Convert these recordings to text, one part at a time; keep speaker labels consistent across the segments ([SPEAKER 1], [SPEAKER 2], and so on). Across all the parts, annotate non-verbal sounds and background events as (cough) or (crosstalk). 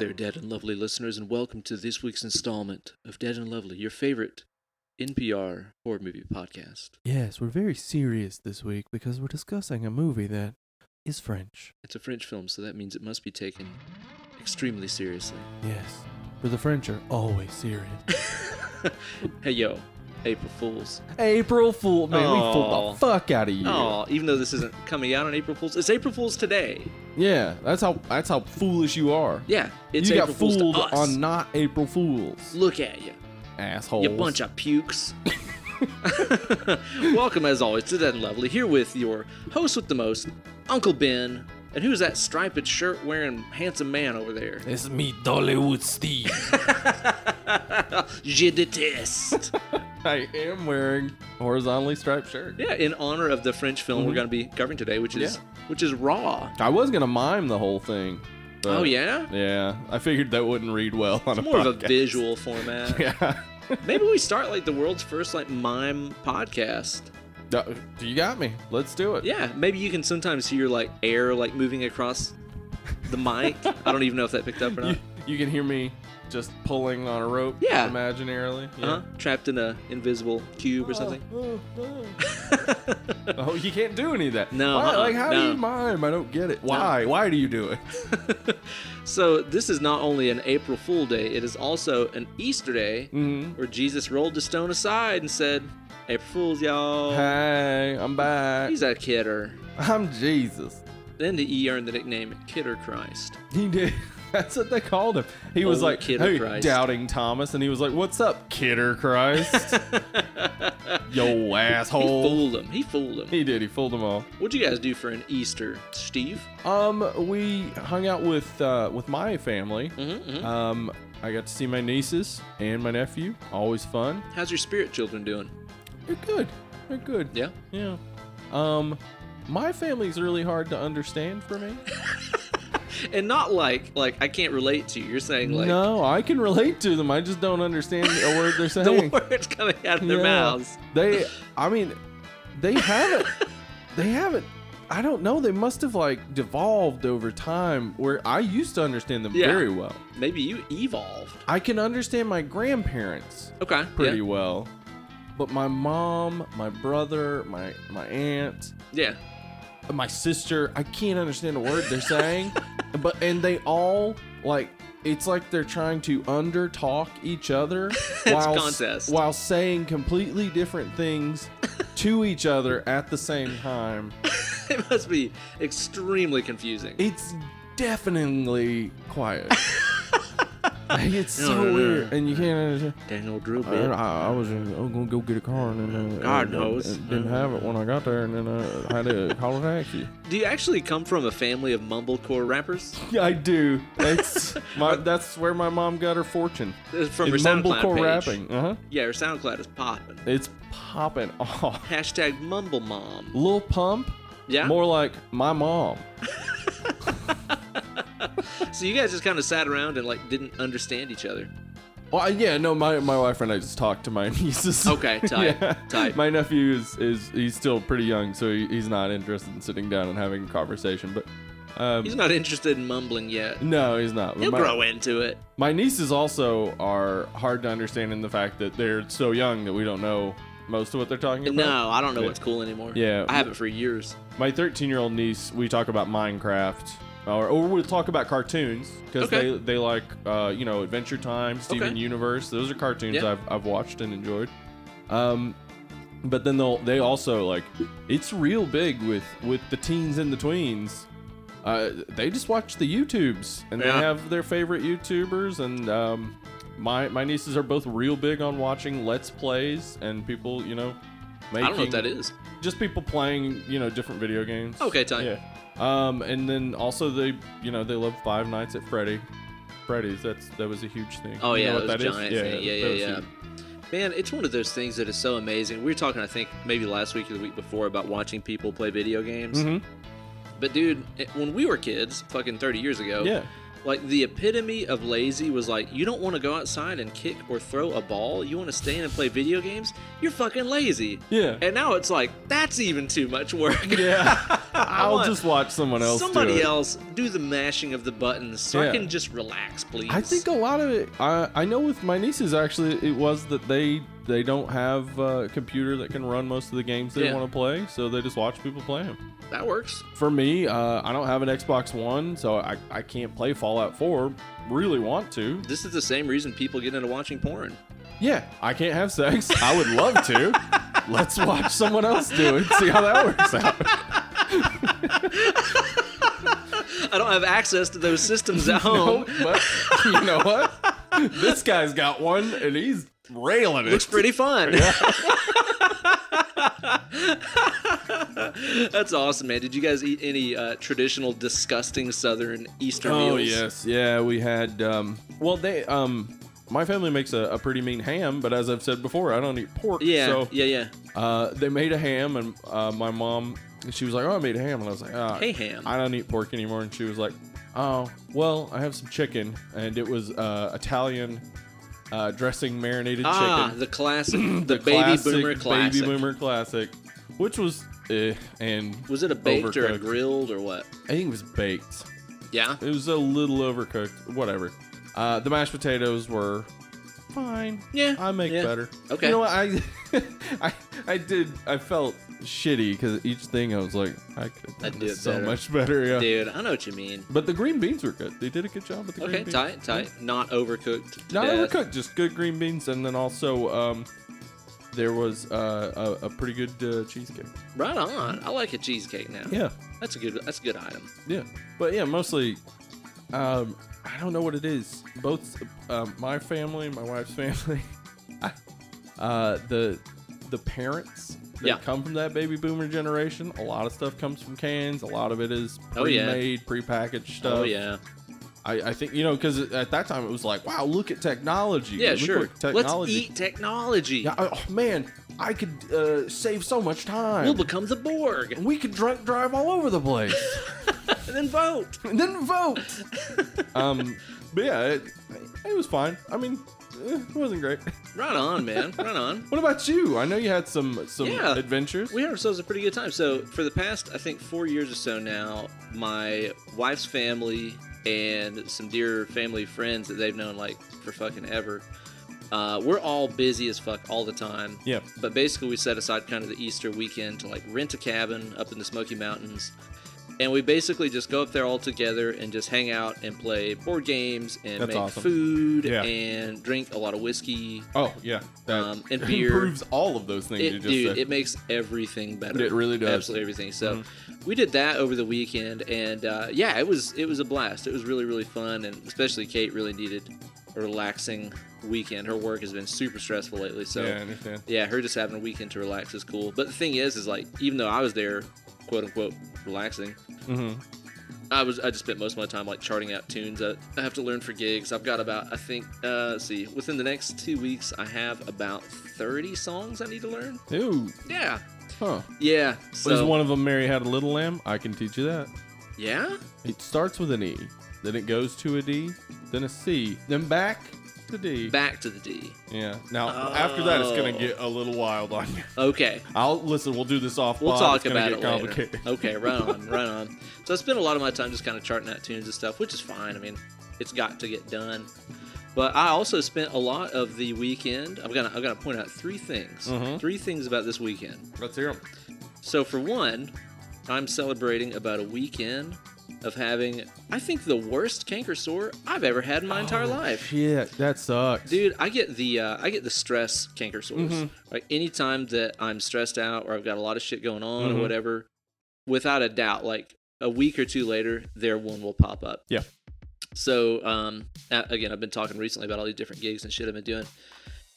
[SPEAKER 1] lovely listeners, and welcome to this week's installment of Dead and Lovely, your favorite NPR horror movie podcast.
[SPEAKER 2] Yes, we're very serious this week because we're discussing a movie that is French.
[SPEAKER 1] It's a French film, so that means it must be taken extremely seriously.
[SPEAKER 2] Yes, for the French are
[SPEAKER 1] (laughs)
[SPEAKER 2] always serious.
[SPEAKER 1] hey, yo, April Fools.
[SPEAKER 2] April Fool, man, we
[SPEAKER 1] Aw.
[SPEAKER 2] fooled the fuck out of you.
[SPEAKER 1] Oh, even though this isn't coming out on April Fools, it's April Fools today.
[SPEAKER 2] Yeah, that's how that's how foolish you are.
[SPEAKER 1] Yeah, it's
[SPEAKER 2] you
[SPEAKER 1] April
[SPEAKER 2] got fooled
[SPEAKER 1] Fools to us.
[SPEAKER 2] on not April Fools,
[SPEAKER 1] Look at you,
[SPEAKER 2] assholes.
[SPEAKER 1] you bunch of pukes. (laughs) welcome, as always, to Dead and Lovely, here with your host with the most, Uncle Ben. And who's that striped shirt wearing handsome man over there?
[SPEAKER 2] It's me,
[SPEAKER 1] (laughs)
[SPEAKER 2] Dollywood Steve.
[SPEAKER 1] Je déteste.
[SPEAKER 2] (laughs) I am wearing horizontally striped shirt.
[SPEAKER 1] yeah, in honor of the French film we're going to be covering today, which is
[SPEAKER 2] Mm-hmm. Yeah.
[SPEAKER 1] which is Raw.
[SPEAKER 2] I was gonna mime the whole thing. but-
[SPEAKER 1] oh yeah,
[SPEAKER 2] Uh, Yeah, I figured that wouldn't read well on
[SPEAKER 1] more of a
[SPEAKER 2] podcast.
[SPEAKER 1] visual format.
[SPEAKER 2] (laughs) Yeah.
[SPEAKER 1] Maybe we start like the world's first like mime podcast.
[SPEAKER 2] Uh, You got me. Let's do it.
[SPEAKER 1] Yeah, maybe you can sometimes hear like air like moving across the mic. I don't even know if that picked up or not.
[SPEAKER 2] You, you can hear me just pulling on a rope
[SPEAKER 1] Yeah.
[SPEAKER 2] imaginarily. Yeah.
[SPEAKER 1] Uh-huh. Trapped in a invisible cube or
[SPEAKER 2] (laughs)
[SPEAKER 1] something. (laughs)
[SPEAKER 2] Oh, oh, oh. Oh, you can't do any of that.
[SPEAKER 1] No,
[SPEAKER 2] Why?
[SPEAKER 1] uh-uh,
[SPEAKER 2] like how do
[SPEAKER 1] no.
[SPEAKER 2] you mime? I don't get it. Why? Why do you
[SPEAKER 1] (laughs)
[SPEAKER 2] do it?
[SPEAKER 1] so this is not only an April Fool Day; it is also an Easter Day,
[SPEAKER 2] Mm-hmm.
[SPEAKER 1] where Jesus rolled the stone aside and said, "April Fools, y'all."
[SPEAKER 2] Hey, I'm back.
[SPEAKER 1] He's a kidder.
[SPEAKER 2] I'm Jesus.
[SPEAKER 1] Then he earned the nickname Kidder Christ.
[SPEAKER 2] He did. (laughs) That's what they called him. He was
[SPEAKER 1] Old
[SPEAKER 2] like,
[SPEAKER 1] Kidder
[SPEAKER 2] hey,
[SPEAKER 1] Christ.
[SPEAKER 2] doubting Thomas, and he was like, "What's up,
[SPEAKER 1] (laughs)
[SPEAKER 2] kidder Christ? Yo,
[SPEAKER 1] He
[SPEAKER 2] asshole."
[SPEAKER 1] fooled him. He fooled him.
[SPEAKER 2] Oh. He did. He fooled them all.
[SPEAKER 1] What'd you guys do for an Easter, Steve?
[SPEAKER 2] Um, we hung out with uh, with my family.
[SPEAKER 1] Mm-hmm,
[SPEAKER 2] Um, I got to see my nieces and my nephew. Always fun.
[SPEAKER 1] How's your spirit children doing?
[SPEAKER 2] They're good. They're good.
[SPEAKER 1] Yeah.
[SPEAKER 2] Yeah. Um, my family's really hard to understand for me.
[SPEAKER 1] And not like like I can't relate to you. You're saying (laughs) like
[SPEAKER 2] no, I can relate to them. I just don't understand a word they're
[SPEAKER 1] (laughs)
[SPEAKER 2] saying.
[SPEAKER 1] the words coming out of their
[SPEAKER 2] Yeah.
[SPEAKER 1] mouths. (laughs)
[SPEAKER 2] They, I mean, they haven't. they haven't. I don't know. They must have like devolved over time. Where I used to understand them
[SPEAKER 1] Yeah.
[SPEAKER 2] very well.
[SPEAKER 1] Maybe you evolved.
[SPEAKER 2] I can understand my grandparents
[SPEAKER 1] Okay. yeah.
[SPEAKER 2] pretty well. But my mom, my brother, my my aunt,
[SPEAKER 1] Yeah.
[SPEAKER 2] my sister, I can't understand a word they're
[SPEAKER 1] (laughs)
[SPEAKER 2] saying. but and they all like it's like they're trying to under talk each
[SPEAKER 1] (laughs)
[SPEAKER 2] other while
[SPEAKER 1] contest.
[SPEAKER 2] while saying completely different
[SPEAKER 1] (laughs)
[SPEAKER 2] things to each other at the same time.
[SPEAKER 1] (laughs) It must be extremely confusing.
[SPEAKER 2] It's definitely quiet.
[SPEAKER 1] (laughs)
[SPEAKER 2] Like, it's
[SPEAKER 1] No,
[SPEAKER 2] so
[SPEAKER 1] no, no,
[SPEAKER 2] weird,
[SPEAKER 1] no.
[SPEAKER 2] and you can't understand.
[SPEAKER 1] Daniel Drew
[SPEAKER 2] And
[SPEAKER 1] bit.
[SPEAKER 2] Uh, I, I was in, I was gonna go get a car, and then uh,
[SPEAKER 1] God
[SPEAKER 2] uh,
[SPEAKER 1] knows.
[SPEAKER 2] uh, didn't have it when I got there, and then uh, I had to call a
[SPEAKER 1] (laughs)
[SPEAKER 2] taxi.
[SPEAKER 1] Do you actually come from a family of mumblecore rappers?
[SPEAKER 2] Yeah, I do.
[SPEAKER 1] (laughs)
[SPEAKER 2] That's my. That's where my mom got her fortune.
[SPEAKER 1] This is Uh, From
[SPEAKER 2] In
[SPEAKER 1] your SoundCloud
[SPEAKER 2] mumblecore
[SPEAKER 1] page.
[SPEAKER 2] rapping. Uh huh.
[SPEAKER 1] Yeah, your SoundCloud is popping.
[SPEAKER 2] It's popping (laughs) off.
[SPEAKER 1] Hashtag mumble mom.
[SPEAKER 2] Lil Pump.
[SPEAKER 1] Yeah.
[SPEAKER 2] More like my mom.
[SPEAKER 1] So you guys just kind of sat around and like didn't understand each other.
[SPEAKER 2] Well, yeah, no, my, my wife and I just talked to my (laughs) nieces.
[SPEAKER 1] Okay, tight,
[SPEAKER 2] Yeah.
[SPEAKER 1] tight.
[SPEAKER 2] My nephew is, is he's still pretty young, so he, he's not interested in sitting down and having a conversation. But um,
[SPEAKER 1] He's not interested in mumbling yet.
[SPEAKER 2] no, he's not. But
[SPEAKER 1] He'll
[SPEAKER 2] my,
[SPEAKER 1] grow into it.
[SPEAKER 2] My nieces also are hard to understand in the fact that they're so young that we don't know most of what they're talking about.
[SPEAKER 1] No, I don't know
[SPEAKER 2] Yeah.
[SPEAKER 1] what's cool anymore.
[SPEAKER 2] Yeah.
[SPEAKER 1] I haven't for years.
[SPEAKER 2] My 13 year old niece, we talk about Minecraft, or, or we'll talk about cartoons because
[SPEAKER 1] Okay.
[SPEAKER 2] they, they like, uh, you know, Adventure Time, Steven
[SPEAKER 1] Okay.
[SPEAKER 2] Universe. Those are cartoons
[SPEAKER 1] Yeah.
[SPEAKER 2] I've, I've watched and enjoyed. Um, but then they'll they also like it's real big with with the teens and the tweens. Uh, they just watch the YouTubes and they
[SPEAKER 1] Yeah.
[SPEAKER 2] have their favorite YouTubers and um, my my nieces are both real big on watching Let's Plays and people you know making
[SPEAKER 1] I don't know what that is.
[SPEAKER 2] just people playing, you know, different video games.
[SPEAKER 1] Okay, time.
[SPEAKER 2] Yeah. Um, and then also they, you know, they love Five Nights at Freddy. Freddy's. That's that was a huge thing.
[SPEAKER 1] Oh
[SPEAKER 2] You
[SPEAKER 1] yeah,
[SPEAKER 2] know
[SPEAKER 1] it
[SPEAKER 2] what
[SPEAKER 1] was
[SPEAKER 2] that
[SPEAKER 1] a
[SPEAKER 2] is?
[SPEAKER 1] giant thing. Yeah, yeah,
[SPEAKER 2] that was
[SPEAKER 1] yeah.
[SPEAKER 2] huge.
[SPEAKER 1] Man, it's one of those things that is so amazing. We were talking, I think, maybe last week or the week before about watching people play video games.
[SPEAKER 2] Mhm.
[SPEAKER 1] But dude, it- when we were kids, fucking 30 years ago,
[SPEAKER 2] Yeah.
[SPEAKER 1] Like the epitome of lazy was like, you don't want to go outside and kick or throw a ball. You want to stay in and play video games. You're fucking lazy.
[SPEAKER 2] Yeah.
[SPEAKER 1] And now it's like that's even too much work. (laughs)
[SPEAKER 2] (laughs) Yeah. I'll
[SPEAKER 1] want-
[SPEAKER 2] just watch someone else. do
[SPEAKER 1] Somebody
[SPEAKER 2] it.
[SPEAKER 1] else do the mashing of the buttons so I
[SPEAKER 2] Yeah.
[SPEAKER 1] can just relax, please.
[SPEAKER 2] I think a lot of it. I I know with my nieces actually, it was that they they don't have a computer that can run most of the games they
[SPEAKER 1] Yeah.
[SPEAKER 2] want to play, so they just watch people play them.
[SPEAKER 1] that works.
[SPEAKER 2] For me, uh, I don't have an Xbox One, so I I can't play Fallout Four. Really want to?
[SPEAKER 1] This is the same reason people get into watching porn.
[SPEAKER 2] Yeah, I can't have sex. I would love to.
[SPEAKER 1] (laughs)
[SPEAKER 2] Let's watch someone else do it. See how that works out.
[SPEAKER 1] I don't have access to those systems (laughs) at home.
[SPEAKER 2] but (laughs) you know what? This guy's got one, and he's railing it.
[SPEAKER 1] Looks pretty fun. (laughs) That's awesome, man. Did you guys eat any uh, traditional disgusting Southern Eastern
[SPEAKER 2] Oh
[SPEAKER 1] meals?
[SPEAKER 2] yes, yeah. We had um, well, they um, my family makes a, a pretty mean ham, but as I've said before, I don't eat pork.
[SPEAKER 1] Yeah,
[SPEAKER 2] so
[SPEAKER 1] yeah, yeah.
[SPEAKER 2] uh, they made a ham, and uh, my mom she was like, "Oh, I made a ham," and I was like, oh,
[SPEAKER 1] Hey, ham.
[SPEAKER 2] I don't eat pork anymore," and she was like, "Oh, well, I have some chicken, and it was uh, Italian uh, dressing marinated
[SPEAKER 1] ah,
[SPEAKER 2] chicken,
[SPEAKER 1] the
[SPEAKER 2] (clears throat)
[SPEAKER 1] classic, the, baby
[SPEAKER 2] classic
[SPEAKER 1] boomer classic.
[SPEAKER 2] baby boomer classic, which was." Eh, and
[SPEAKER 1] Was it a baked or a
[SPEAKER 2] overcooked.
[SPEAKER 1] grilled or what?
[SPEAKER 2] I think it was baked.
[SPEAKER 1] Yeah.
[SPEAKER 2] It was a little overcooked. Whatever. Uh, the mashed potatoes were fine.
[SPEAKER 1] Yeah,
[SPEAKER 2] I make
[SPEAKER 1] yeah.
[SPEAKER 2] better.
[SPEAKER 1] Okay.
[SPEAKER 2] You know what? I, (laughs) I, I did. I felt shitty because each thing I was like, I could have
[SPEAKER 1] I
[SPEAKER 2] done
[SPEAKER 1] did
[SPEAKER 2] this so
[SPEAKER 1] better.
[SPEAKER 2] much better. Yeah.
[SPEAKER 1] Dude, I know what you mean.
[SPEAKER 2] But the green beans were good. They did a good job with the green
[SPEAKER 1] Okay,
[SPEAKER 2] beans.
[SPEAKER 1] tight, tight. Not overcooked. to
[SPEAKER 2] Not
[SPEAKER 1] death.
[SPEAKER 2] overcooked, just good green beans, and then also um, there was uh, a, a pretty good uh, cheesecake.
[SPEAKER 1] Right on. I like a cheesecake now.
[SPEAKER 2] Yeah,
[SPEAKER 1] That's a good. That's a good item.
[SPEAKER 2] Yeah, but yeah, mostly. Um, I don't know what it is. Both um, my family, my wife's (laughs) family, I, uh, the the parents that
[SPEAKER 1] Yeah.
[SPEAKER 2] come from that baby boomer generation. A lot of stuff comes from cans. A lot of it is
[SPEAKER 1] Oh, yeah.
[SPEAKER 2] pre-made, prepackaged stuff.
[SPEAKER 1] oh yeah.
[SPEAKER 2] I, I think you know because at that time it was like, wow, look at technology.
[SPEAKER 1] Yeah,
[SPEAKER 2] Look
[SPEAKER 1] sure.
[SPEAKER 2] what
[SPEAKER 1] Let's
[SPEAKER 2] Technology.
[SPEAKER 1] eat technology.
[SPEAKER 2] Yeah, I- oh man, I could uh, save so much time.
[SPEAKER 1] We'll become the Borg and
[SPEAKER 2] we could drunk drive all over
[SPEAKER 1] (laughs)
[SPEAKER 2] the place.
[SPEAKER 1] then vote.
[SPEAKER 2] and then vote. um, but yeah, it, it was fine. I mean, eh, it wasn't great.
[SPEAKER 1] Right on, man. Right on.
[SPEAKER 2] What about you? I know you had some some
[SPEAKER 1] Yeah.
[SPEAKER 2] adventures.
[SPEAKER 1] We had ourselves a pretty good time. So for the past, I think four years or so now, my wife's family and some dear family friends that they've known like for fucking ever. Uh, we're all busy as fuck all the time.
[SPEAKER 2] yeah,
[SPEAKER 1] But basically, we set aside kind of the Easter weekend to like rent a cabin up in the Smoky Mountains. And we basically just go up there all together and just hang out and play board games and
[SPEAKER 2] That's
[SPEAKER 1] make
[SPEAKER 2] awesome.
[SPEAKER 1] food
[SPEAKER 2] Yeah.
[SPEAKER 1] and drink a lot of whiskey.
[SPEAKER 2] oh yeah, that
[SPEAKER 1] Um,
[SPEAKER 2] (laughs)
[SPEAKER 1] and beer.
[SPEAKER 2] improves all of those things you
[SPEAKER 1] It,
[SPEAKER 2] just
[SPEAKER 1] dude,
[SPEAKER 2] said.
[SPEAKER 1] it makes everything better.
[SPEAKER 2] It really does. Mm-hmm.
[SPEAKER 1] Absolutely everything. So we did that over the weekend, and uh, yeah, it was it was a blast. It was really really fun, and especially Kate really needed a relaxing weekend. Her work has been super stressful lately, so
[SPEAKER 2] yeah, I understand.
[SPEAKER 1] yeah, her just having a weekend to relax is cool. But the thing is, is like even though I was there, quote unquote, relaxing,
[SPEAKER 2] Mm-hmm.
[SPEAKER 1] I was I just spent most of my time like charting out tunes that I have to learn for gigs. I've got about I think uh, let's see within the next two weeks I have about thirty songs I need to learn.
[SPEAKER 2] Ooh,
[SPEAKER 1] Yeah,
[SPEAKER 2] huh?
[SPEAKER 1] yeah.
[SPEAKER 2] Is
[SPEAKER 1] So
[SPEAKER 2] one of them Mary had a little lamb? I can teach you that.
[SPEAKER 1] yeah,
[SPEAKER 2] It starts with an E, then it goes to a D, then a C, then back to D.
[SPEAKER 1] back to the D.
[SPEAKER 2] Yeah. Now after that, it's gonna
[SPEAKER 1] Oh.
[SPEAKER 2] get a little wild on you. (laughs)
[SPEAKER 1] Okay,
[SPEAKER 2] I'll listen. We'll do this off.
[SPEAKER 1] We'll
[SPEAKER 2] pod.
[SPEAKER 1] talk
[SPEAKER 2] it's gonna
[SPEAKER 1] about
[SPEAKER 2] get
[SPEAKER 1] it
[SPEAKER 2] complicated.
[SPEAKER 1] (laughs) later.
[SPEAKER 2] (laughs)
[SPEAKER 1] Okay, right on, right on. So I spent a lot of my time just kind of charting out tunes and stuff, which is fine. I mean, it's got to get done. But I also spent a lot of the weekend. I'm gonna I'm gonna point out three things.
[SPEAKER 2] Mhm.
[SPEAKER 1] Three things about this weekend.
[SPEAKER 2] Let's hear them.
[SPEAKER 1] So for one, I'm celebrating about a weekend of having I think the worst canker sore I've ever had
[SPEAKER 2] Oh,
[SPEAKER 1] in my entire life.
[SPEAKER 2] Shit, that sucks.
[SPEAKER 1] Dude, I get the uh, I get the stress canker sores.
[SPEAKER 2] Mhm.
[SPEAKER 1] Like anytime that I'm stressed out or I've got a lot of shit going on
[SPEAKER 2] Mhm.
[SPEAKER 1] or whatever, without a doubt, like a week or two later, their one will pop up.
[SPEAKER 2] Yeah.
[SPEAKER 1] So um, a- again, I've been talking recently about all these different gigs and shit I've been doing,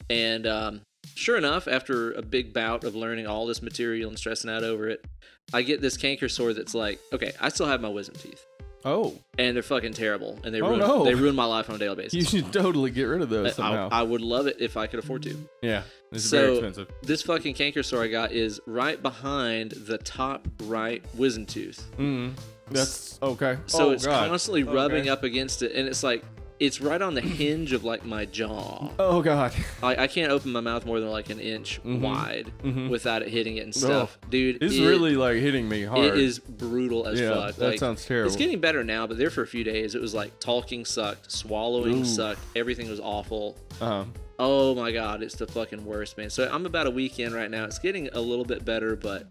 [SPEAKER 1] and um, sure enough, after a big bout of learning all this material and stressing out over it, I get this canker sore that's like, okay, I still have my wisdom teeth.
[SPEAKER 2] Oh, (laughs)
[SPEAKER 1] and they're fucking terrible, and they
[SPEAKER 2] Oh,
[SPEAKER 1] ruin
[SPEAKER 2] no.
[SPEAKER 1] they ruin my life on a daily basis.
[SPEAKER 2] (laughs) you should totally get rid of those
[SPEAKER 1] Uh, I,
[SPEAKER 2] somehow.
[SPEAKER 1] I would love it if I could afford to.
[SPEAKER 2] yeah, this is
[SPEAKER 1] so-
[SPEAKER 2] very expensive.
[SPEAKER 1] This fucking canker sore I got is right behind the top right wisdom tooth.
[SPEAKER 2] Mm, that's okay.
[SPEAKER 1] So
[SPEAKER 2] Oh,
[SPEAKER 1] it's
[SPEAKER 2] God.
[SPEAKER 1] constantly rubbing
[SPEAKER 2] Okay.
[SPEAKER 1] up against it, and it's like it's right on the hinge of like my jaw.
[SPEAKER 2] Oh God. (laughs)
[SPEAKER 1] Like I can't open my mouth more than like an inch
[SPEAKER 2] Mhm.
[SPEAKER 1] wide
[SPEAKER 2] Mhm.
[SPEAKER 1] without it hitting it and stuff. Dude,
[SPEAKER 2] It's
[SPEAKER 1] it-
[SPEAKER 2] really like hitting me hard.
[SPEAKER 1] it is brutal as
[SPEAKER 2] Yeah,
[SPEAKER 1] fuck.
[SPEAKER 2] that
[SPEAKER 1] Like,
[SPEAKER 2] sounds terrible.
[SPEAKER 1] It's getting better now, but there for a few days it was like talking sucked, swallowing
[SPEAKER 2] Ooh.
[SPEAKER 1] sucked, everything was awful.
[SPEAKER 2] Uh-huh.
[SPEAKER 1] Oh my god, it's the fucking worst, man. So I'm about a week in right now. It's getting a little bit better, but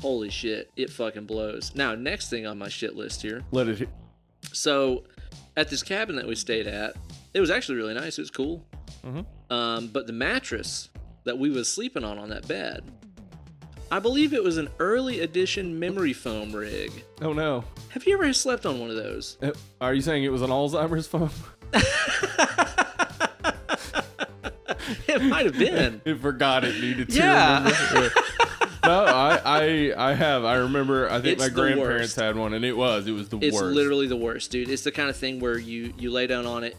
[SPEAKER 1] holy shit, it fucking blows. Now, next thing on my shit list here.
[SPEAKER 2] Let it. hit-
[SPEAKER 1] So, at this cabin that we stayed at, it was actually really nice. It was cool.
[SPEAKER 2] Mhm.
[SPEAKER 1] Um, but the mattress that we was sleeping on on that bed, I believe it was an early edition memory foam rig.
[SPEAKER 2] Oh no.
[SPEAKER 1] Have you ever slept on one of those? (laughs)
[SPEAKER 2] Uh, Are you saying it was an Alzheimer's phone? (laughs)
[SPEAKER 1] It might have
[SPEAKER 2] (laughs)
[SPEAKER 1] been.
[SPEAKER 2] it forgot it needed to.
[SPEAKER 1] Yeah. (laughs)
[SPEAKER 2] remember. no, I, I I have. I remember. I think
[SPEAKER 1] It's
[SPEAKER 2] my
[SPEAKER 1] the worst.
[SPEAKER 2] grandparents had one, and it was it was the
[SPEAKER 1] It's
[SPEAKER 2] worst.
[SPEAKER 1] literally the worst, dude. It's the kind of thing where you you lay down on it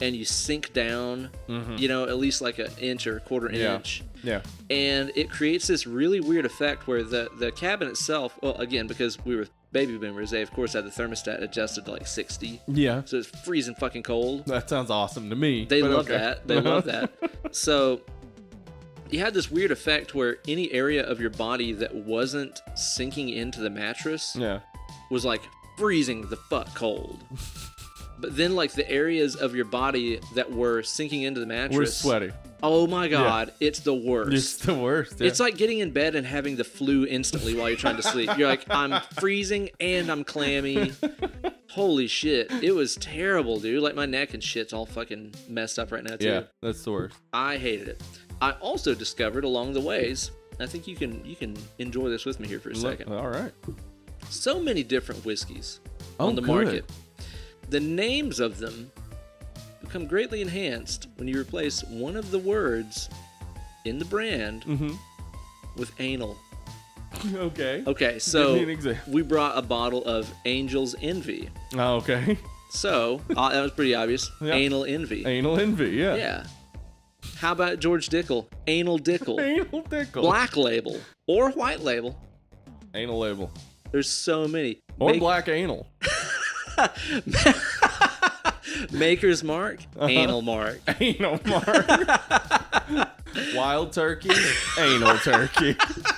[SPEAKER 1] and you sink down, you know, at least like an inch or a quarter
[SPEAKER 2] Mm-hmm. Yeah.
[SPEAKER 1] inch.
[SPEAKER 2] yeah.
[SPEAKER 1] and it creates this really weird effect where the the cabin itself well again because we were baby boomers they of course had the thermostat adjusted to like 60
[SPEAKER 2] Yeah.
[SPEAKER 1] so it's freezing fucking cold
[SPEAKER 2] That sounds awesome to me.
[SPEAKER 1] they
[SPEAKER 2] but
[SPEAKER 1] love
[SPEAKER 2] okay.
[SPEAKER 1] that they
[SPEAKER 2] (laughs)
[SPEAKER 1] love that so you had this weird effect where any area of your body that wasn't sinking into the mattress
[SPEAKER 2] yeah.
[SPEAKER 1] was like freezing the fuck
[SPEAKER 2] (laughs)
[SPEAKER 1] cold but then like the areas of your body that were sinking into the mattress
[SPEAKER 2] We're sweaty.
[SPEAKER 1] oh my god it's the worst
[SPEAKER 2] It's the worst. yeah.
[SPEAKER 1] it's like getting in bed and having the flu instantly while you're trying to sleep. You're like, I'm freezing and I'm
[SPEAKER 2] (laughs)
[SPEAKER 1] clammy. Holy shit. It was terrible, dude. Like my neck and shit's all fucking messed up right now, too.
[SPEAKER 2] yeah. That's the worst.
[SPEAKER 1] I hated it. I also discovered along the ways, I think you can you can enjoy this with me here for a second.
[SPEAKER 2] All right.
[SPEAKER 1] So many different whiskeys
[SPEAKER 2] Oh,
[SPEAKER 1] on the
[SPEAKER 2] good.
[SPEAKER 1] market. The names of them become greatly enhanced when you replace one of the words in the brand
[SPEAKER 2] Mm-hmm.
[SPEAKER 1] with anal.
[SPEAKER 2] (laughs) Okay.
[SPEAKER 1] Okay,
[SPEAKER 2] me an
[SPEAKER 1] so
[SPEAKER 2] example.
[SPEAKER 1] we brought a bottle of Angel's Envy.
[SPEAKER 2] Oh, okay. (laughs)
[SPEAKER 1] So uh, that was pretty obvious.
[SPEAKER 2] Yeah.
[SPEAKER 1] Anal Envy.
[SPEAKER 2] Anal envy. Yeah.
[SPEAKER 1] Yeah. How about George Dickel? Anal Dickel.
[SPEAKER 2] (laughs) Anal tickle.
[SPEAKER 1] Black label or white label.
[SPEAKER 2] Anal label.
[SPEAKER 1] There's so many.
[SPEAKER 2] Or
[SPEAKER 1] Make-
[SPEAKER 2] black anal. (laughs)
[SPEAKER 1] Maker's Mark,
[SPEAKER 2] (laughs) Uh-huh.
[SPEAKER 1] Anal Mark.
[SPEAKER 2] Anal mark.
[SPEAKER 1] (laughs)
[SPEAKER 2] Wild turkey. Anal turkey.
[SPEAKER 1] (laughs) I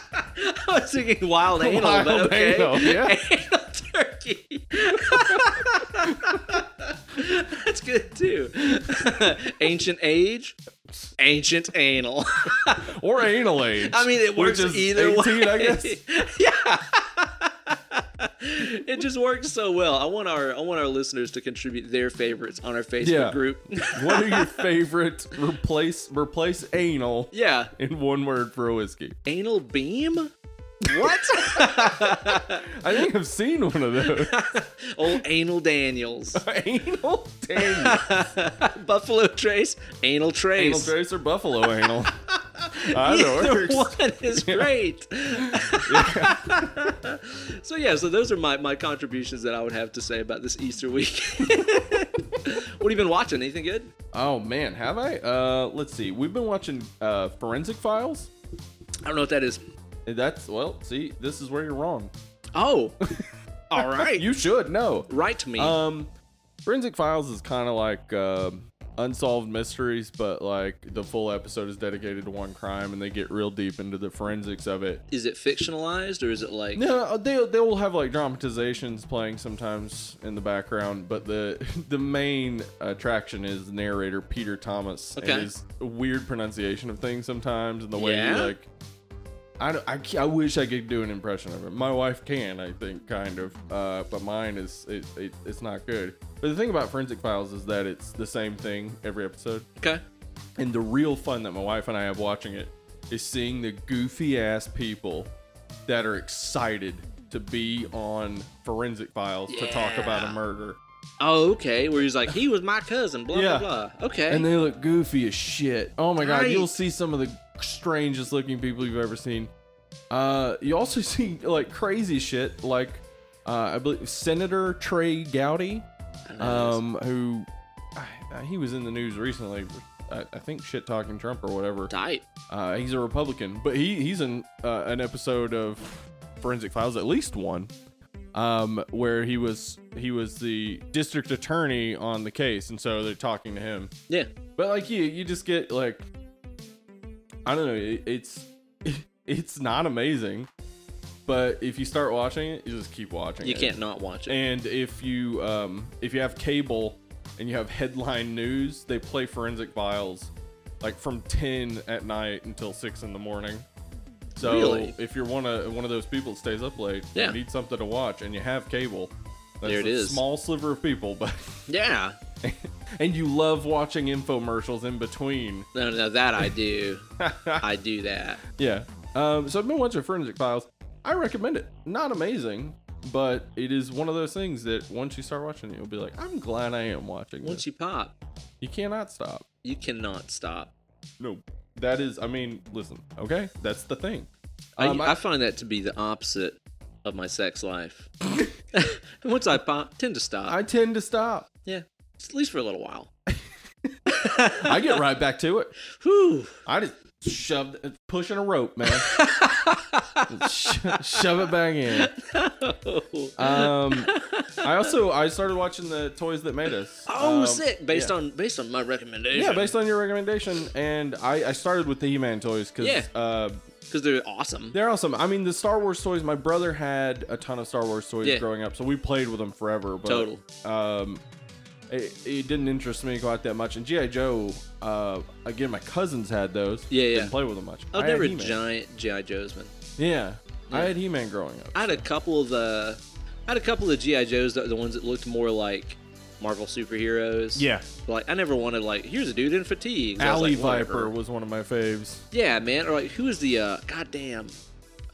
[SPEAKER 1] was thinking wild
[SPEAKER 2] (laughs)
[SPEAKER 1] anal, but
[SPEAKER 2] Wild
[SPEAKER 1] okay.
[SPEAKER 2] anal, yeah.
[SPEAKER 1] (laughs) Anal turkey. (laughs) That's good too. (laughs) Ancient age, ancient anal. (laughs)
[SPEAKER 2] Or anal age.
[SPEAKER 1] I mean, it works
[SPEAKER 2] which is
[SPEAKER 1] either
[SPEAKER 2] 18,
[SPEAKER 1] way.
[SPEAKER 2] I guess.
[SPEAKER 1] (laughs) yeah. it just works so well. I want our I want our listeners to contribute their favorites on our Facebook
[SPEAKER 2] Yeah.
[SPEAKER 1] group. (laughs)
[SPEAKER 2] What are your favorite replace replace anal
[SPEAKER 1] yeah.
[SPEAKER 2] in one word for a whiskey?
[SPEAKER 1] Anal beam? What?
[SPEAKER 2] (laughs) I think I've seen one of
[SPEAKER 1] (laughs)
[SPEAKER 2] those.
[SPEAKER 1] Old anal
[SPEAKER 2] (laughs)
[SPEAKER 1] Daniels.
[SPEAKER 2] anal Daniel.
[SPEAKER 1] Buffalo Trace, Anal
[SPEAKER 2] Anal
[SPEAKER 1] Trace.
[SPEAKER 2] trace or buffalo
[SPEAKER 1] (laughs)
[SPEAKER 2] anal. (laughs) Either
[SPEAKER 1] Either
[SPEAKER 2] works.
[SPEAKER 1] one is great. (laughs) so yeah, so those are my, my contributions that I would have to say about this Easter week. (laughs) what have you been watching? Anything good?
[SPEAKER 2] Oh man, have I? Uh let's see. We've been watching uh forensic files.
[SPEAKER 1] I don't know what that is.
[SPEAKER 2] And That's well, see, this is where you're wrong. (laughs)
[SPEAKER 1] Oh, all right.
[SPEAKER 2] You should know.
[SPEAKER 1] write to me.
[SPEAKER 2] Um Forensic Files is kind of like um unsolved mysteries, but like the full episode is dedicated to one crime and they get real deep into the forensics of it.
[SPEAKER 1] is it fictionalized or is it like?
[SPEAKER 2] No, they they will have like dramatizations playing sometimes in the background, but the (laughs) the main attraction is narrator Peter Thomas
[SPEAKER 1] Okay.
[SPEAKER 2] and his weird pronunciation of things sometimes and the way
[SPEAKER 1] Yeah?
[SPEAKER 2] he like. I, don't- I, ca- I wish I could do an impression of it. My wife can, I think, kind of, uh, but mine is it, it, it's not good. But the thing about Forensic Files is that it's the same thing every episode.
[SPEAKER 1] Okay.
[SPEAKER 2] And the real fun that my wife and I have watching it is seeing the goofy ass people that are excited to be on forensic files to talk about a
[SPEAKER 1] Yeah.
[SPEAKER 2] murder.
[SPEAKER 1] Oh, okay. Where he's like, he was my cousin. Blah
[SPEAKER 2] Yeah.
[SPEAKER 1] blah blah. Okay.
[SPEAKER 2] And they look goofy as shit. Oh my god,
[SPEAKER 1] Right.
[SPEAKER 2] you'll see some of the strangest (laughs) looking people you've ever seen. Uh, you also see like crazy shit like uh, I believe Senator Trey Gowdy,
[SPEAKER 1] I don't know who
[SPEAKER 2] um, who I, I, he was in the news recently. For, I, I think shit talking Trump or whatever.
[SPEAKER 1] that is. tight.
[SPEAKER 2] Uh, he's a Republican, but he he's in uh, an episode of Forensic Files, at least one, um, where he was he was the district attorney on the case, and so they're talking to him.
[SPEAKER 1] Yeah,
[SPEAKER 2] But like you, you just get like, I don't know. It, it's (laughs) it's not amazing, but if you start watching it, you just keep watching.
[SPEAKER 1] you
[SPEAKER 2] it.
[SPEAKER 1] can't not watch it.
[SPEAKER 2] And if you um, if you have cable and you have headline news, they play Forensic Files like from ten at night until six in the morning. So
[SPEAKER 1] Really?
[SPEAKER 2] if you're one of one of those people that stays up late,
[SPEAKER 1] Yeah.
[SPEAKER 2] you need something to watch, and you have cable. That's
[SPEAKER 1] There it
[SPEAKER 2] a
[SPEAKER 1] is.
[SPEAKER 2] Small sliver of people, but (laughs)
[SPEAKER 1] Yeah,
[SPEAKER 2] and you love watching infomercials in between.
[SPEAKER 1] no, no, that I
[SPEAKER 2] (laughs)
[SPEAKER 1] do. I do that.
[SPEAKER 2] Yeah. Um, so I've been watching Forensic Files. I recommend it. Not amazing, but it is one of those things that once you start watching it, you'll be like, I'm glad I am watching
[SPEAKER 1] Once
[SPEAKER 2] this.
[SPEAKER 1] you pop,
[SPEAKER 2] You cannot stop.
[SPEAKER 1] you cannot stop.
[SPEAKER 2] No. That is, I mean, listen, okay? That's the thing.
[SPEAKER 1] I,
[SPEAKER 2] Um, I-
[SPEAKER 1] I, find that to be the opposite of my sex
[SPEAKER 2] (laughs)
[SPEAKER 1] life. (laughs) Once I pop, tend to stop.
[SPEAKER 2] I tend to stop.
[SPEAKER 1] yeah, at least for a little while.
[SPEAKER 2] I get right back to it.
[SPEAKER 1] Whew.
[SPEAKER 2] I just shoved, pushing a rope, man. Sho- shove it back in.
[SPEAKER 1] oh,
[SPEAKER 2] Um, I also I started watching the Toys That Made Us. Um,
[SPEAKER 1] Oh, sick! Based
[SPEAKER 2] yeah.
[SPEAKER 1] on based on my recommendation.
[SPEAKER 2] Yeah, based on your recommendation, and I, I started with the He-Man toys because
[SPEAKER 1] Yeah.
[SPEAKER 2] uh,
[SPEAKER 1] because they're awesome.
[SPEAKER 2] they're awesome. I mean, the Star Wars toys. My brother had a ton of Star Wars toys
[SPEAKER 1] Yeah.
[SPEAKER 2] growing up, so we played with them forever. But
[SPEAKER 1] Total.
[SPEAKER 2] um, it, it didn't interest me quite that much. And GI Joe, uh, again, my cousins had those.
[SPEAKER 1] Yeah, yeah.
[SPEAKER 2] Didn't play with them much.
[SPEAKER 1] I was
[SPEAKER 2] had
[SPEAKER 1] never a
[SPEAKER 2] He-Man.
[SPEAKER 1] Oh, giant GI Joe's man.
[SPEAKER 2] Yeah, I
[SPEAKER 1] Yeah.
[SPEAKER 2] had He-Man growing up.
[SPEAKER 1] I had a couple of the, I had a couple of GI Joes, the, the ones that looked more like Marvel superheroes.
[SPEAKER 2] Yeah.
[SPEAKER 1] like I never wanted like here's a dude in fatigues. I was
[SPEAKER 2] Alley
[SPEAKER 1] like, whatever.
[SPEAKER 2] Viper was one of my faves.
[SPEAKER 1] Yeah, man. Or like, who is the uh, goddamn,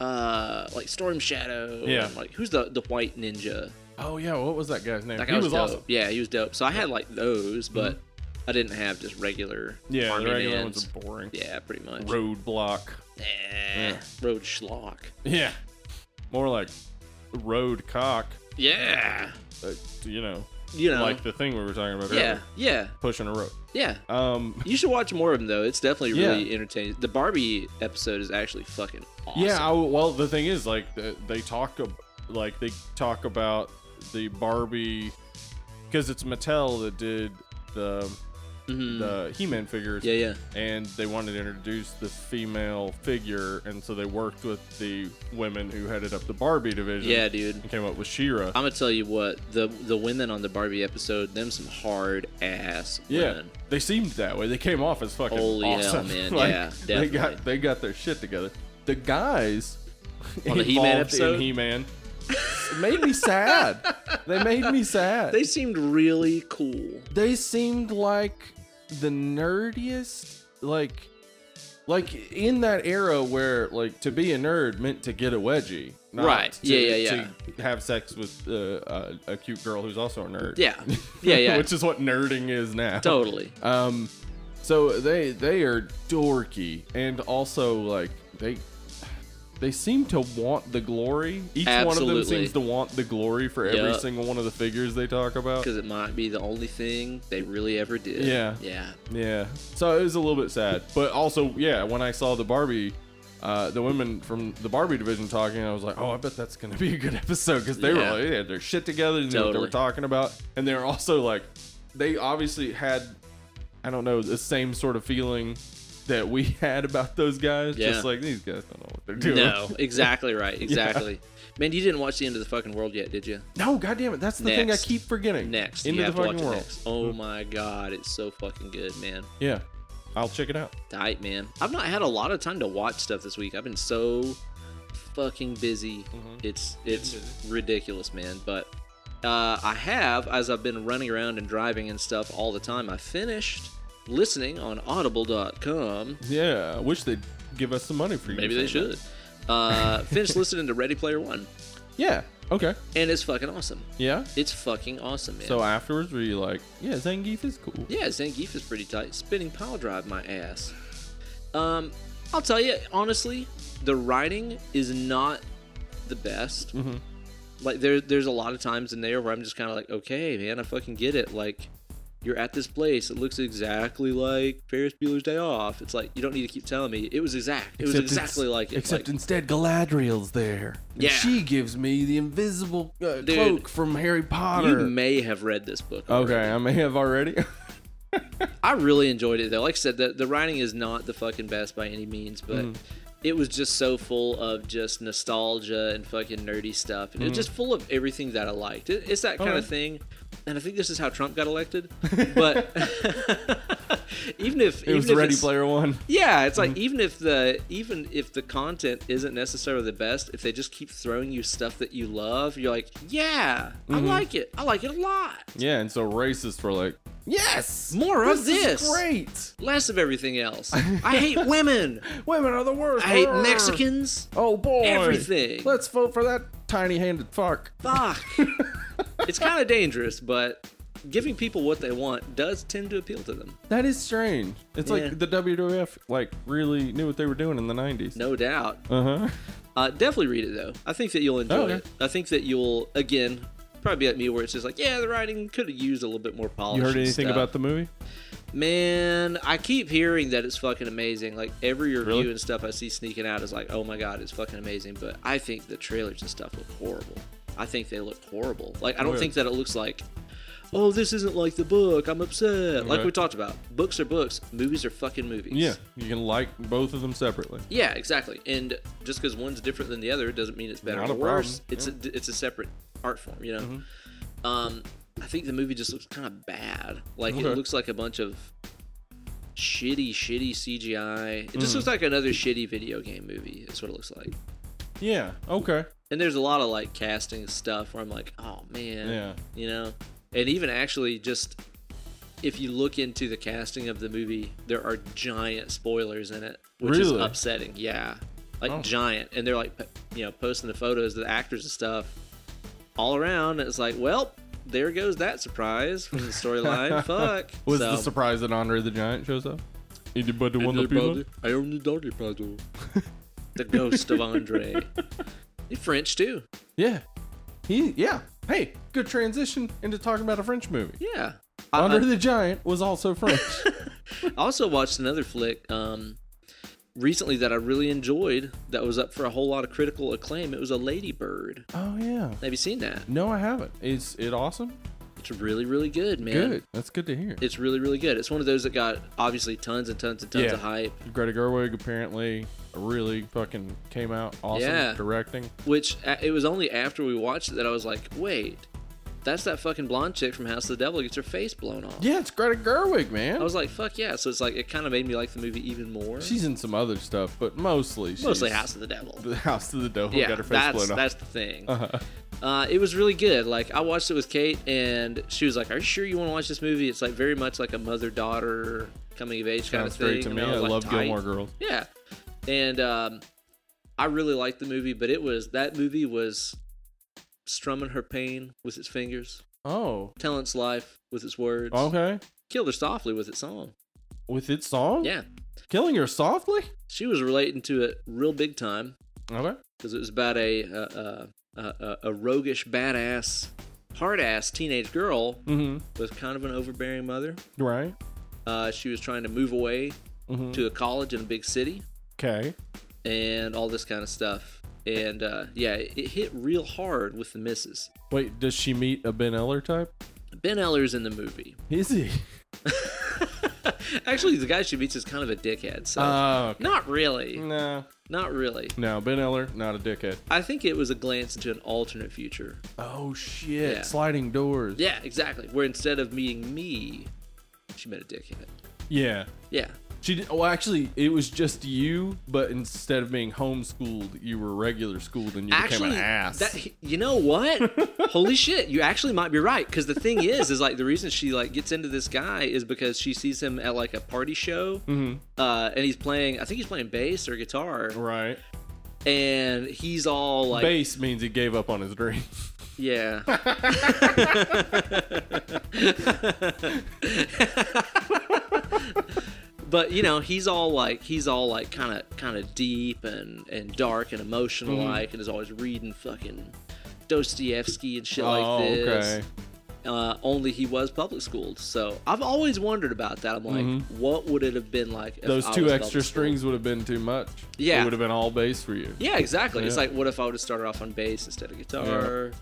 [SPEAKER 1] uh, like Storm Shadow?
[SPEAKER 2] Yeah.
[SPEAKER 1] and, like, who's the the white ninja?
[SPEAKER 2] Oh yeah, what was that guy's name?
[SPEAKER 1] That guy
[SPEAKER 2] he was,
[SPEAKER 1] dope.
[SPEAKER 2] awesome. Mm-hmm.
[SPEAKER 1] Yeah, he was dope. So I had like those, but I didn't have just regular.
[SPEAKER 2] Yeah,
[SPEAKER 1] army
[SPEAKER 2] the regular
[SPEAKER 1] mans.
[SPEAKER 2] ones are boring.
[SPEAKER 1] Yeah, pretty much.
[SPEAKER 2] Roadblock.
[SPEAKER 1] Eh, Road schlock.
[SPEAKER 2] Yeah, more like road cock.
[SPEAKER 1] Yeah.
[SPEAKER 2] Uh, you know,
[SPEAKER 1] You know.
[SPEAKER 2] like the thing we were talking about.
[SPEAKER 1] Uh-huh. yeah.
[SPEAKER 2] earlier,
[SPEAKER 1] Yeah.
[SPEAKER 2] pushing a rope.
[SPEAKER 1] Yeah.
[SPEAKER 2] Um,
[SPEAKER 1] You should watch more of them though. It's definitely
[SPEAKER 2] Yeah.
[SPEAKER 1] really entertaining. The Barbie episode is actually fucking awesome.
[SPEAKER 2] yeah. I, well, the thing is, like, th- they talk, ab- like, they talk about the Barbie because it's Mattel that did the
[SPEAKER 1] Mhm.
[SPEAKER 2] the He-Man figures.
[SPEAKER 1] yeah. Yeah.
[SPEAKER 2] and they wanted to introduce the female figure, and so they worked with the women who headed up the Barbie division.
[SPEAKER 1] Yeah, dude.
[SPEAKER 2] and came up with Shira.
[SPEAKER 1] I'm gonna tell you what the the women on the Barbie episode, them some hard ass
[SPEAKER 2] Yeah,
[SPEAKER 1] women.
[SPEAKER 2] they seemed that way. They came off as fucking
[SPEAKER 1] Holy hell,
[SPEAKER 2] awesome. (laughs)
[SPEAKER 1] man.
[SPEAKER 2] Like,
[SPEAKER 1] Yeah,
[SPEAKER 2] they got
[SPEAKER 1] definitely.
[SPEAKER 2] they got their shit together. The guys
[SPEAKER 1] On the He-Man
[SPEAKER 2] involved
[SPEAKER 1] episode?
[SPEAKER 2] in He-Man made me sad. They made me sad.
[SPEAKER 1] They
[SPEAKER 2] They,
[SPEAKER 1] seemed really cool.
[SPEAKER 2] seemed like the nerdiest, like like in that era where like to be a nerd meant to get a wedgie, not
[SPEAKER 1] Right.
[SPEAKER 2] to-
[SPEAKER 1] Yeah, yeah,
[SPEAKER 2] To have sex with uh, uh, a cute girl who's also a nerd.
[SPEAKER 1] Yeah,
[SPEAKER 2] (laughs)
[SPEAKER 1] yeah, yeah.
[SPEAKER 2] Which is what nerding is now.
[SPEAKER 1] totally.
[SPEAKER 2] Um, so they they are dorky and also like they they seem to want the glory. Each one
[SPEAKER 1] Absolutely.
[SPEAKER 2] of them seems to want the glory for every
[SPEAKER 1] Yeah.
[SPEAKER 2] single one of the figures they talk about.
[SPEAKER 1] Because it might be the only thing they really ever did.
[SPEAKER 2] Yeah. (laughs)
[SPEAKER 1] Yeah.
[SPEAKER 2] Yeah, so it was a little bit sad, but also yeah, when I saw the Barbie. Uh, the women from the Barbie division talking, I was like, "Oh, I bet that's gonna (laughs) be a good episode" because they
[SPEAKER 1] Yeah.
[SPEAKER 2] were like, they had their shit together, they knew what they were
[SPEAKER 1] Totally.
[SPEAKER 2] talking about, and they were also like, they obviously had, I don't know, the same sort of feeling that we (laughs) had about those guys.
[SPEAKER 1] Yeah.
[SPEAKER 2] Just like these guys don't know what they're doing.
[SPEAKER 1] No, exactly right. Exactly. Man, you didn't watch the end of the fucking world yet, did you?
[SPEAKER 2] (laughs) no, goddamn it, that's the thing I
[SPEAKER 1] Next.
[SPEAKER 2] keep forgetting.
[SPEAKER 1] Next, you
[SPEAKER 2] into the
[SPEAKER 1] have to watch it
[SPEAKER 2] fucking world. Mm-hmm.
[SPEAKER 1] next. Oh my god, it's so fucking good, man.
[SPEAKER 2] Yeah, I'll check it out.
[SPEAKER 1] Tight, man. I've not had a lot of time to watch stuff this week. I've been so fucking busy. It's it's ridiculous, man. But uh, I have, as I've been running around and driving and stuff all the time, I finished listening on Audible.com.
[SPEAKER 2] Yeah, I wish they'd give us some money for you.
[SPEAKER 1] Maybe they should. Uh, finished listening to Ready Player One,
[SPEAKER 2] Yeah. Okay.
[SPEAKER 1] and it's fucking awesome.
[SPEAKER 2] Yeah.
[SPEAKER 1] It's fucking awesome, man.
[SPEAKER 2] So afterwards, were you like, yeah, Zangief is cool?
[SPEAKER 1] Yeah, Zangief is pretty tight. Spinning pile drive, my ass. Um, I'll
[SPEAKER 2] Mm-hmm.
[SPEAKER 1] tell you honestly, the writing is not the best. like there there's a lot of times in there where I'm just kind of like, okay, man, I fucking get it. Like you're at this place. It looks exactly like Ferris Bueller's Day Off. It's like you don't need to keep telling me. It was exact. It was
[SPEAKER 2] Except it's-
[SPEAKER 1] exactly like it.
[SPEAKER 2] Except
[SPEAKER 1] like,
[SPEAKER 2] instead, Galadriel's there. And
[SPEAKER 1] Yeah.
[SPEAKER 2] She gives me the invisible uh,
[SPEAKER 1] Dude,
[SPEAKER 2] cloak from Harry
[SPEAKER 1] you
[SPEAKER 2] Potter.
[SPEAKER 1] may have read this book. already.
[SPEAKER 2] okay, I may have already. (laughs)
[SPEAKER 1] I really enjoyed it though. Like I said, the, the writing is not the fucking best by any means, but
[SPEAKER 2] Mm-hmm.
[SPEAKER 1] it was just so full of just nostalgia and fucking nerdy stuff,
[SPEAKER 2] Mm-hmm.
[SPEAKER 1] and it was just full of everything that I liked. It, it's that kind
[SPEAKER 2] Alright.
[SPEAKER 1] of thing, and I think this is how Trump got
[SPEAKER 2] (laughs)
[SPEAKER 1] elected. But (laughs) even if
[SPEAKER 2] it was
[SPEAKER 1] even if
[SPEAKER 2] Ready
[SPEAKER 1] it's-
[SPEAKER 2] Player One. Mm-hmm.
[SPEAKER 1] yeah, it's like even if the even if the content isn't necessarily the best, if they just keep throwing you stuff that you love, you're like, yeah, I
[SPEAKER 2] Mm-hmm.
[SPEAKER 1] like it. I like it a lot.
[SPEAKER 2] Yeah, and so racists were like, yes,
[SPEAKER 1] More of
[SPEAKER 2] This is
[SPEAKER 1] this."
[SPEAKER 2] great.
[SPEAKER 1] Less of everything
[SPEAKER 2] (laughs)
[SPEAKER 1] else. I hate women.
[SPEAKER 2] Women are the worst.
[SPEAKER 1] I hate
[SPEAKER 2] Brr.
[SPEAKER 1] Mexicans.
[SPEAKER 2] Oh boy,
[SPEAKER 1] Everything.
[SPEAKER 2] Let's vote for that tiny-handed fuck.
[SPEAKER 1] Fuck. it's kind of dangerous, but giving people what they want does tend to appeal to them.
[SPEAKER 2] That is strange. It's
[SPEAKER 1] Yeah.
[SPEAKER 2] like the WWF like really knew what they were doing in the '90s.
[SPEAKER 1] No doubt.
[SPEAKER 2] Uh huh.
[SPEAKER 1] Uh, definitely read it though. I think that you'll enjoy
[SPEAKER 2] Oh, okay.
[SPEAKER 1] it. I think that you'll again probably be like me where it's just like, yeah, the writing could have used a little bit more polish.
[SPEAKER 2] You heard
[SPEAKER 1] and
[SPEAKER 2] anything
[SPEAKER 1] stuff.
[SPEAKER 2] about the movie?
[SPEAKER 1] Man, I keep hearing that it's fucking amazing. Like every review
[SPEAKER 2] Really?
[SPEAKER 1] and stuff I see sneaking out is like, oh my god, it's fucking amazing. But I think the trailers and stuff look horrible. I think they look horrible. Like I don't
[SPEAKER 2] Weird.
[SPEAKER 1] think that it looks like, oh, this isn't like the book. I'm upset. Like
[SPEAKER 2] Okay.
[SPEAKER 1] we talked about, books are books, movies are fucking movies.
[SPEAKER 2] Yeah, you can like both of them separately.
[SPEAKER 1] Yeah, exactly. And just because one's different than the other doesn't mean it's better
[SPEAKER 2] Not
[SPEAKER 1] or
[SPEAKER 2] a problem. Mm-hmm.
[SPEAKER 1] worse. It's a, it's a separate art form, you know. Um, I think the movie just looks kind of bad. Like
[SPEAKER 2] Okay.
[SPEAKER 1] it looks like a bunch of shitty, shitty CGI. It
[SPEAKER 2] Mm.
[SPEAKER 1] just looks like another shitty video game movie. Is what it looks like.
[SPEAKER 2] Yeah. Okay.
[SPEAKER 1] And there's a lot of like casting stuff where I'm like, oh man,
[SPEAKER 2] Yeah.
[SPEAKER 1] you know. And even actually, just if you look into the casting of the movie, there are giant spoilers in it, which is
[SPEAKER 2] Really?
[SPEAKER 1] upsetting. Yeah, like
[SPEAKER 2] Oh.
[SPEAKER 1] giant, and they're like, p- you know, posting the photos of the actors and stuff all around. And it's like, well, there goes that surprise from the
[SPEAKER 2] (laughs)
[SPEAKER 1] storyline. Fuck.
[SPEAKER 2] Was
[SPEAKER 1] So-
[SPEAKER 2] the surprise that Andre the Giant shows up? Anybody want the people?
[SPEAKER 1] I am the doggy paddle. (laughs) the ghost of
[SPEAKER 2] (laughs)
[SPEAKER 1] Andre. He's French too.
[SPEAKER 2] Yeah. He. Yeah. Hey, good transition into talking about a French movie.
[SPEAKER 1] Yeah.
[SPEAKER 2] Andre
[SPEAKER 1] I-
[SPEAKER 2] the Giant was also French.
[SPEAKER 1] I also watched another flick um, recently that I really enjoyed that was up for a whole lot of critical acclaim. It was a Ladybird.
[SPEAKER 2] (laughs) oh yeah.
[SPEAKER 1] Have you seen that?
[SPEAKER 2] No, I haven't. Is it awesome?
[SPEAKER 1] It's really, really good, man.
[SPEAKER 2] Good. That's good to hear.
[SPEAKER 1] It's really, really good. It's one of those that got obviously tons and tons and tons
[SPEAKER 2] Yeah.
[SPEAKER 1] of hype.
[SPEAKER 2] Greta Gerwig apparently really fucking came out awesome
[SPEAKER 1] Yeah.
[SPEAKER 2] directing.
[SPEAKER 1] Which uh, it was only after we watched it that I was like, wait, that's that fucking blonde chick from House of the Devil gets her face blown off.
[SPEAKER 2] Yeah, it's Greta Gerwig, man.
[SPEAKER 1] I was like, fuck yeah. So it's like it kind of made me like the movie even more.
[SPEAKER 2] she's in some other stuff, but mostly she's
[SPEAKER 1] Mostly House of the Devil.
[SPEAKER 2] the house to the devil
[SPEAKER 1] yeah,
[SPEAKER 2] got her face
[SPEAKER 1] that's
[SPEAKER 2] blown off.
[SPEAKER 1] that's the thing.
[SPEAKER 2] Uh-huh.
[SPEAKER 1] Uh, it was really good. Like I watched it with Kate, and she was like, "Are you sure you want to watch this movie?" It's like very much like a mother-daughter coming of age kind
[SPEAKER 2] Sounds
[SPEAKER 1] of thing.
[SPEAKER 2] great to
[SPEAKER 1] and
[SPEAKER 2] me.
[SPEAKER 1] I
[SPEAKER 2] I,
[SPEAKER 1] was like,
[SPEAKER 2] love
[SPEAKER 1] "Tight."
[SPEAKER 2] Gilmore Girls.
[SPEAKER 1] Yeah, and um, I really liked the movie, but it was that movie was strumming her pain with its fingers,
[SPEAKER 2] Oh,
[SPEAKER 1] telling its life with its words,
[SPEAKER 2] okay.
[SPEAKER 1] killed her softly with its song.
[SPEAKER 2] With its song,
[SPEAKER 1] Yeah,
[SPEAKER 2] killing her softly.
[SPEAKER 1] she was relating to it real big time.
[SPEAKER 2] Okay.
[SPEAKER 1] because it was about a a, a, a, a roguish, badass, hard ass teenage girl
[SPEAKER 2] Mm-hmm.
[SPEAKER 1] with kind of an overbearing mother.
[SPEAKER 2] Right.
[SPEAKER 1] Uh, she was trying to move away
[SPEAKER 2] Mm-hmm.
[SPEAKER 1] to a college in a big city
[SPEAKER 2] Okay.
[SPEAKER 1] and all this kind of stuff. And uh, yeah, it, it hit real hard with the misses.
[SPEAKER 2] Wait, does she meet a Ben Eller type?
[SPEAKER 1] Ben Eller's in the movie. (laughs)
[SPEAKER 2] Is he?
[SPEAKER 1] Actually, the guy she meets is kind of a dickhead. So
[SPEAKER 2] (laughs) (laughs) Uh,
[SPEAKER 1] not really,
[SPEAKER 2] no,
[SPEAKER 1] not really.
[SPEAKER 2] no. Ben Eller, not a dickhead.
[SPEAKER 1] I think it was a glance into an alternate future.
[SPEAKER 2] Oh shit!
[SPEAKER 1] Yeah.
[SPEAKER 2] Sliding doors.
[SPEAKER 1] Yeah, exactly. Where instead of meeting me, she met a dickhead.
[SPEAKER 2] Yeah.
[SPEAKER 1] Yeah,
[SPEAKER 2] She did, well, actually, it was just you, but instead of being homeschooled, you were regular schooled, and you became an ass.
[SPEAKER 1] That, you know
[SPEAKER 2] (laughs)
[SPEAKER 1] what? Holy shit! You actually might be right because the thing is, is like the reason she like gets into this guy is because she sees him at like a party show,
[SPEAKER 2] Mm-hmm.
[SPEAKER 1] uh, and he's playing. I think he's playing bass or guitar,
[SPEAKER 2] right.
[SPEAKER 1] and he's all like,
[SPEAKER 2] Base means he gave up on his dream. (laughs)
[SPEAKER 1] yeah. but you know, he's all like he's all like kind
[SPEAKER 2] Mm-hmm.
[SPEAKER 1] of kind of deep and and dark and emotional like and is always reading fucking Dostoevsky and shit
[SPEAKER 2] (laughs) oh,
[SPEAKER 1] like this.
[SPEAKER 2] okay.
[SPEAKER 1] Uh, only he was public schooled. So I've always wondered about that. I'm like,
[SPEAKER 2] Mhm.
[SPEAKER 1] what would it have been like? If
[SPEAKER 2] Those
[SPEAKER 1] I
[SPEAKER 2] two
[SPEAKER 1] was
[SPEAKER 2] extra
[SPEAKER 1] public schooled?
[SPEAKER 2] strings would have been too much.
[SPEAKER 1] Yeah.
[SPEAKER 2] It would have been all bass for you.
[SPEAKER 1] Yeah, exactly. It's
[SPEAKER 2] Yeah.
[SPEAKER 1] like, what if I would have started off on bass instead of guitar?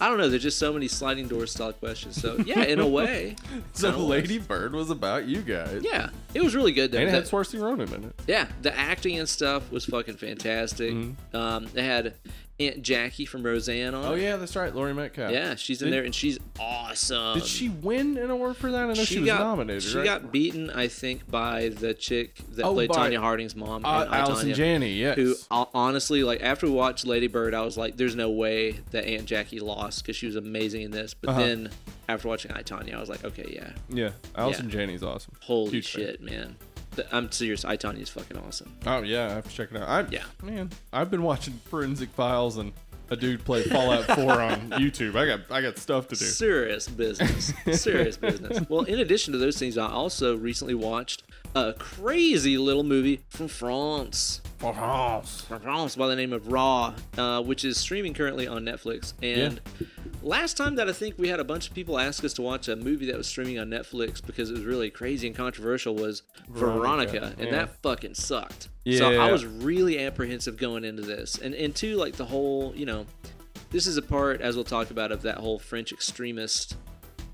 [SPEAKER 1] I don't know. There's just so many sliding door style questions.
[SPEAKER 2] (laughs)
[SPEAKER 1] So yeah, in a way,
[SPEAKER 2] So
[SPEAKER 1] kinda was.
[SPEAKER 2] Lady Bird was about you guys.
[SPEAKER 1] Yeah, it was really good though.
[SPEAKER 2] And it
[SPEAKER 1] The-
[SPEAKER 2] had Swarovski Ronan in it.
[SPEAKER 1] yeah, the acting and stuff was fucking fantastic. Um, they had Aunt Jackie from Roseanne on.
[SPEAKER 2] Mm-hmm. Oh
[SPEAKER 1] it.
[SPEAKER 2] yeah, that's right, Laurie Metcalf.
[SPEAKER 1] Yeah, she's in
[SPEAKER 2] Did-
[SPEAKER 1] there and she's awesome.
[SPEAKER 2] Did she win an award for that? I know she, was
[SPEAKER 1] got,
[SPEAKER 2] nominated.
[SPEAKER 1] She
[SPEAKER 2] right? Uh,
[SPEAKER 1] got beaten, I think, by the chick that
[SPEAKER 2] Oh,
[SPEAKER 1] played
[SPEAKER 2] by-
[SPEAKER 1] Tanya Harding's mom,
[SPEAKER 2] uh,
[SPEAKER 1] and I,
[SPEAKER 2] Allison
[SPEAKER 1] Tanya,
[SPEAKER 2] Janney. Yes.
[SPEAKER 1] who ho- honestly, like after we watched Lady Bird, I was like, "There's no way that Aunt Jackie lost because she was amazing in this." But
[SPEAKER 2] Uh-huh.
[SPEAKER 1] then after watching I Tanya, I was like, "Okay, yeah,
[SPEAKER 2] yeah, Allison
[SPEAKER 1] yeah.
[SPEAKER 2] Janney's awesome.
[SPEAKER 1] holy
[SPEAKER 2] Huge fan.
[SPEAKER 1] shit, man." Th- I'm serious. I Tanya's fucking awesome.
[SPEAKER 2] Oh yeah, I have to check it out. I,
[SPEAKER 1] Yeah.
[SPEAKER 2] man, I've been watching Forensic Files and a dude play Fallout 4
[SPEAKER 1] (laughs)
[SPEAKER 2] on YouTube. I got I got stuff to do.
[SPEAKER 1] Serious
[SPEAKER 2] (laughs)
[SPEAKER 1] business. Serious business. Well, in addition to those things, I also recently watched a crazy little movie from France. From France by the name of Raw, uh, which is streaming currently on Netflix. And last time that I think we had a bunch of people ask us to watch a movie that was streaming on Netflix because it was really crazy and controversial was Veronica,
[SPEAKER 2] Veronica,
[SPEAKER 1] and
[SPEAKER 2] yeah.
[SPEAKER 1] that fucking sucked. So I
[SPEAKER 2] Yeah.
[SPEAKER 1] was really apprehensive going into this, and and two like the whole you know, this is a part as we'll talk about of that whole French extremist.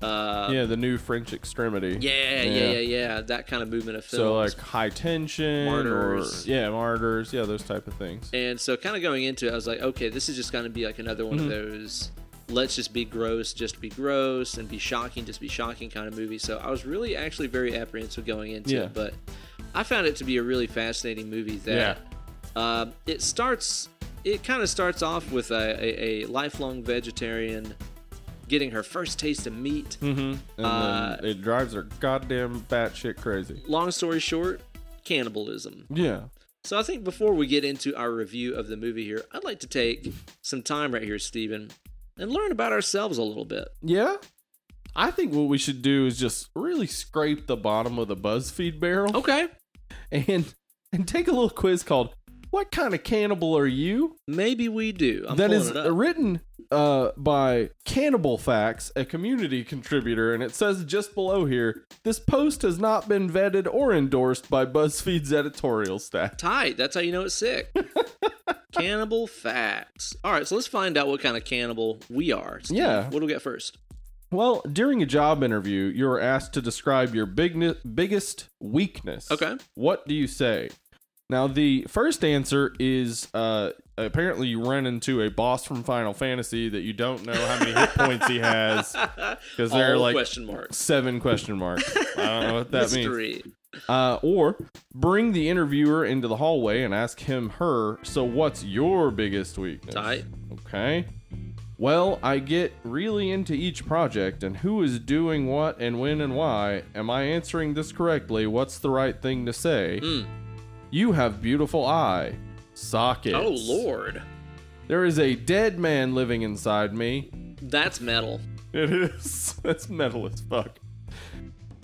[SPEAKER 1] Uh,
[SPEAKER 2] Yeah, the new French extremity.
[SPEAKER 1] yeah, yeah, yeah, yeah, That kind of movement of films.
[SPEAKER 2] So like high tension,
[SPEAKER 1] Martyrs.
[SPEAKER 2] Or, yeah, martyrs. Yeah, those type of things.
[SPEAKER 1] And so, kind of going into it, I was like, okay, this is just going to be like another one of those, let's just be gross, just be gross, and be shocking, just be shocking kind of movie. So, I was really actually very apprehensive going into
[SPEAKER 2] Yeah.
[SPEAKER 1] it, but I found it to be a really fascinating movie that um, it starts, it kind of starts off with a, a, a lifelong vegetarian getting her first taste of meat.
[SPEAKER 2] Mm-hmm. And
[SPEAKER 1] Uh,
[SPEAKER 2] then it drives her goddamn batshit crazy.
[SPEAKER 1] Long story short, cannibalism.
[SPEAKER 2] Yeah.
[SPEAKER 1] So I think before we get into our review of the movie here, I'd like to take some time right here, Steven, and learn about ourselves a little bit.
[SPEAKER 2] Yeah. I think what we should do is just really scrape the bottom of the BuzzFeed barrel
[SPEAKER 1] Okay.
[SPEAKER 2] and and take a little quiz called "What kind of cannibal are you?"
[SPEAKER 1] Maybe we do. I'm
[SPEAKER 2] that
[SPEAKER 1] pulling
[SPEAKER 2] is
[SPEAKER 1] it up.
[SPEAKER 2] written uh, by Cannibal Facts, a community contributor, and it says just below here, this post has not been vetted or endorsed by BuzzFeed's editorial staff.
[SPEAKER 1] Tight. That's how you know it's
[SPEAKER 2] (laughs)
[SPEAKER 1] sick. cannibal facts. All right, so let's find out what kind of cannibal we are. Steve.
[SPEAKER 2] Yeah.
[SPEAKER 1] What do we got first?
[SPEAKER 2] Well, during a job interview, you are asked to describe your big, biggest weakness.
[SPEAKER 1] Okay.
[SPEAKER 2] What do you say? Now, the first answer is uh, apparently you run into a boss from Final Fantasy that you don't know how many hit points he
[SPEAKER 1] (laughs)
[SPEAKER 2] has because there are
[SPEAKER 1] All
[SPEAKER 2] like
[SPEAKER 1] question marks.
[SPEAKER 2] seven question marks. I don't know what that means.
[SPEAKER 1] Mystery.
[SPEAKER 2] Uh, or bring the interviewer into the hallway and ask him, her, so what's your biggest weakness?
[SPEAKER 1] Tight.
[SPEAKER 2] Okay. Well, I get really into each project and who is doing what and when and why. Am I answering this correctly? What's the right thing to say?
[SPEAKER 1] Mm.
[SPEAKER 2] You have beautiful eye. Sockets.
[SPEAKER 1] Oh lord,
[SPEAKER 2] There is a dead man living inside me.
[SPEAKER 1] that's metal.
[SPEAKER 2] It is. (laughs) That's metal as fuck.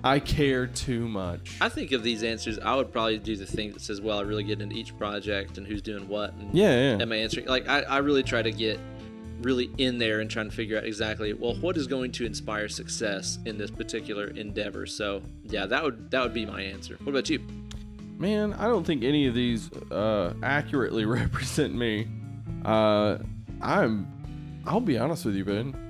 [SPEAKER 2] I care too much.
[SPEAKER 1] I think of these answers, I would probably do the thing that says, "Well, I really get into each project and who's doing what." And
[SPEAKER 2] yeah, yeah.
[SPEAKER 1] am I answering? Like, I, I really try to get really in there and trying to figure out exactly well what is going to inspire success in this particular endeavor. So yeah, that would that would be my answer. What about you?
[SPEAKER 2] Man, I don't think any of these uh, accurately (laughs) represent me. Uh, I'm. I'll be honest with you, Ben.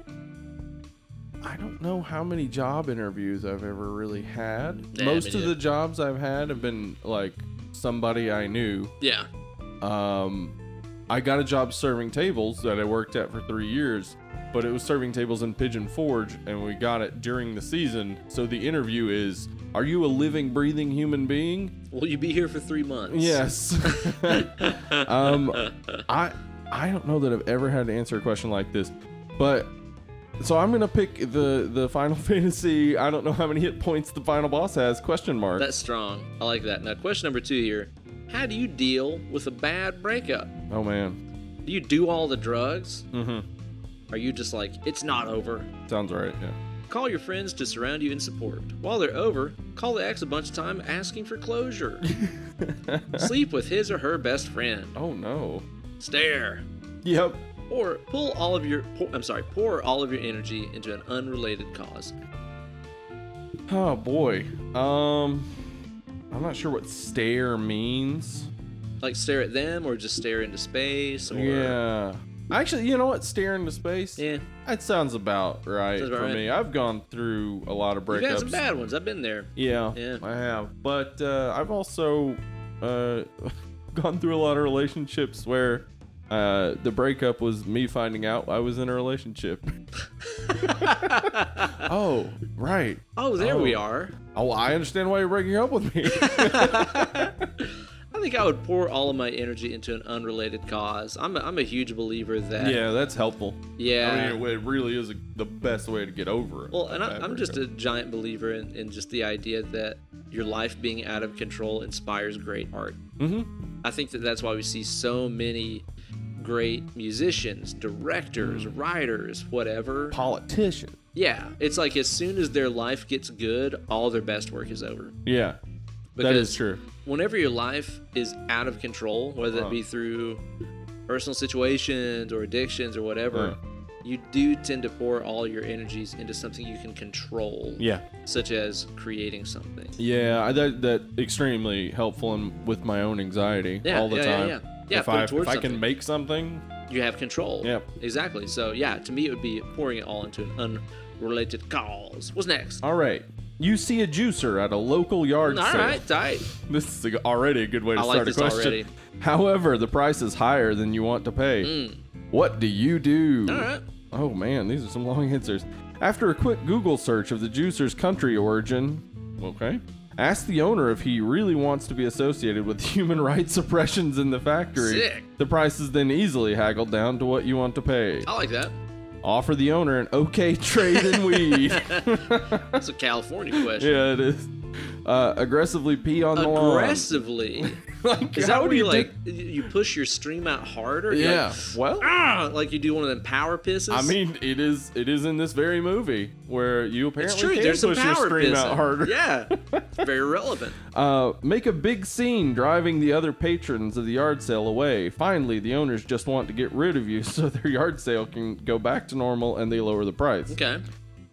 [SPEAKER 2] I don't know how many job interviews I've ever really had.
[SPEAKER 1] Yeah,
[SPEAKER 2] Most
[SPEAKER 1] me
[SPEAKER 2] of
[SPEAKER 1] neither.
[SPEAKER 2] the jobs I've had have been like somebody I knew.
[SPEAKER 1] Yeah.
[SPEAKER 2] Um, I got a job serving tables that I worked at for three years, but it was serving tables in Pigeon Forge, and we got it during the season. So the interview is Are you a living, breathing human being?
[SPEAKER 1] Will you be here for three months?
[SPEAKER 2] Yes. (laughs) um, I, I don't know that I've ever had to answer a question like this, but. So I'm gonna pick the the Final (laughs) Fantasy. I don't know how many hit points the final boss has. Question mark.
[SPEAKER 1] That's strong. I like that. Now question number two here. How do you deal with a bad breakup?
[SPEAKER 2] oh man,
[SPEAKER 1] Do you do all the drugs?
[SPEAKER 2] mm-hmm.
[SPEAKER 1] Are you just like, it's not over?
[SPEAKER 2] sounds right. Yeah.
[SPEAKER 1] Call your friends to surround you in support. While they're over, call the ex a bunch of time asking for
[SPEAKER 2] (laughs)
[SPEAKER 1] closure. Sleep with his or her best friend.
[SPEAKER 2] Oh no.
[SPEAKER 1] Stare.
[SPEAKER 2] Yep.
[SPEAKER 1] Or pull all of your, pour, I'm sorry, pour all of your energy into an unrelated cause.
[SPEAKER 2] Oh boy. Um, I'm not sure what stare means.
[SPEAKER 1] Like stare at them, or just stare into space, or
[SPEAKER 2] Yeah. Actually, you know what? Stare into space.
[SPEAKER 1] yeah.
[SPEAKER 2] That sounds about right
[SPEAKER 1] Sounds about
[SPEAKER 2] for
[SPEAKER 1] right.
[SPEAKER 2] me. I've gone through a lot of
[SPEAKER 1] You've had
[SPEAKER 2] breakups.
[SPEAKER 1] some bad ones. I've been there.
[SPEAKER 2] Yeah,
[SPEAKER 1] Yeah.
[SPEAKER 2] I have. But uh, I've also uh, (laughs) gone through a lot of relationships where uh, the breakup was me finding out I was in
[SPEAKER 1] (laughs)
[SPEAKER 2] a relationship. oh, right.
[SPEAKER 1] Oh, there we
[SPEAKER 2] Oh.
[SPEAKER 1] are.
[SPEAKER 2] Oh, I understand why you're breaking up with
[SPEAKER 1] (laughs)
[SPEAKER 2] me.
[SPEAKER 1] I think I would pour all of my energy into an unrelated cause. I'm a, I'm a huge believer that
[SPEAKER 2] yeah, Oh, that's helpful.
[SPEAKER 1] yeah.
[SPEAKER 2] I mean, it, it really is a, the best way to get over it.
[SPEAKER 1] well, and I,
[SPEAKER 2] Bad
[SPEAKER 1] I'm just
[SPEAKER 2] breakup.
[SPEAKER 1] a giant believer in, in just the idea that your life being out of control inspires great art.
[SPEAKER 2] Mhm.
[SPEAKER 1] I think that that's why we see so many great musicians, directors,
[SPEAKER 2] Hmm.
[SPEAKER 1] writers, whatever.
[SPEAKER 2] politician.
[SPEAKER 1] Yeah, it's like as soon as their life gets good, all their best work is over.
[SPEAKER 2] Yeah, that is true.
[SPEAKER 1] whenever your life is out of control, whether it be through personal situations or addictions or whatever, you do tend to pour all your energies into something you can control,
[SPEAKER 2] Yeah.
[SPEAKER 1] such as creating something.
[SPEAKER 2] Yeah, I, that that extremely helpful and with my own anxiety
[SPEAKER 1] Yeah,
[SPEAKER 2] all the
[SPEAKER 1] yeah, yeah,
[SPEAKER 2] time.
[SPEAKER 1] yeah. Yeah,
[SPEAKER 2] if
[SPEAKER 1] put it
[SPEAKER 2] I if
[SPEAKER 1] towards
[SPEAKER 2] I can
[SPEAKER 1] something.
[SPEAKER 2] make something,
[SPEAKER 1] You have control.
[SPEAKER 2] Yep.
[SPEAKER 1] Exactly. So, yeah, to me, it would be pouring it all into an unrelated cause. What's next?
[SPEAKER 2] all right. You see a juicer at a local yard
[SPEAKER 1] all
[SPEAKER 2] sale.
[SPEAKER 1] right, tight.
[SPEAKER 2] This is a, already a good way to
[SPEAKER 1] I like
[SPEAKER 2] start
[SPEAKER 1] this
[SPEAKER 2] a question.
[SPEAKER 1] already.
[SPEAKER 2] However, the price is higher than you want to pay.
[SPEAKER 1] Hmm.
[SPEAKER 2] What do you do?
[SPEAKER 1] All right.
[SPEAKER 2] Oh man, these are some long answers. After a quick Google search of the juicer's country origin, okay, ask the owner if he really wants to be associated with (laughs) human rights oppressions in the factory.
[SPEAKER 1] Sick.
[SPEAKER 2] The price is then easily haggled down to what you want to pay.
[SPEAKER 1] I like that.
[SPEAKER 2] Offer the owner an okay trade in weed.
[SPEAKER 1] (laughs) That's a
[SPEAKER 2] (laughs)
[SPEAKER 1] California question.
[SPEAKER 2] yeah, it is. Uh, aggressively pee on the lawn.
[SPEAKER 1] Aggressively.
[SPEAKER 2] (laughs) Like,
[SPEAKER 1] Is
[SPEAKER 2] how
[SPEAKER 1] that where
[SPEAKER 2] do
[SPEAKER 1] you
[SPEAKER 2] you
[SPEAKER 1] like
[SPEAKER 2] take-
[SPEAKER 1] you push your stream out harder? You're
[SPEAKER 2] Yeah.
[SPEAKER 1] like,
[SPEAKER 2] Well,
[SPEAKER 1] "Ah," like you do one of them power pisses.
[SPEAKER 2] I mean, it is it is in this very movie where you apparently
[SPEAKER 1] it's true.
[SPEAKER 2] can
[SPEAKER 1] There's some
[SPEAKER 2] push your
[SPEAKER 1] power
[SPEAKER 2] stream
[SPEAKER 1] pissing.
[SPEAKER 2] out harder.
[SPEAKER 1] Yeah, It's
[SPEAKER 2] (laughs)
[SPEAKER 1] very relevant.
[SPEAKER 2] Uh, make a big scene driving the other patrons of the yard sale away. Finally, the owners just want to get rid of you (laughs) so their yard sale can go back to normal and they lower the price.
[SPEAKER 1] Okay,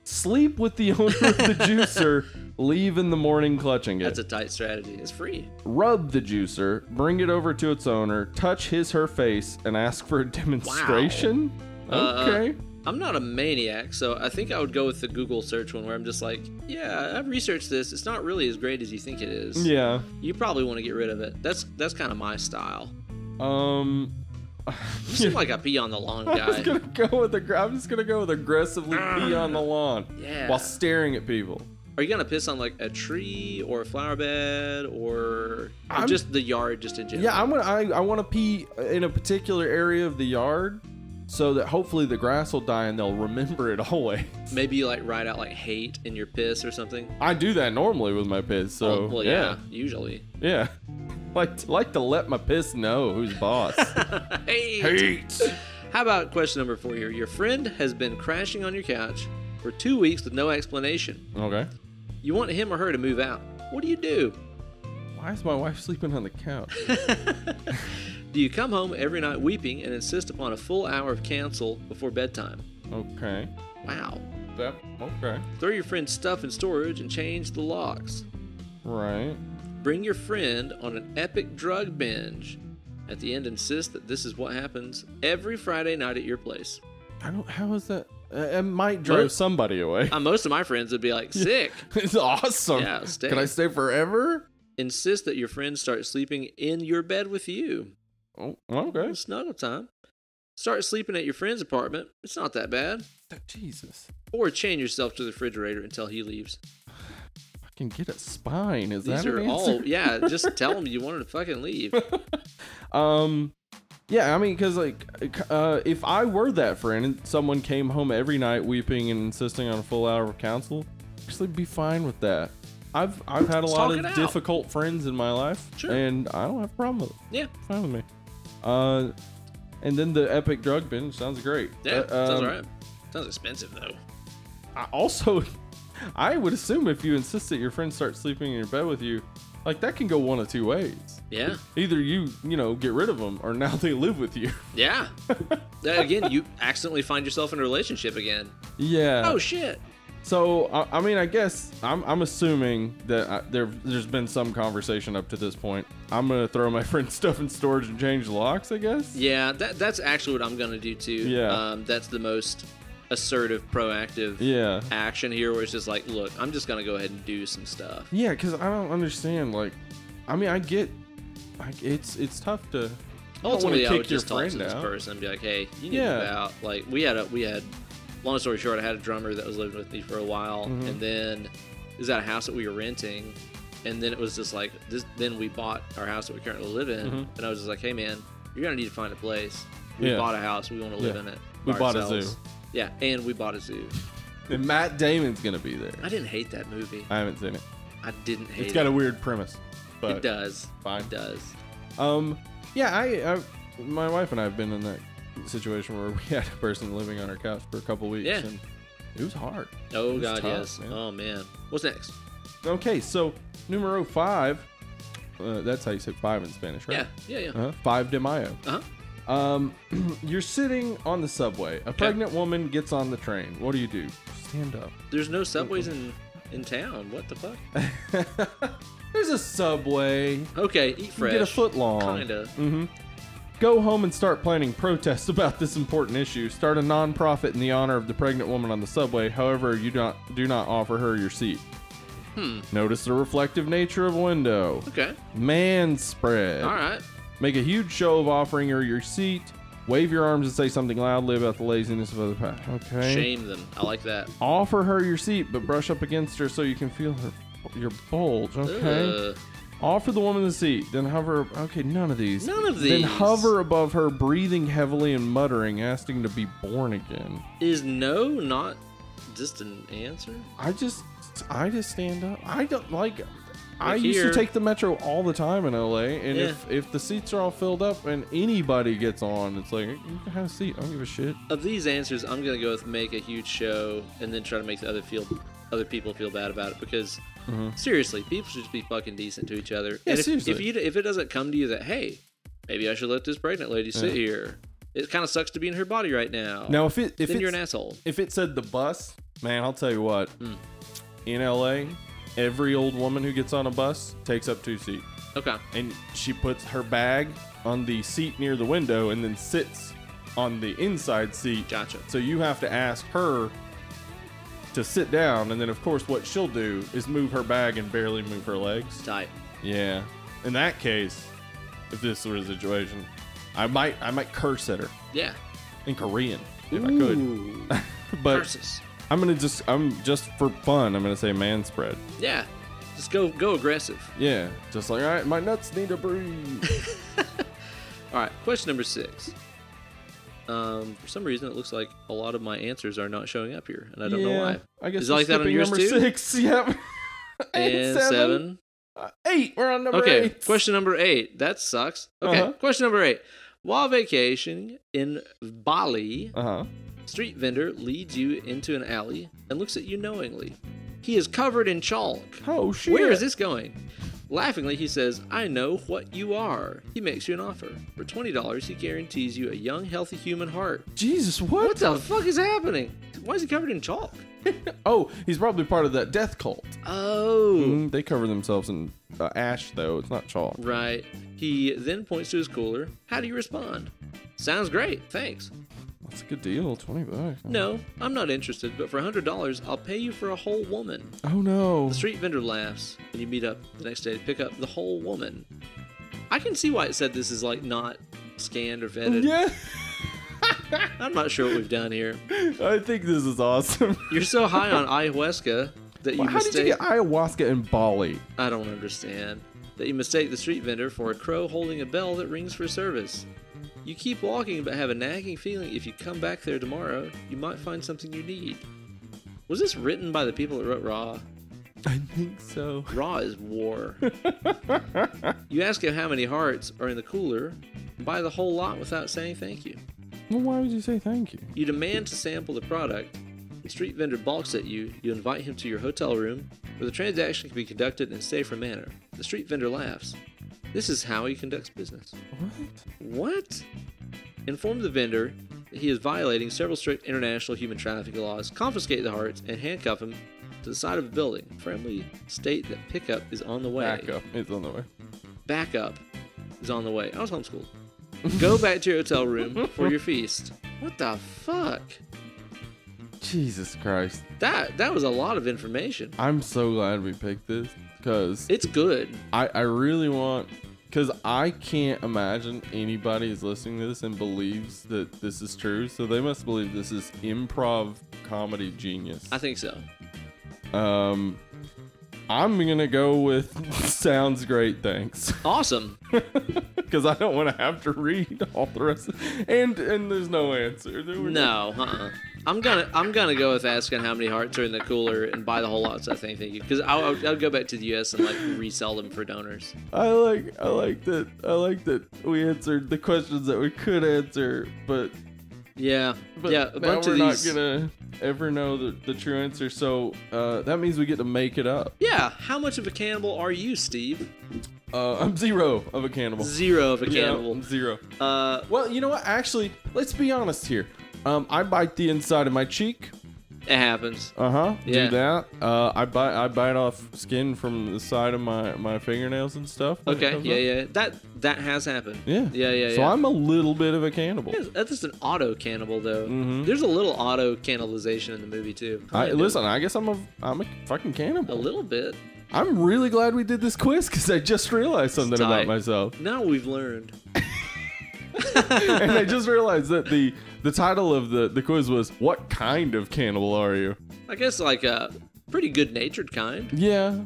[SPEAKER 2] Sleep with the owner
[SPEAKER 1] (laughs)
[SPEAKER 2] of the juicer, leave in the morning clutching it.
[SPEAKER 1] that's a tight strategy. It's free.
[SPEAKER 2] Rub the juicer, bring it over to its owner, touch his her face, and ask for a demonstration?
[SPEAKER 1] Uh,
[SPEAKER 2] Okay.
[SPEAKER 1] I'm not a maniac, so I think I would go with the Google search one where I'm just like, yeah, I've researched this. It's not really as great as you think it is.
[SPEAKER 2] yeah.
[SPEAKER 1] You probably want to get rid of it. That's that's kind of my style.
[SPEAKER 2] Um. (laughs)
[SPEAKER 1] You seem like a pee on the lawn
[SPEAKER 2] I was
[SPEAKER 1] guy.
[SPEAKER 2] gonna go with aggr- I'm just gonna go with aggressively pee on the lawn
[SPEAKER 1] Yeah.
[SPEAKER 2] while staring at people.
[SPEAKER 1] Are you gonna piss on like a tree or a flower bed or, or
[SPEAKER 2] I'm-
[SPEAKER 1] just the yard, just in general?
[SPEAKER 2] Yeah, I'm gonna. I, I want to pee in a particular area of the yard, so that hopefully the grass will die and they'll remember it (laughs) always.
[SPEAKER 1] Maybe you like write out like hate in your piss or something.
[SPEAKER 2] I do that normally with my piss, so
[SPEAKER 1] Oh, well, yeah,
[SPEAKER 2] yeah,
[SPEAKER 1] usually. (laughs)
[SPEAKER 2] yeah. (laughs) Like like to let my piss know who's boss.
[SPEAKER 1] hey.
[SPEAKER 2] (laughs) Hate.
[SPEAKER 1] How about question number four here? Your friend has been crashing on your couch for two weeks with no explanation.
[SPEAKER 2] Okay.
[SPEAKER 1] You want him or her to move out. What do you do?
[SPEAKER 2] Why is my wife sleeping on the couch?
[SPEAKER 1] Do you come home every night weeping and insist upon a full hour of counsel before bedtime?
[SPEAKER 2] Okay.
[SPEAKER 1] Wow.
[SPEAKER 2] That okay.
[SPEAKER 1] Throw your friend's stuff in storage and change the locks.
[SPEAKER 2] Right.
[SPEAKER 1] Bring your friend on an epic drug binge. At the end, insist that this is what happens every Friday night at your place.
[SPEAKER 2] I don't. How is that? Uh, It might drive
[SPEAKER 1] Most-
[SPEAKER 2] somebody away.
[SPEAKER 1] Uh, most of my friends would be like, sick.
[SPEAKER 2] (laughs) it's awesome.
[SPEAKER 1] Yeah, stay.
[SPEAKER 2] Can I stay forever?
[SPEAKER 1] Insist that your friends start sleeping in your bed with you.
[SPEAKER 2] Oh, okay.
[SPEAKER 1] It's snuggle time. Start sleeping at your friend's apartment. It's not that bad.
[SPEAKER 2] Jesus.
[SPEAKER 1] Or chain yourself to the refrigerator until he leaves.
[SPEAKER 2] I can get a spine. Is
[SPEAKER 1] These
[SPEAKER 2] that an
[SPEAKER 1] are
[SPEAKER 2] answer? (laughs)
[SPEAKER 1] all, yeah, just tell him you wanted to fucking leave.
[SPEAKER 2] (laughs) Um, yeah, I mean, because like, uh, if I were that friend and someone came home every night weeping and insisting on a full hour of counsel, actually be fine with that. I've I've had a
[SPEAKER 1] Let's
[SPEAKER 2] lot
[SPEAKER 1] talk it
[SPEAKER 2] of
[SPEAKER 1] out.
[SPEAKER 2] difficult friends in my life,
[SPEAKER 1] Sure.
[SPEAKER 2] and I don't have a problem with it.
[SPEAKER 1] Yeah,
[SPEAKER 2] It's Fine with me. Uh, and then the epic drug binge sounds great.
[SPEAKER 1] yeah,
[SPEAKER 2] Uh,
[SPEAKER 1] sounds
[SPEAKER 2] um,
[SPEAKER 1] alright. Sounds expensive though.
[SPEAKER 2] I also, (laughs) I would assume if you insist that your friends start sleeping in your bed with you, like that can go one of two ways.
[SPEAKER 1] Yeah.
[SPEAKER 2] Either you, you know, get rid of them, or (laughs) now they live with you.
[SPEAKER 1] Yeah.
[SPEAKER 2] (laughs)
[SPEAKER 1] again, you accidentally find yourself in a relationship again.
[SPEAKER 2] yeah.
[SPEAKER 1] Oh shit.
[SPEAKER 2] So I, I mean, I guess I'm, I'm assuming that I, there there's been some conversation up to this point. I'm gonna throw my (laughs) friend's stuff in storage and change the locks. I guess.
[SPEAKER 1] Yeah, that that's actually what I'm gonna do too.
[SPEAKER 2] Yeah.
[SPEAKER 1] Um, that's the most assertive, proactive
[SPEAKER 2] Yeah.
[SPEAKER 1] action here, where it's just like, look, I'm just gonna go ahead and do some stuff.
[SPEAKER 2] Yeah, because I don't understand. Like, I mean, I get, like, it's it's tough to. I don't wanna
[SPEAKER 1] Ultimately, I
[SPEAKER 2] kick
[SPEAKER 1] would
[SPEAKER 2] your
[SPEAKER 1] just talk to
[SPEAKER 2] friend
[SPEAKER 1] this
[SPEAKER 2] out.
[SPEAKER 1] person and be like, hey, you need
[SPEAKER 2] Yeah.
[SPEAKER 1] to move out. Like we had a we had, long story short, I had a drummer that was living with me for a while,
[SPEAKER 2] Mhm.
[SPEAKER 1] and then it was at a house that we were renting, and then it was just like this. Then we bought our house that we currently live in,
[SPEAKER 2] Mhm.
[SPEAKER 1] and I was just like, hey man, you're gonna need to find a place. We
[SPEAKER 2] Yeah.
[SPEAKER 1] bought a house. We want to live
[SPEAKER 2] Yeah.
[SPEAKER 1] in it.
[SPEAKER 2] We
[SPEAKER 1] by
[SPEAKER 2] bought a zoo.
[SPEAKER 1] Yeah, and we bought a zoo.
[SPEAKER 2] And Matt Damon's gonna be there.
[SPEAKER 1] I didn't hate that movie.
[SPEAKER 2] I haven't seen it.
[SPEAKER 1] I didn't hate
[SPEAKER 2] It's got
[SPEAKER 1] it.
[SPEAKER 2] a weird premise, but
[SPEAKER 1] it does.
[SPEAKER 2] fine.
[SPEAKER 1] It does.
[SPEAKER 2] Um, yeah, I, I, my wife and I have been in that situation where (laughs) we had a person living on our couch for a couple weeks,
[SPEAKER 1] Yeah.
[SPEAKER 2] and it was hard.
[SPEAKER 1] Oh
[SPEAKER 2] It was
[SPEAKER 1] god,
[SPEAKER 2] tough,
[SPEAKER 1] yes.
[SPEAKER 2] man.
[SPEAKER 1] Oh man. What's next?
[SPEAKER 2] Okay, so numero five. Uh, that's how you say five in Spanish, right?
[SPEAKER 1] Yeah, yeah, yeah.
[SPEAKER 2] Uh-huh. Five de Mayo.
[SPEAKER 1] Uh huh.
[SPEAKER 2] Um, (clears throat) you're sitting on the subway. A pregnant woman gets on the train. What do you do? Stand up. (laughs)
[SPEAKER 1] There's no subways in in town. What the fuck?
[SPEAKER 2] There's a subway. You
[SPEAKER 1] Okay, eat
[SPEAKER 2] can
[SPEAKER 1] fresh.
[SPEAKER 2] get a foot long.
[SPEAKER 1] Kinda.
[SPEAKER 2] Mm-hmm. Go home and start planning protests (laughs) about this important issue. Start a nonprofit in the honor of the pregnant woman on the subway. However, you don't do not offer her your seat.
[SPEAKER 1] Hmm.
[SPEAKER 2] Notice the reflective nature of window.
[SPEAKER 1] Okay.
[SPEAKER 2] Man spread.
[SPEAKER 1] All right.
[SPEAKER 2] Make a huge show of offering her your seat. Wave your arms and say something loudly about the laziness of other pack. Okay.
[SPEAKER 1] Shame them. I like that.
[SPEAKER 2] Offer her your seat, but brush up against her so you can feel her your bulge. Okay.
[SPEAKER 1] Ugh.
[SPEAKER 2] Offer the woman the seat, then hover. Okay, none of these.
[SPEAKER 1] None of
[SPEAKER 2] Then
[SPEAKER 1] these.
[SPEAKER 2] hover above her, breathing heavily and muttering, asking to be born again.
[SPEAKER 1] Is no not just an answer?
[SPEAKER 2] I just, I just stand up. I don't like. I
[SPEAKER 1] Like
[SPEAKER 2] used
[SPEAKER 1] here.
[SPEAKER 2] to take the metro all the time in LA, and
[SPEAKER 1] Yeah.
[SPEAKER 2] if if the seats are all filled up and anybody gets on, it's like you can have a seat. I don't give a shit.
[SPEAKER 1] Of these answers, I'm gonna go with make a huge show and then try to make the other feel other people feel bad about it because seriously, people should just be fucking decent to each other.
[SPEAKER 2] Mm-hmm. Yeah,
[SPEAKER 1] and if,
[SPEAKER 2] seriously.
[SPEAKER 1] if you if it doesn't come to you that hey, maybe I should let this pregnant lady sit here. It kind of sucks to be in her body right now.
[SPEAKER 2] Now, if it if
[SPEAKER 1] then
[SPEAKER 2] it's,
[SPEAKER 1] you're an asshole. Mm.
[SPEAKER 2] if it said the bus, man, I'll tell you what. In LA, every old woman who gets on a bus takes up two seats.
[SPEAKER 1] Okay.
[SPEAKER 2] and she puts her bag on the seat near the window and then sits on the inside seat.
[SPEAKER 1] Gotcha.
[SPEAKER 2] So you have to ask her to sit down, and then of course what she'll do is move her bag and barely move her legs.
[SPEAKER 1] Tight.
[SPEAKER 2] Yeah. In that case, if this were a situation, I might I might curse at her
[SPEAKER 1] Yeah.
[SPEAKER 2] in Korean if I could.
[SPEAKER 1] Ooh.
[SPEAKER 2] (laughs) But
[SPEAKER 1] Versus.
[SPEAKER 2] I'm gonna just I'm just for fun I'm gonna say man spread.
[SPEAKER 1] Yeah. Just go go aggressive.
[SPEAKER 2] Yeah. Just like all right, my nuts need to breathe.
[SPEAKER 1] All right. Question number six. Um, for some reason, it looks like a lot of my answers are not showing up here, and I don't know why.
[SPEAKER 2] I guess
[SPEAKER 1] Is it
[SPEAKER 2] we're
[SPEAKER 1] like that on
[SPEAKER 2] skipping
[SPEAKER 1] yours
[SPEAKER 2] number
[SPEAKER 1] too?
[SPEAKER 2] six. (laughs) Yep. and,
[SPEAKER 1] (laughs) And
[SPEAKER 2] seven.
[SPEAKER 1] seven.
[SPEAKER 2] Uh, eight. We're on number
[SPEAKER 1] Okay,
[SPEAKER 2] eight.
[SPEAKER 1] question number eight. That sucks. Okay,
[SPEAKER 2] Uh-huh.
[SPEAKER 1] question number eight. While vacationing in Bali,
[SPEAKER 2] Uh huh.
[SPEAKER 1] street vendor leads you into an alley and looks at you knowingly. He is covered in chalk.
[SPEAKER 2] Oh shit.
[SPEAKER 1] Where is this going? Laughingly, he says, I know what you are. He makes you an offer. For $20, he guarantees you a young, healthy human heart.
[SPEAKER 2] Jesus. What?
[SPEAKER 1] What the fuck is happening? Why is he covered in chalk?
[SPEAKER 2] Oh, he's probably part of that death cult.
[SPEAKER 1] Oh.
[SPEAKER 2] Mm, they cover themselves in uh, ash, though. It's not chalk.
[SPEAKER 1] Hmm. Right. He then points to his cooler. How do you respond? Sounds great. Thanks.
[SPEAKER 2] That's a good deal. Twenty bucks.
[SPEAKER 1] No, I'm not interested, but for $100, I'll pay you for a whole woman.
[SPEAKER 2] Oh no.
[SPEAKER 1] The street vendor laughs, and you meet up the next day to pick up the whole woman. I can see why it said this is like not scanned or vetted.
[SPEAKER 2] Yeah. (laughs)
[SPEAKER 1] I'm not sure what we've done here.
[SPEAKER 2] I think this
[SPEAKER 1] (laughs)
[SPEAKER 2] is awesome.
[SPEAKER 1] You're so high on ayahuasca that you
[SPEAKER 2] How
[SPEAKER 1] mistake.
[SPEAKER 2] did you get ayahuasca in Bali?
[SPEAKER 1] I don't understand. That you mistake the street vendor for a crow holding a bell that rings for service. You keep walking but have a nagging feeling if you come back there tomorrow, you might find something you need. Was this written by the people that wrote Raw?
[SPEAKER 2] I think so.
[SPEAKER 1] Raw is
[SPEAKER 2] (laughs)
[SPEAKER 1] war. you ask him how many hearts are in the cooler, and buy the whole lot without saying thank you.
[SPEAKER 2] Well, why would you say thank you?
[SPEAKER 1] You demand to sample the product, A street vendor balks at you, you invite him to your hotel room, where the transaction can be conducted in a safer manner. The street vendor laughs. This is how he conducts business. What? Inform the vendor that he is violating several strict international human trafficking laws, confiscate the hearts, and handcuff him to the side of a building. Friendly state that pickup is on the way.
[SPEAKER 2] Back up. It's on the way.
[SPEAKER 1] Backup is on the way. I was homeschooled. Go back to your hotel
[SPEAKER 2] (laughs)
[SPEAKER 1] room for your feast. What the fuck?
[SPEAKER 2] Jesus Christ.
[SPEAKER 1] That that was a lot of information.
[SPEAKER 2] I'm so glad we picked this because
[SPEAKER 1] It's good.
[SPEAKER 2] I, I really want because I can't imagine anybody is listening to this and believes that this is true. So they must believe this is improv comedy genius.
[SPEAKER 1] I think so.
[SPEAKER 2] Um, I'm gonna go with (laughs) sounds great, thanks, (laughs)
[SPEAKER 1] Awesome.
[SPEAKER 2] because I don't want to have to read all the rest. and and there's no answer. There were
[SPEAKER 1] No, uh-uh. I'm gonna I'm gonna go with asking how many hearts are in the cooler and buy the whole lot. So I think thank you because I'll, I'll I'll go back to the U.S. and like resell them for donors.
[SPEAKER 2] I like I like that I like that we answered the questions that we could answer, but
[SPEAKER 1] Yeah,
[SPEAKER 2] But
[SPEAKER 1] yeah. A
[SPEAKER 2] now
[SPEAKER 1] bunch
[SPEAKER 2] we're
[SPEAKER 1] of these.
[SPEAKER 2] not gonna ever know the, the true answer, so uh, that means we get to make it up.
[SPEAKER 1] Yeah. How much of a cannibal are you, Steve?
[SPEAKER 2] Uh, I'm zero of a cannibal.
[SPEAKER 1] Zero of a
[SPEAKER 2] Yeah,
[SPEAKER 1] cannibal.
[SPEAKER 2] I'm zero.
[SPEAKER 1] Uh,
[SPEAKER 2] Well, you know what? Actually, let's be honest here. Um, I bite the inside of my cheek.
[SPEAKER 1] it happens.
[SPEAKER 2] Uh huh.
[SPEAKER 1] Yeah.
[SPEAKER 2] Do that. Uh, I bite I bite off skin from the side of my my fingernails and stuff. when it
[SPEAKER 1] Okay.
[SPEAKER 2] comes
[SPEAKER 1] Yeah,
[SPEAKER 2] up.
[SPEAKER 1] yeah. That that has happened.
[SPEAKER 2] Uh-huh.
[SPEAKER 1] Yeah,
[SPEAKER 2] Yeah.
[SPEAKER 1] yeah.
[SPEAKER 2] So
[SPEAKER 1] yeah.
[SPEAKER 2] I'm a little bit of a cannibal.
[SPEAKER 1] That's- That's just an auto cannibal though. There's a little auto cannibalization in the movie too.
[SPEAKER 2] Mm-hmm. I,
[SPEAKER 1] Kinda.
[SPEAKER 2] listen, I guess I'm a I'm a fucking
[SPEAKER 1] A
[SPEAKER 2] cannibal.
[SPEAKER 1] little bit.
[SPEAKER 2] I'm really glad we did this quiz because I just realized something
[SPEAKER 1] tight.
[SPEAKER 2] about myself.
[SPEAKER 1] Now we've learned.
[SPEAKER 2] and I just realized that the the title of the, the quiz was "What kind of cannibal are you?"
[SPEAKER 1] I guess like a pretty good natured kind.
[SPEAKER 2] Yeah,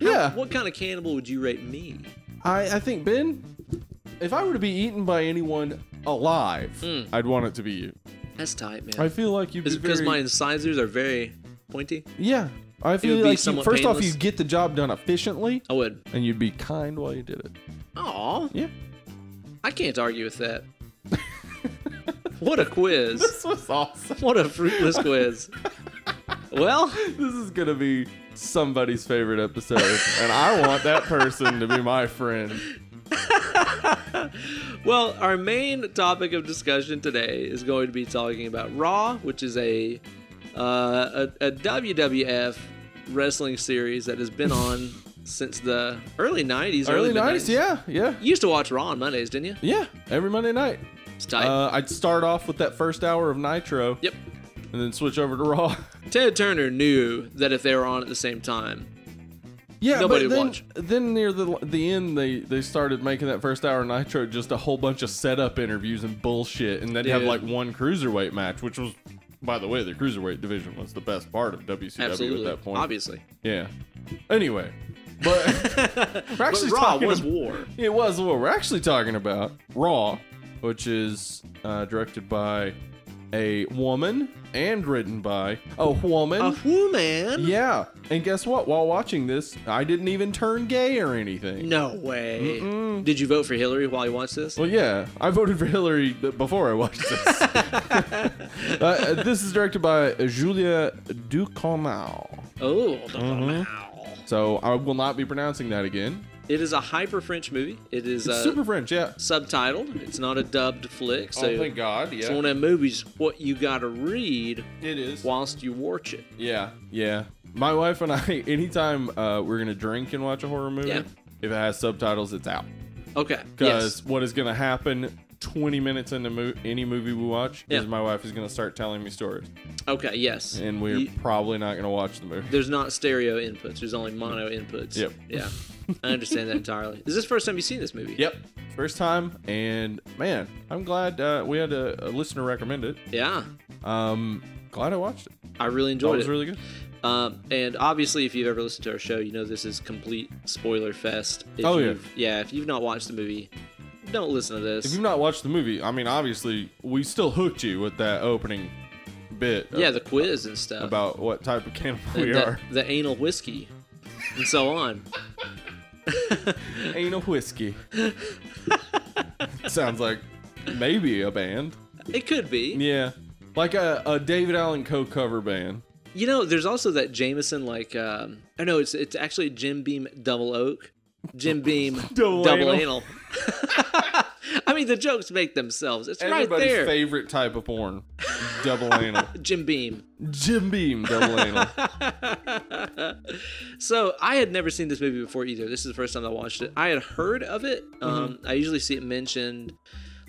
[SPEAKER 2] yeah.
[SPEAKER 1] What kind of cannibal would you rate me?
[SPEAKER 2] I I think Ben, if I were to be eaten by anyone alive,
[SPEAKER 1] Mm.
[SPEAKER 2] I'd want it to be you.
[SPEAKER 1] That's tight, man.
[SPEAKER 2] I feel like you'd
[SPEAKER 1] Is
[SPEAKER 2] be
[SPEAKER 1] it because
[SPEAKER 2] very
[SPEAKER 1] my incisors are very pointy?
[SPEAKER 2] yeah. I
[SPEAKER 1] would
[SPEAKER 2] feel
[SPEAKER 1] be
[SPEAKER 2] like you,
[SPEAKER 1] somewhat
[SPEAKER 2] first off,
[SPEAKER 1] painless?
[SPEAKER 2] you'd get the job done efficiently,
[SPEAKER 1] I would.
[SPEAKER 2] and you'd be kind while you did it.
[SPEAKER 1] Aw,
[SPEAKER 2] Yeah.
[SPEAKER 1] I can't argue with that. what a quiz.
[SPEAKER 2] (laughs) This was awesome.
[SPEAKER 1] What a fruitless quiz. Well,
[SPEAKER 2] This is gonna be somebody's favorite episode, and I want that person to be my friend.
[SPEAKER 1] well, our main topic of discussion today is going to be talking about Raw, which is a uh, a, a WWF wrestling series that has been on since the early '90s.
[SPEAKER 2] Early
[SPEAKER 1] mid-nineties.
[SPEAKER 2] nineties, yeah, yeah,
[SPEAKER 1] You used to watch Raw on Mondays, didn't you?
[SPEAKER 2] yeah. Every Monday night.
[SPEAKER 1] It's tight.
[SPEAKER 2] Uh, I'd start off with that first hour of Nitro.
[SPEAKER 1] yep.
[SPEAKER 2] And then switch over to Raw. (laughs)
[SPEAKER 1] Ted Turner knew that if they were on at the same time,
[SPEAKER 2] yeah,
[SPEAKER 1] Nobody
[SPEAKER 2] but then,
[SPEAKER 1] watch.
[SPEAKER 2] then near the the end, they they started making that first hour of Nitro just a whole bunch of setup interviews and bullshit, and then have
[SPEAKER 1] Dude.
[SPEAKER 2] like one cruiserweight match, which was. By the way, the cruiserweight division was the best part of WCW
[SPEAKER 1] absolutely,
[SPEAKER 2] at that point.
[SPEAKER 1] obviously.
[SPEAKER 2] Yeah. Anyway,
[SPEAKER 1] (laughs)
[SPEAKER 2] but we're actually
[SPEAKER 1] but Raw
[SPEAKER 2] talking
[SPEAKER 1] was
[SPEAKER 2] ab-
[SPEAKER 1] war.
[SPEAKER 2] It was what we're actually talking about. Raw, which is uh, directed by a woman and written by a woman.
[SPEAKER 1] A woman?
[SPEAKER 2] Yeah, and guess what? While watching this, I didn't even turn gay or anything.
[SPEAKER 1] No way. Did you vote for Hillary while you watched this?
[SPEAKER 2] Well, yeah, I voted for Hillary b- before I watched this. uh, this is directed by Julia Ducournau,
[SPEAKER 1] Oh,
[SPEAKER 2] Mm-hmm. so I will not be pronouncing that again.
[SPEAKER 1] It is a hyper French movie. It is
[SPEAKER 2] It's
[SPEAKER 1] uh,
[SPEAKER 2] super French, yeah.
[SPEAKER 1] subtitled. It's not a dubbed flick. So
[SPEAKER 2] oh, thank God, yeah.
[SPEAKER 1] it's one of them movies. What you got to read
[SPEAKER 2] it is.
[SPEAKER 1] whilst you watch it.
[SPEAKER 2] Yeah, yeah. My wife and I, (laughs) anytime uh, we're gonna drink and watch a horror movie,
[SPEAKER 1] Yeah.
[SPEAKER 2] if it has subtitles, it's out.
[SPEAKER 1] Okay.
[SPEAKER 2] Because
[SPEAKER 1] Yes.
[SPEAKER 2] what is gonna happen? Twenty minutes into mo- any movie we watch,
[SPEAKER 1] Yeah.
[SPEAKER 2] is my wife is gonna start telling me stories,
[SPEAKER 1] Okay. Yes.
[SPEAKER 2] and we're
[SPEAKER 1] You-
[SPEAKER 2] probably not gonna watch
[SPEAKER 1] (laughs)
[SPEAKER 2] the movie.
[SPEAKER 1] there's not stereo inputs. There's only mono inputs.
[SPEAKER 2] Yep. (laughs)
[SPEAKER 1] Yeah. I understand that entirely. Is this the first time you've seen this movie?
[SPEAKER 2] Yep, first time, and man, I'm glad uh, we had a, a listener recommend it.
[SPEAKER 1] Yeah.
[SPEAKER 2] Um, glad I watched it.
[SPEAKER 1] I really
[SPEAKER 2] That
[SPEAKER 1] enjoyed
[SPEAKER 2] was
[SPEAKER 1] it.
[SPEAKER 2] really good.
[SPEAKER 1] Um, and obviously, if you've ever listened to our show, you know this is complete spoiler fest. If
[SPEAKER 2] Oh, yeah.
[SPEAKER 1] you've, yeah. If you've not watched the movie, don't listen to this.
[SPEAKER 2] If you've not watched the movie, I mean, obviously, we still hooked you with that opening bit. of-
[SPEAKER 1] yeah, the quiz and stuff.
[SPEAKER 2] about what type of cannibal
[SPEAKER 1] (laughs) and
[SPEAKER 2] we
[SPEAKER 1] the,
[SPEAKER 2] are.
[SPEAKER 1] the anal whiskey, and so on.
[SPEAKER 2] Ain't a (laughs) whiskey. Sounds like maybe a band.
[SPEAKER 1] It could be.
[SPEAKER 2] Yeah. like a, a David Allen Co cover band.
[SPEAKER 1] You know, there's also that Jameson like um I know it's it's actually Jim Beam Double Oak. Jim Beam
[SPEAKER 2] (laughs) Double
[SPEAKER 1] Double,
[SPEAKER 2] Anal.
[SPEAKER 1] Anal. (laughs) I mean the jokes make themselves. It's right
[SPEAKER 2] Everybody's
[SPEAKER 1] there.
[SPEAKER 2] favorite type of (laughs) porn, double anal,
[SPEAKER 1] Jim Beam.
[SPEAKER 2] Jim Beam, (laughs) double anal.
[SPEAKER 1] so I had never seen this movie before either. This is the first time I watched it. I had heard of it.
[SPEAKER 2] Mm-hmm.
[SPEAKER 1] Um, I usually see it mentioned,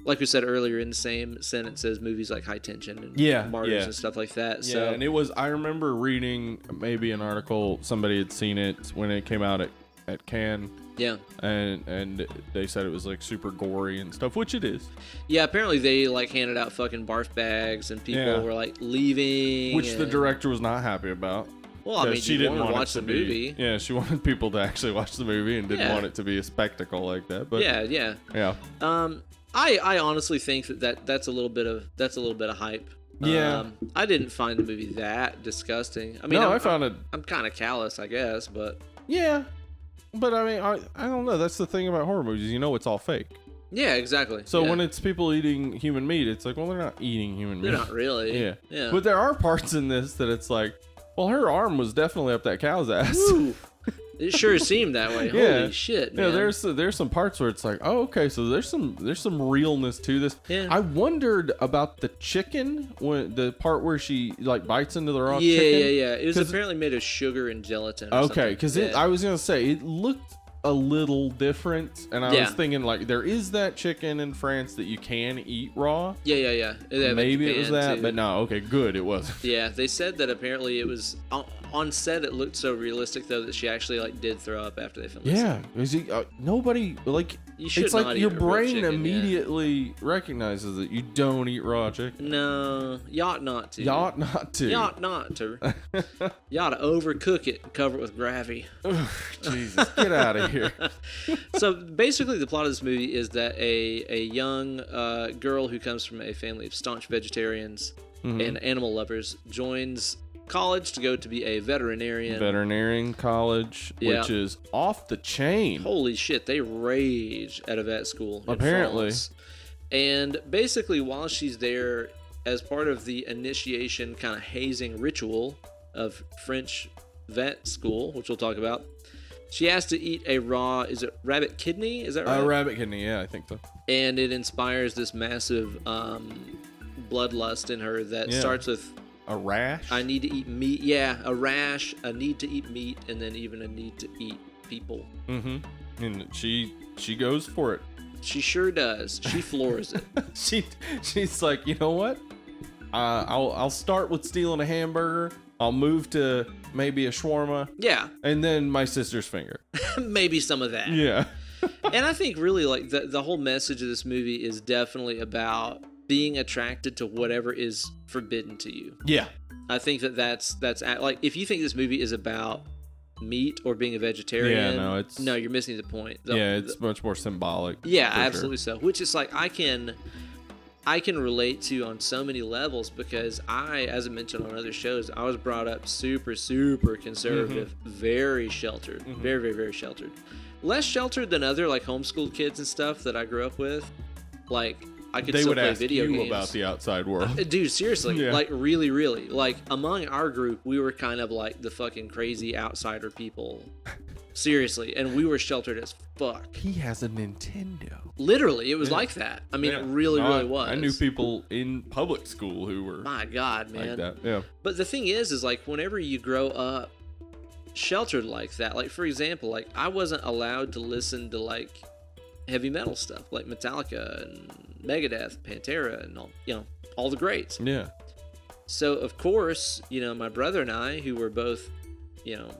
[SPEAKER 1] like we said earlier, in the same sentence as movies like High Tension and
[SPEAKER 2] Yeah,
[SPEAKER 1] Martyrs
[SPEAKER 2] yeah.
[SPEAKER 1] and stuff like that.
[SPEAKER 2] Yeah,
[SPEAKER 1] so
[SPEAKER 2] and it was. I remember reading maybe an article. Somebody had seen it when it came out at at Cannes,
[SPEAKER 1] yeah,
[SPEAKER 2] and and they said it was like super gory and stuff, which it is.
[SPEAKER 1] yeah. Apparently they like handed out fucking barf bags and people
[SPEAKER 2] Yeah.
[SPEAKER 1] were like leaving.
[SPEAKER 2] Which the
[SPEAKER 1] and-
[SPEAKER 2] director was not happy about.
[SPEAKER 1] Well, I
[SPEAKER 2] 'cause
[SPEAKER 1] mean, you wanna
[SPEAKER 2] it
[SPEAKER 1] watch
[SPEAKER 2] to
[SPEAKER 1] the
[SPEAKER 2] be-
[SPEAKER 1] movie.
[SPEAKER 2] Yeah, she (laughs) wanted people to actually watch the movie and didn't
[SPEAKER 1] Yeah.
[SPEAKER 2] want it to be a spectacle like that. But
[SPEAKER 1] Yeah, yeah.
[SPEAKER 2] yeah,
[SPEAKER 1] Um, I I honestly think that, that that's a little bit of that's a little bit of hype.
[SPEAKER 2] Yeah.
[SPEAKER 1] Um, I didn't find the movie that disgusting. I mean,
[SPEAKER 2] no,
[SPEAKER 1] I'm,
[SPEAKER 2] i found it.
[SPEAKER 1] I'm kind of callous, I guess, but
[SPEAKER 2] Yeah, but I mean, I I don't know. That's the thing about horror movies. You know, it's all fake.
[SPEAKER 1] yeah, exactly.
[SPEAKER 2] So
[SPEAKER 1] yeah.
[SPEAKER 2] when it's people eating human meat, it's like, well, they're not eating human
[SPEAKER 1] they're
[SPEAKER 2] meat.
[SPEAKER 1] not really,
[SPEAKER 2] Yeah.
[SPEAKER 1] yeah.
[SPEAKER 2] But there are parts in this that it's like, well, her arm was definitely up that cow's ass. (laughs)
[SPEAKER 1] Ooh, it sure seemed that way.
[SPEAKER 2] Yeah.
[SPEAKER 1] Holy shit, man!
[SPEAKER 2] Yeah, there's there's some parts where it's like, oh, okay, so there's some there's some realness to this.
[SPEAKER 1] Yeah.
[SPEAKER 2] I wondered about the chicken when the part where she like bites into (laughs) the raw
[SPEAKER 1] yeah,
[SPEAKER 2] chicken.
[SPEAKER 1] yeah, yeah. It was
[SPEAKER 2] 'Cause-
[SPEAKER 1] apparently made of sugar and gelatin. Or
[SPEAKER 2] Okay, because
[SPEAKER 1] something. yeah.
[SPEAKER 2] I was gonna say it looked a little different, and I
[SPEAKER 1] Yeah.
[SPEAKER 2] was thinking like there is that chicken in France that you can eat raw.
[SPEAKER 1] yeah, yeah, yeah. They have in
[SPEAKER 2] Maybe it was
[SPEAKER 1] Japan,
[SPEAKER 2] that,
[SPEAKER 1] too.
[SPEAKER 2] but no. Okay, good, it wasn't. (laughs)
[SPEAKER 1] Yeah, they said that apparently it was on- on set. It looked so realistic though that she actually like did throw up after they filmed. the
[SPEAKER 2] Yeah, is he, uh, nobody like
[SPEAKER 1] You
[SPEAKER 2] it's
[SPEAKER 1] should
[SPEAKER 2] like
[SPEAKER 1] not eat
[SPEAKER 2] your
[SPEAKER 1] a raw
[SPEAKER 2] brain
[SPEAKER 1] chicken, yeah.
[SPEAKER 2] immediately recognizes that you don't eat raw chicken.
[SPEAKER 1] No, you ought not to.
[SPEAKER 2] You ought not to.
[SPEAKER 1] You ought not to.
[SPEAKER 2] (laughs)
[SPEAKER 1] you ought to overcook it and cover it with gravy.
[SPEAKER 2] Ugh, Jesus, get out of here.
[SPEAKER 1] so basically, the plot of this movie is that a a young uh, girl who comes from a family of staunch vegetarians
[SPEAKER 2] Mm-hmm.
[SPEAKER 1] and animal lovers joins college to go to be a veterinarian.
[SPEAKER 2] (laughs) Veterinarian college,
[SPEAKER 1] Yeah.
[SPEAKER 2] which is off the chain.
[SPEAKER 1] Holy shit, they rage at a vet school. in
[SPEAKER 2] Apparently.
[SPEAKER 1] France. And basically, while she's there, as part of the initiation kind of hazing ritual of French vet school, which we'll talk about, she has to eat a raw, is it rabbit kidney? Is that right?
[SPEAKER 2] Uh, rabbit kidney, yeah, I think so.
[SPEAKER 1] and it inspires this massive um, bloodlust in her that
[SPEAKER 2] Yeah.
[SPEAKER 1] starts with
[SPEAKER 2] A rash.
[SPEAKER 1] I need to eat meat. Yeah, a rash, a need to eat meat, and then even a need to eat people.
[SPEAKER 2] mm-hmm. And she she goes for it. (laughs)
[SPEAKER 1] She sure does. She floors it.
[SPEAKER 2] she she's like, you know what? Uh, I'll I'll start with stealing a hamburger. I'll move to maybe a shawarma,
[SPEAKER 1] Yeah, (laughs)
[SPEAKER 2] and then my sister's finger. (laughs)
[SPEAKER 1] maybe some of that.
[SPEAKER 2] Yeah.
[SPEAKER 1] And I think really like the the whole message of this movie is definitely about being attracted to whatever is forbidden to you.
[SPEAKER 2] Yeah.
[SPEAKER 1] I think that that's that's at, like if you think this movie is about meat or being a vegetarian,
[SPEAKER 2] Yeah, no, it's-
[SPEAKER 1] no, you're missing the point. The-
[SPEAKER 2] yeah, it's much more symbolic.
[SPEAKER 1] Yeah,
[SPEAKER 2] for sure.
[SPEAKER 1] absolutely so. Which is like I can I can relate to on so many levels because I, as I mentioned on other shows, I was brought up super, super conservative,
[SPEAKER 2] Mm-hmm.
[SPEAKER 1] very sheltered, very, very, very sheltered. Less sheltered than other like homeschooled kids and stuff that I grew up with. Like I could
[SPEAKER 2] They
[SPEAKER 1] still
[SPEAKER 2] would
[SPEAKER 1] play
[SPEAKER 2] ask
[SPEAKER 1] video
[SPEAKER 2] you
[SPEAKER 1] games. Uh,
[SPEAKER 2] about the outside
[SPEAKER 1] (laughs)
[SPEAKER 2] world.
[SPEAKER 1] Dude, seriously,
[SPEAKER 2] Yeah.
[SPEAKER 1] like really, really, like among our group, we were kind of like the fucking crazy outsider
[SPEAKER 2] (laughs)
[SPEAKER 1] people. Seriously, and we were sheltered as fuck.
[SPEAKER 2] he has a Nintendo.
[SPEAKER 1] Literally, it was like that. I mean, it really, really was.
[SPEAKER 2] I knew people in public school who were
[SPEAKER 1] My God, man.
[SPEAKER 2] like that. Yeah.
[SPEAKER 1] But the thing is, is like whenever you grow up sheltered like that, like for example, like I wasn't allowed to listen to like heavy metal stuff, like Metallica and Megadeth, Pantera, and all you know, all the greats.
[SPEAKER 2] Yeah.
[SPEAKER 1] So of course, you know, my brother and I, who were both, you know,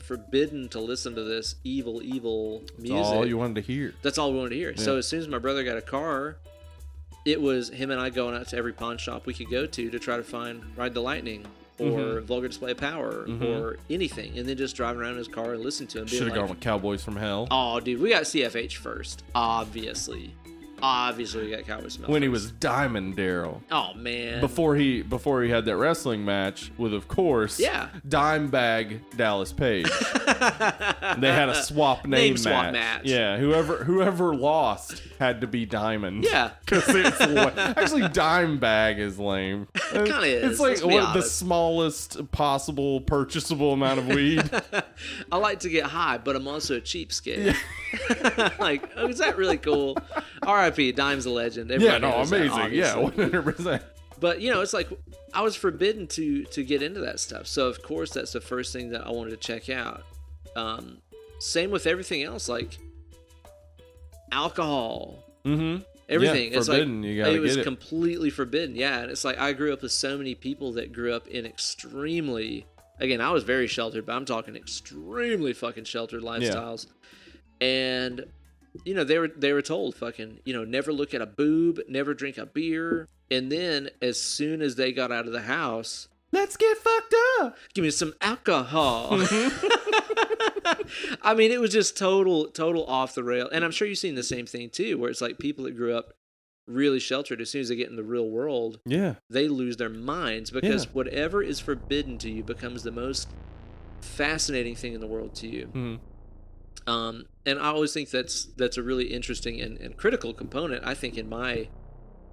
[SPEAKER 1] forbidden to listen to this evil, evil
[SPEAKER 2] It's
[SPEAKER 1] music.
[SPEAKER 2] all you wanted to hear.
[SPEAKER 1] That's all we wanted to hear. So
[SPEAKER 2] Yeah.
[SPEAKER 1] as soon as my brother got a car, it was him and I going out to every pawn shop we could go to to try to find Ride the Lightning or
[SPEAKER 2] Mm-hmm.
[SPEAKER 1] Vulgar Display of Power
[SPEAKER 2] Mhm.
[SPEAKER 1] or anything, and then just driving around in his car and listening to him.
[SPEAKER 2] Should have
[SPEAKER 1] Being like,
[SPEAKER 2] gone with Cowboys from Hell.
[SPEAKER 1] Oh, dude, we got CFH first, obviously, Obviously, we got Cowboy Smell.
[SPEAKER 2] when he was Diamond Daryl.
[SPEAKER 1] oh man,
[SPEAKER 2] Before he before he had that wrestling match with, of course,
[SPEAKER 1] Yeah.
[SPEAKER 2] Dimebag
[SPEAKER 1] (laughs)
[SPEAKER 2] Dallas Page. they had a swap name,
[SPEAKER 1] Name swap match.
[SPEAKER 2] Yeah, whoever whoever lost had to be Diamond.
[SPEAKER 1] Yeah.
[SPEAKER 2] (laughs) 'Cause it's la- actually Dimebag is lame. It
[SPEAKER 1] kinda
[SPEAKER 2] It's
[SPEAKER 1] is,
[SPEAKER 2] like
[SPEAKER 1] let's be
[SPEAKER 2] what, the
[SPEAKER 1] honest.
[SPEAKER 2] smallest possible purchasable amount of
[SPEAKER 1] (laughs)
[SPEAKER 2] weed.
[SPEAKER 1] (laughs) I like to get high, but I'm also a cheapskate. (laughs) like, oh, is that really cool? R.I.P. Dime's a legend.
[SPEAKER 2] yeah,
[SPEAKER 1] Everybody
[SPEAKER 2] no,
[SPEAKER 1] knows that,
[SPEAKER 2] amazing. yeah,
[SPEAKER 1] obviously.
[SPEAKER 2] one hundred percent.
[SPEAKER 1] but you know it's like i was forbidden to to get into that stuff so of course that's the first thing that i wanted to check out um same with everything else like alcohol
[SPEAKER 2] Mm-hmm.
[SPEAKER 1] everything
[SPEAKER 2] Yeah,
[SPEAKER 1] it's like
[SPEAKER 2] forbidden, you gotta
[SPEAKER 1] it was
[SPEAKER 2] get it.
[SPEAKER 1] completely forbidden yeah and it's like i grew up with so many people that grew up in extremely again i was very sheltered but i'm talking extremely fucking sheltered lifestyles and you know they were they were told fucking you know never look at a boob never drink a beer and then as soon as they got out of the house
[SPEAKER 2] Let's get fucked up.
[SPEAKER 1] give me some alcohol (laughs) i mean it was just total total off the rail and i'm sure you've seen the same thing too where it's like people that grew up really sheltered as soon as they get in the real world
[SPEAKER 2] Yeah.
[SPEAKER 1] they lose their minds because
[SPEAKER 2] Yeah.
[SPEAKER 1] whatever is forbidden to you becomes the most fascinating thing in the world to you
[SPEAKER 2] Mhm.
[SPEAKER 1] um, and I always think that's that's a really interesting and, and critical component. I think in my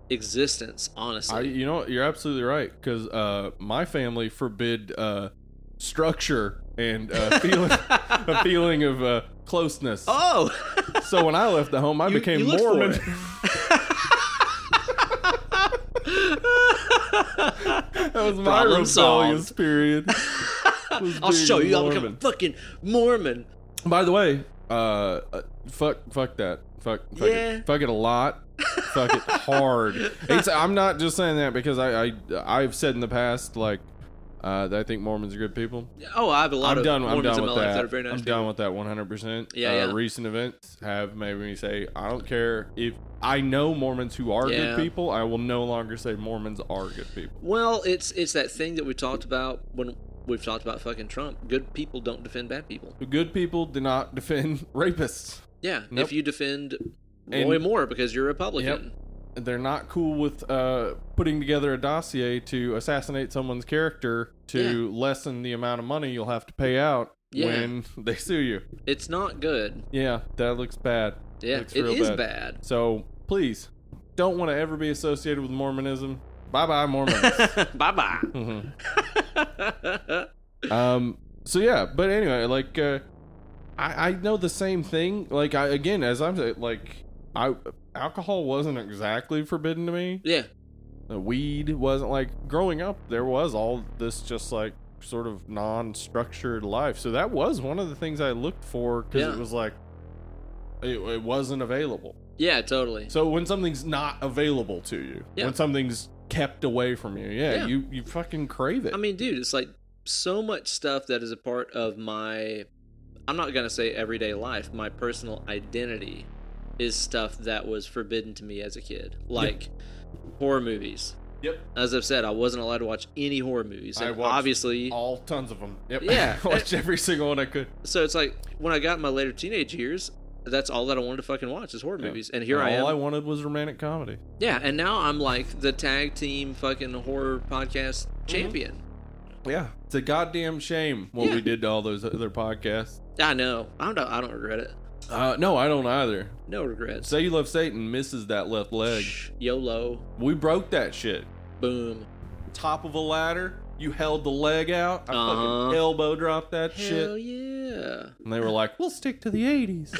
[SPEAKER 1] existence, honestly,
[SPEAKER 2] I, you know, you're absolutely right because uh, my family forbid uh, structure
[SPEAKER 1] (laughs)
[SPEAKER 2] and uh, feeling a feeling of uh, closeness.
[SPEAKER 1] oh,
[SPEAKER 2] So when I left the home, I
[SPEAKER 1] You-
[SPEAKER 2] became
[SPEAKER 1] you looked for
[SPEAKER 2] Mormon.
[SPEAKER 1] it.
[SPEAKER 2] that was my
[SPEAKER 1] Problem
[SPEAKER 2] rebellious
[SPEAKER 1] solved. (laughs)
[SPEAKER 2] period. was
[SPEAKER 1] I'll
[SPEAKER 2] being
[SPEAKER 1] show you. I'll become
[SPEAKER 2] Mormon.
[SPEAKER 1] a fucking Mormon.
[SPEAKER 2] By the way, uh, uh, fuck, fuck that, fuck, fuck
[SPEAKER 1] Yeah.
[SPEAKER 2] it, fuck it a lot,
[SPEAKER 1] (laughs)
[SPEAKER 2] fuck it hard. It's, I'm not just saying that because I, I, I've said in the past like uh, that I think Mormons are good people.
[SPEAKER 1] Oh, I have a lot
[SPEAKER 2] I'm
[SPEAKER 1] of
[SPEAKER 2] done. I'm
[SPEAKER 1] Mormons
[SPEAKER 2] done
[SPEAKER 1] in my
[SPEAKER 2] with
[SPEAKER 1] life that,
[SPEAKER 2] that.
[SPEAKER 1] are very nice.
[SPEAKER 2] I'm
[SPEAKER 1] people.
[SPEAKER 2] done with that 100. percent
[SPEAKER 1] Yeah,
[SPEAKER 2] uh,
[SPEAKER 1] yeah.
[SPEAKER 2] Recent events have made me say I don't care if I know Mormons who are
[SPEAKER 1] Yeah.
[SPEAKER 2] good people. I will no longer say Mormons are good people.
[SPEAKER 1] Well, it's it's that thing that we talked about when we've talked about fucking Trump. Good people don't defend bad people.
[SPEAKER 2] Good people do not (laughs) defend rapists.
[SPEAKER 1] Yeah,
[SPEAKER 2] Nope.
[SPEAKER 1] if you defend
[SPEAKER 2] And-
[SPEAKER 1] Roy Moore because you're Republican,
[SPEAKER 2] They're not cool with uh, putting together a dossier to assassinate someone's character to lessen the amount of money you'll have to pay out
[SPEAKER 1] Yeah.
[SPEAKER 2] when (laughs) they sue you.
[SPEAKER 1] it's not good.
[SPEAKER 2] Yeah, that looks bad.
[SPEAKER 1] Yeah,
[SPEAKER 2] Looks
[SPEAKER 1] it
[SPEAKER 2] real
[SPEAKER 1] is
[SPEAKER 2] bad.
[SPEAKER 1] bad.
[SPEAKER 2] So please, don't want to ever be associated with Mormonism. Bye
[SPEAKER 1] (laughs)
[SPEAKER 2] bye, Mormons.
[SPEAKER 1] bye bye.
[SPEAKER 2] Mhm. um so yeah but anyway like uh i i know the same thing like i again as i'm saying, like i alcohol wasn't exactly forbidden to me
[SPEAKER 1] yeah,
[SPEAKER 2] the weed wasn't like growing up there was all this just like sort of non-structured life so that was one of the things i looked for because
[SPEAKER 1] Yeah.
[SPEAKER 2] it was like it, it wasn't available
[SPEAKER 1] yeah, totally.
[SPEAKER 2] so when something's not available to you
[SPEAKER 1] Yeah.
[SPEAKER 2] when something's kept away from you yeah,
[SPEAKER 1] Yeah.
[SPEAKER 2] you you fucking crave it
[SPEAKER 1] I mean, dude, it's like so much stuff that is a part of my. I'm not gonna say everyday life. My personal identity is stuff that was forbidden to me as a kid, like horror movies.
[SPEAKER 2] yep
[SPEAKER 1] As I've said, I wasn't allowed to watch any horror movies,
[SPEAKER 2] I
[SPEAKER 1] and
[SPEAKER 2] watched
[SPEAKER 1] obviously,
[SPEAKER 2] all tons of them. Yep.
[SPEAKER 1] Yeah.
[SPEAKER 2] I (laughs) watched every single one I could.
[SPEAKER 1] so it's like when I got in my later teenage years, that's all that I wanted to fucking watch is horror
[SPEAKER 2] Yeah.
[SPEAKER 1] movies, and here
[SPEAKER 2] all
[SPEAKER 1] I am.
[SPEAKER 2] I wanted was romantic comedy.
[SPEAKER 1] Yeah, and now I'm like the tag team fucking horror podcast
[SPEAKER 2] Mm-hmm.
[SPEAKER 1] champion.
[SPEAKER 2] Yeah, it's a goddamn shame what
[SPEAKER 1] Yeah.
[SPEAKER 2] we did to all those other podcasts.
[SPEAKER 1] I know. I don't. I don't regret it.
[SPEAKER 2] Uh, no, I don't either.
[SPEAKER 1] No regrets.
[SPEAKER 2] Say you love Satan misses that left leg.
[SPEAKER 1] Shh, YOLO.
[SPEAKER 2] We broke that shit.
[SPEAKER 1] Boom.
[SPEAKER 2] Top of a ladder. You held the leg out. I
[SPEAKER 1] Uh-huh.
[SPEAKER 2] fucking elbow dropped that
[SPEAKER 1] Hell
[SPEAKER 2] shit.
[SPEAKER 1] yeah.
[SPEAKER 2] And they were like, "We'll stick to
[SPEAKER 1] (laughs)
[SPEAKER 2] the '80s."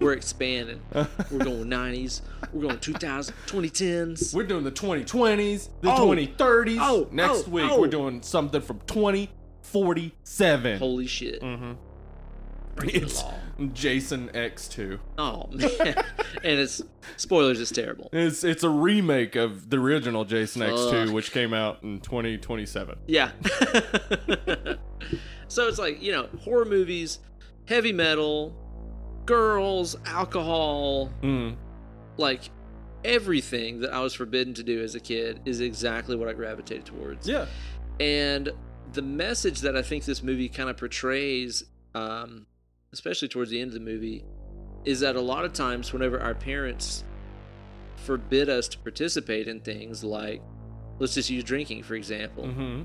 [SPEAKER 1] We're (laughs) expanding. We're going 90s. We're going 2000, 2010s.
[SPEAKER 2] we're doing the 2020s, the
[SPEAKER 1] Oh.
[SPEAKER 2] 2030s.
[SPEAKER 1] Oh,
[SPEAKER 2] Next
[SPEAKER 1] oh,
[SPEAKER 2] week
[SPEAKER 1] oh.
[SPEAKER 2] we're doing something from 2047. (laughs)
[SPEAKER 1] Holy shit.
[SPEAKER 2] mm-hmm.
[SPEAKER 1] Breaking the law.
[SPEAKER 2] Jason X2.
[SPEAKER 1] Oh, man. (laughs) and it's spoilers, it's terrible.
[SPEAKER 2] It's it's a remake of the original Jason X2,
[SPEAKER 1] Fuck.
[SPEAKER 2] which came out in 2027.
[SPEAKER 1] Yeah. (laughs) so it's like, you know, horror movies, heavy metal, girls, alcohol,
[SPEAKER 2] Mm.
[SPEAKER 1] like everything that I was forbidden to do as a kid is exactly what I gravitated towards.
[SPEAKER 2] Yeah.
[SPEAKER 1] And the message that I think this movie kind of portrays, um, especially towards the end of the movie, is that a lot of times whenever our parents forbid us to participate in things like, let's just use drinking, for example.
[SPEAKER 2] Mm-hmm.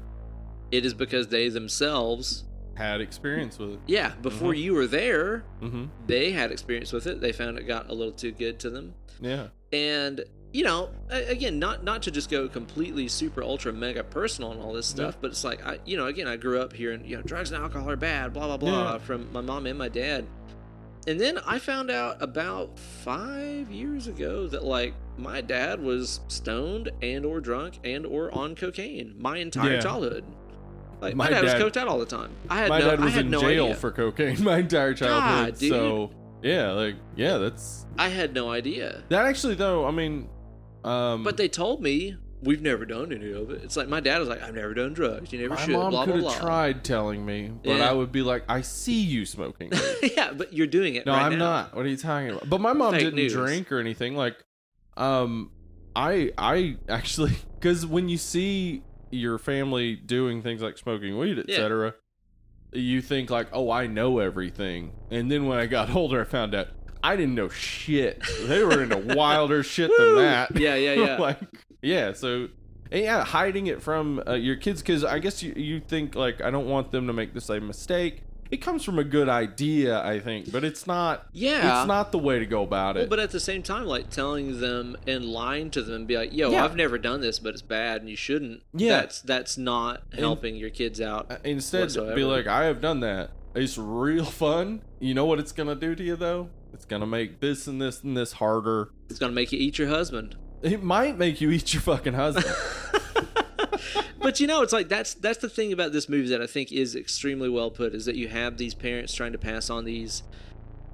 [SPEAKER 1] It is because they themselves,
[SPEAKER 2] Had experience with it.
[SPEAKER 1] yeah, before you were there,
[SPEAKER 2] Mm-hmm.
[SPEAKER 1] they had experience with it. They found it got a little too good to them.
[SPEAKER 2] Yeah.
[SPEAKER 1] and you know a- again not not to just go completely super ultra mega personal and all this stuff but it's like i you know again i grew up here and you know drugs and alcohol are bad blah blah blah
[SPEAKER 2] Yeah.
[SPEAKER 1] from my mom and my dad and then i found out about five years ago that like my dad was stoned and or drunk and or on cocaine my entire
[SPEAKER 2] Yeah.
[SPEAKER 1] childhood like my,
[SPEAKER 2] My
[SPEAKER 1] dad, was
[SPEAKER 2] dad-
[SPEAKER 1] coked out all the time i had
[SPEAKER 2] My
[SPEAKER 1] no,
[SPEAKER 2] dad
[SPEAKER 1] I
[SPEAKER 2] was
[SPEAKER 1] had
[SPEAKER 2] in
[SPEAKER 1] no
[SPEAKER 2] jail
[SPEAKER 1] idea.
[SPEAKER 2] for cocaine (laughs) my entire childhood.
[SPEAKER 1] dude.
[SPEAKER 2] So yeah, like yeah, that's
[SPEAKER 1] i had no idea
[SPEAKER 2] that actually though. I mean, um,
[SPEAKER 1] But they told me we've never done any of it. It's like my dad was like, "I've never done drugs. You never
[SPEAKER 2] my
[SPEAKER 1] should."
[SPEAKER 2] mom
[SPEAKER 1] blah blah
[SPEAKER 2] could
[SPEAKER 1] blah.
[SPEAKER 2] have tried telling me, but
[SPEAKER 1] Yeah.
[SPEAKER 2] I would be like, I see you smoking.
[SPEAKER 1] (laughs) yeah, but you're doing it.
[SPEAKER 2] No,
[SPEAKER 1] right
[SPEAKER 2] I'm
[SPEAKER 1] now.
[SPEAKER 2] not. What are you talking about? But my mom
[SPEAKER 1] Fake
[SPEAKER 2] didn't
[SPEAKER 1] news.
[SPEAKER 2] drink or anything. Like, um, I I (laughs) actually because when you see your family doing things like smoking weed,
[SPEAKER 1] Yeah.
[SPEAKER 2] etc., you think like, oh, I know everything. And then when I got (laughs) older, I found out I didn't know shit. They were
[SPEAKER 1] (laughs)
[SPEAKER 2] into wilder shit than
[SPEAKER 1] Woo!
[SPEAKER 2] that.
[SPEAKER 1] (laughs) Yeah,
[SPEAKER 2] (laughs)
[SPEAKER 1] yeah, yeah.
[SPEAKER 2] like, yeah. So, and yeah, hiding it from uh, your kids because I guess you you think like I don't want them to make the same mistake. It comes from a good idea, I think, but it's not.
[SPEAKER 1] yeah.
[SPEAKER 2] It's not the way to go about
[SPEAKER 1] well,
[SPEAKER 2] it.
[SPEAKER 1] but at the same time, like telling them and lying to them and be like, "Yo,
[SPEAKER 2] Yeah.
[SPEAKER 1] I've never done this, but it's bad, and you shouldn't."
[SPEAKER 2] Yeah.
[SPEAKER 1] that's that's not helping your kids out.
[SPEAKER 2] Uh, Instead,
[SPEAKER 1] whatsoever.
[SPEAKER 2] be like, I have done that. It's real fun. You know what it's gonna do to you though? It's gonna make this and this and this harder.
[SPEAKER 1] It's gonna make you eat your husband.
[SPEAKER 2] It might make you eat your fucking husband.
[SPEAKER 1] (laughs) but you know, it's like that's that's the thing about this movie that I think is extremely well put is that you have these parents trying to pass on these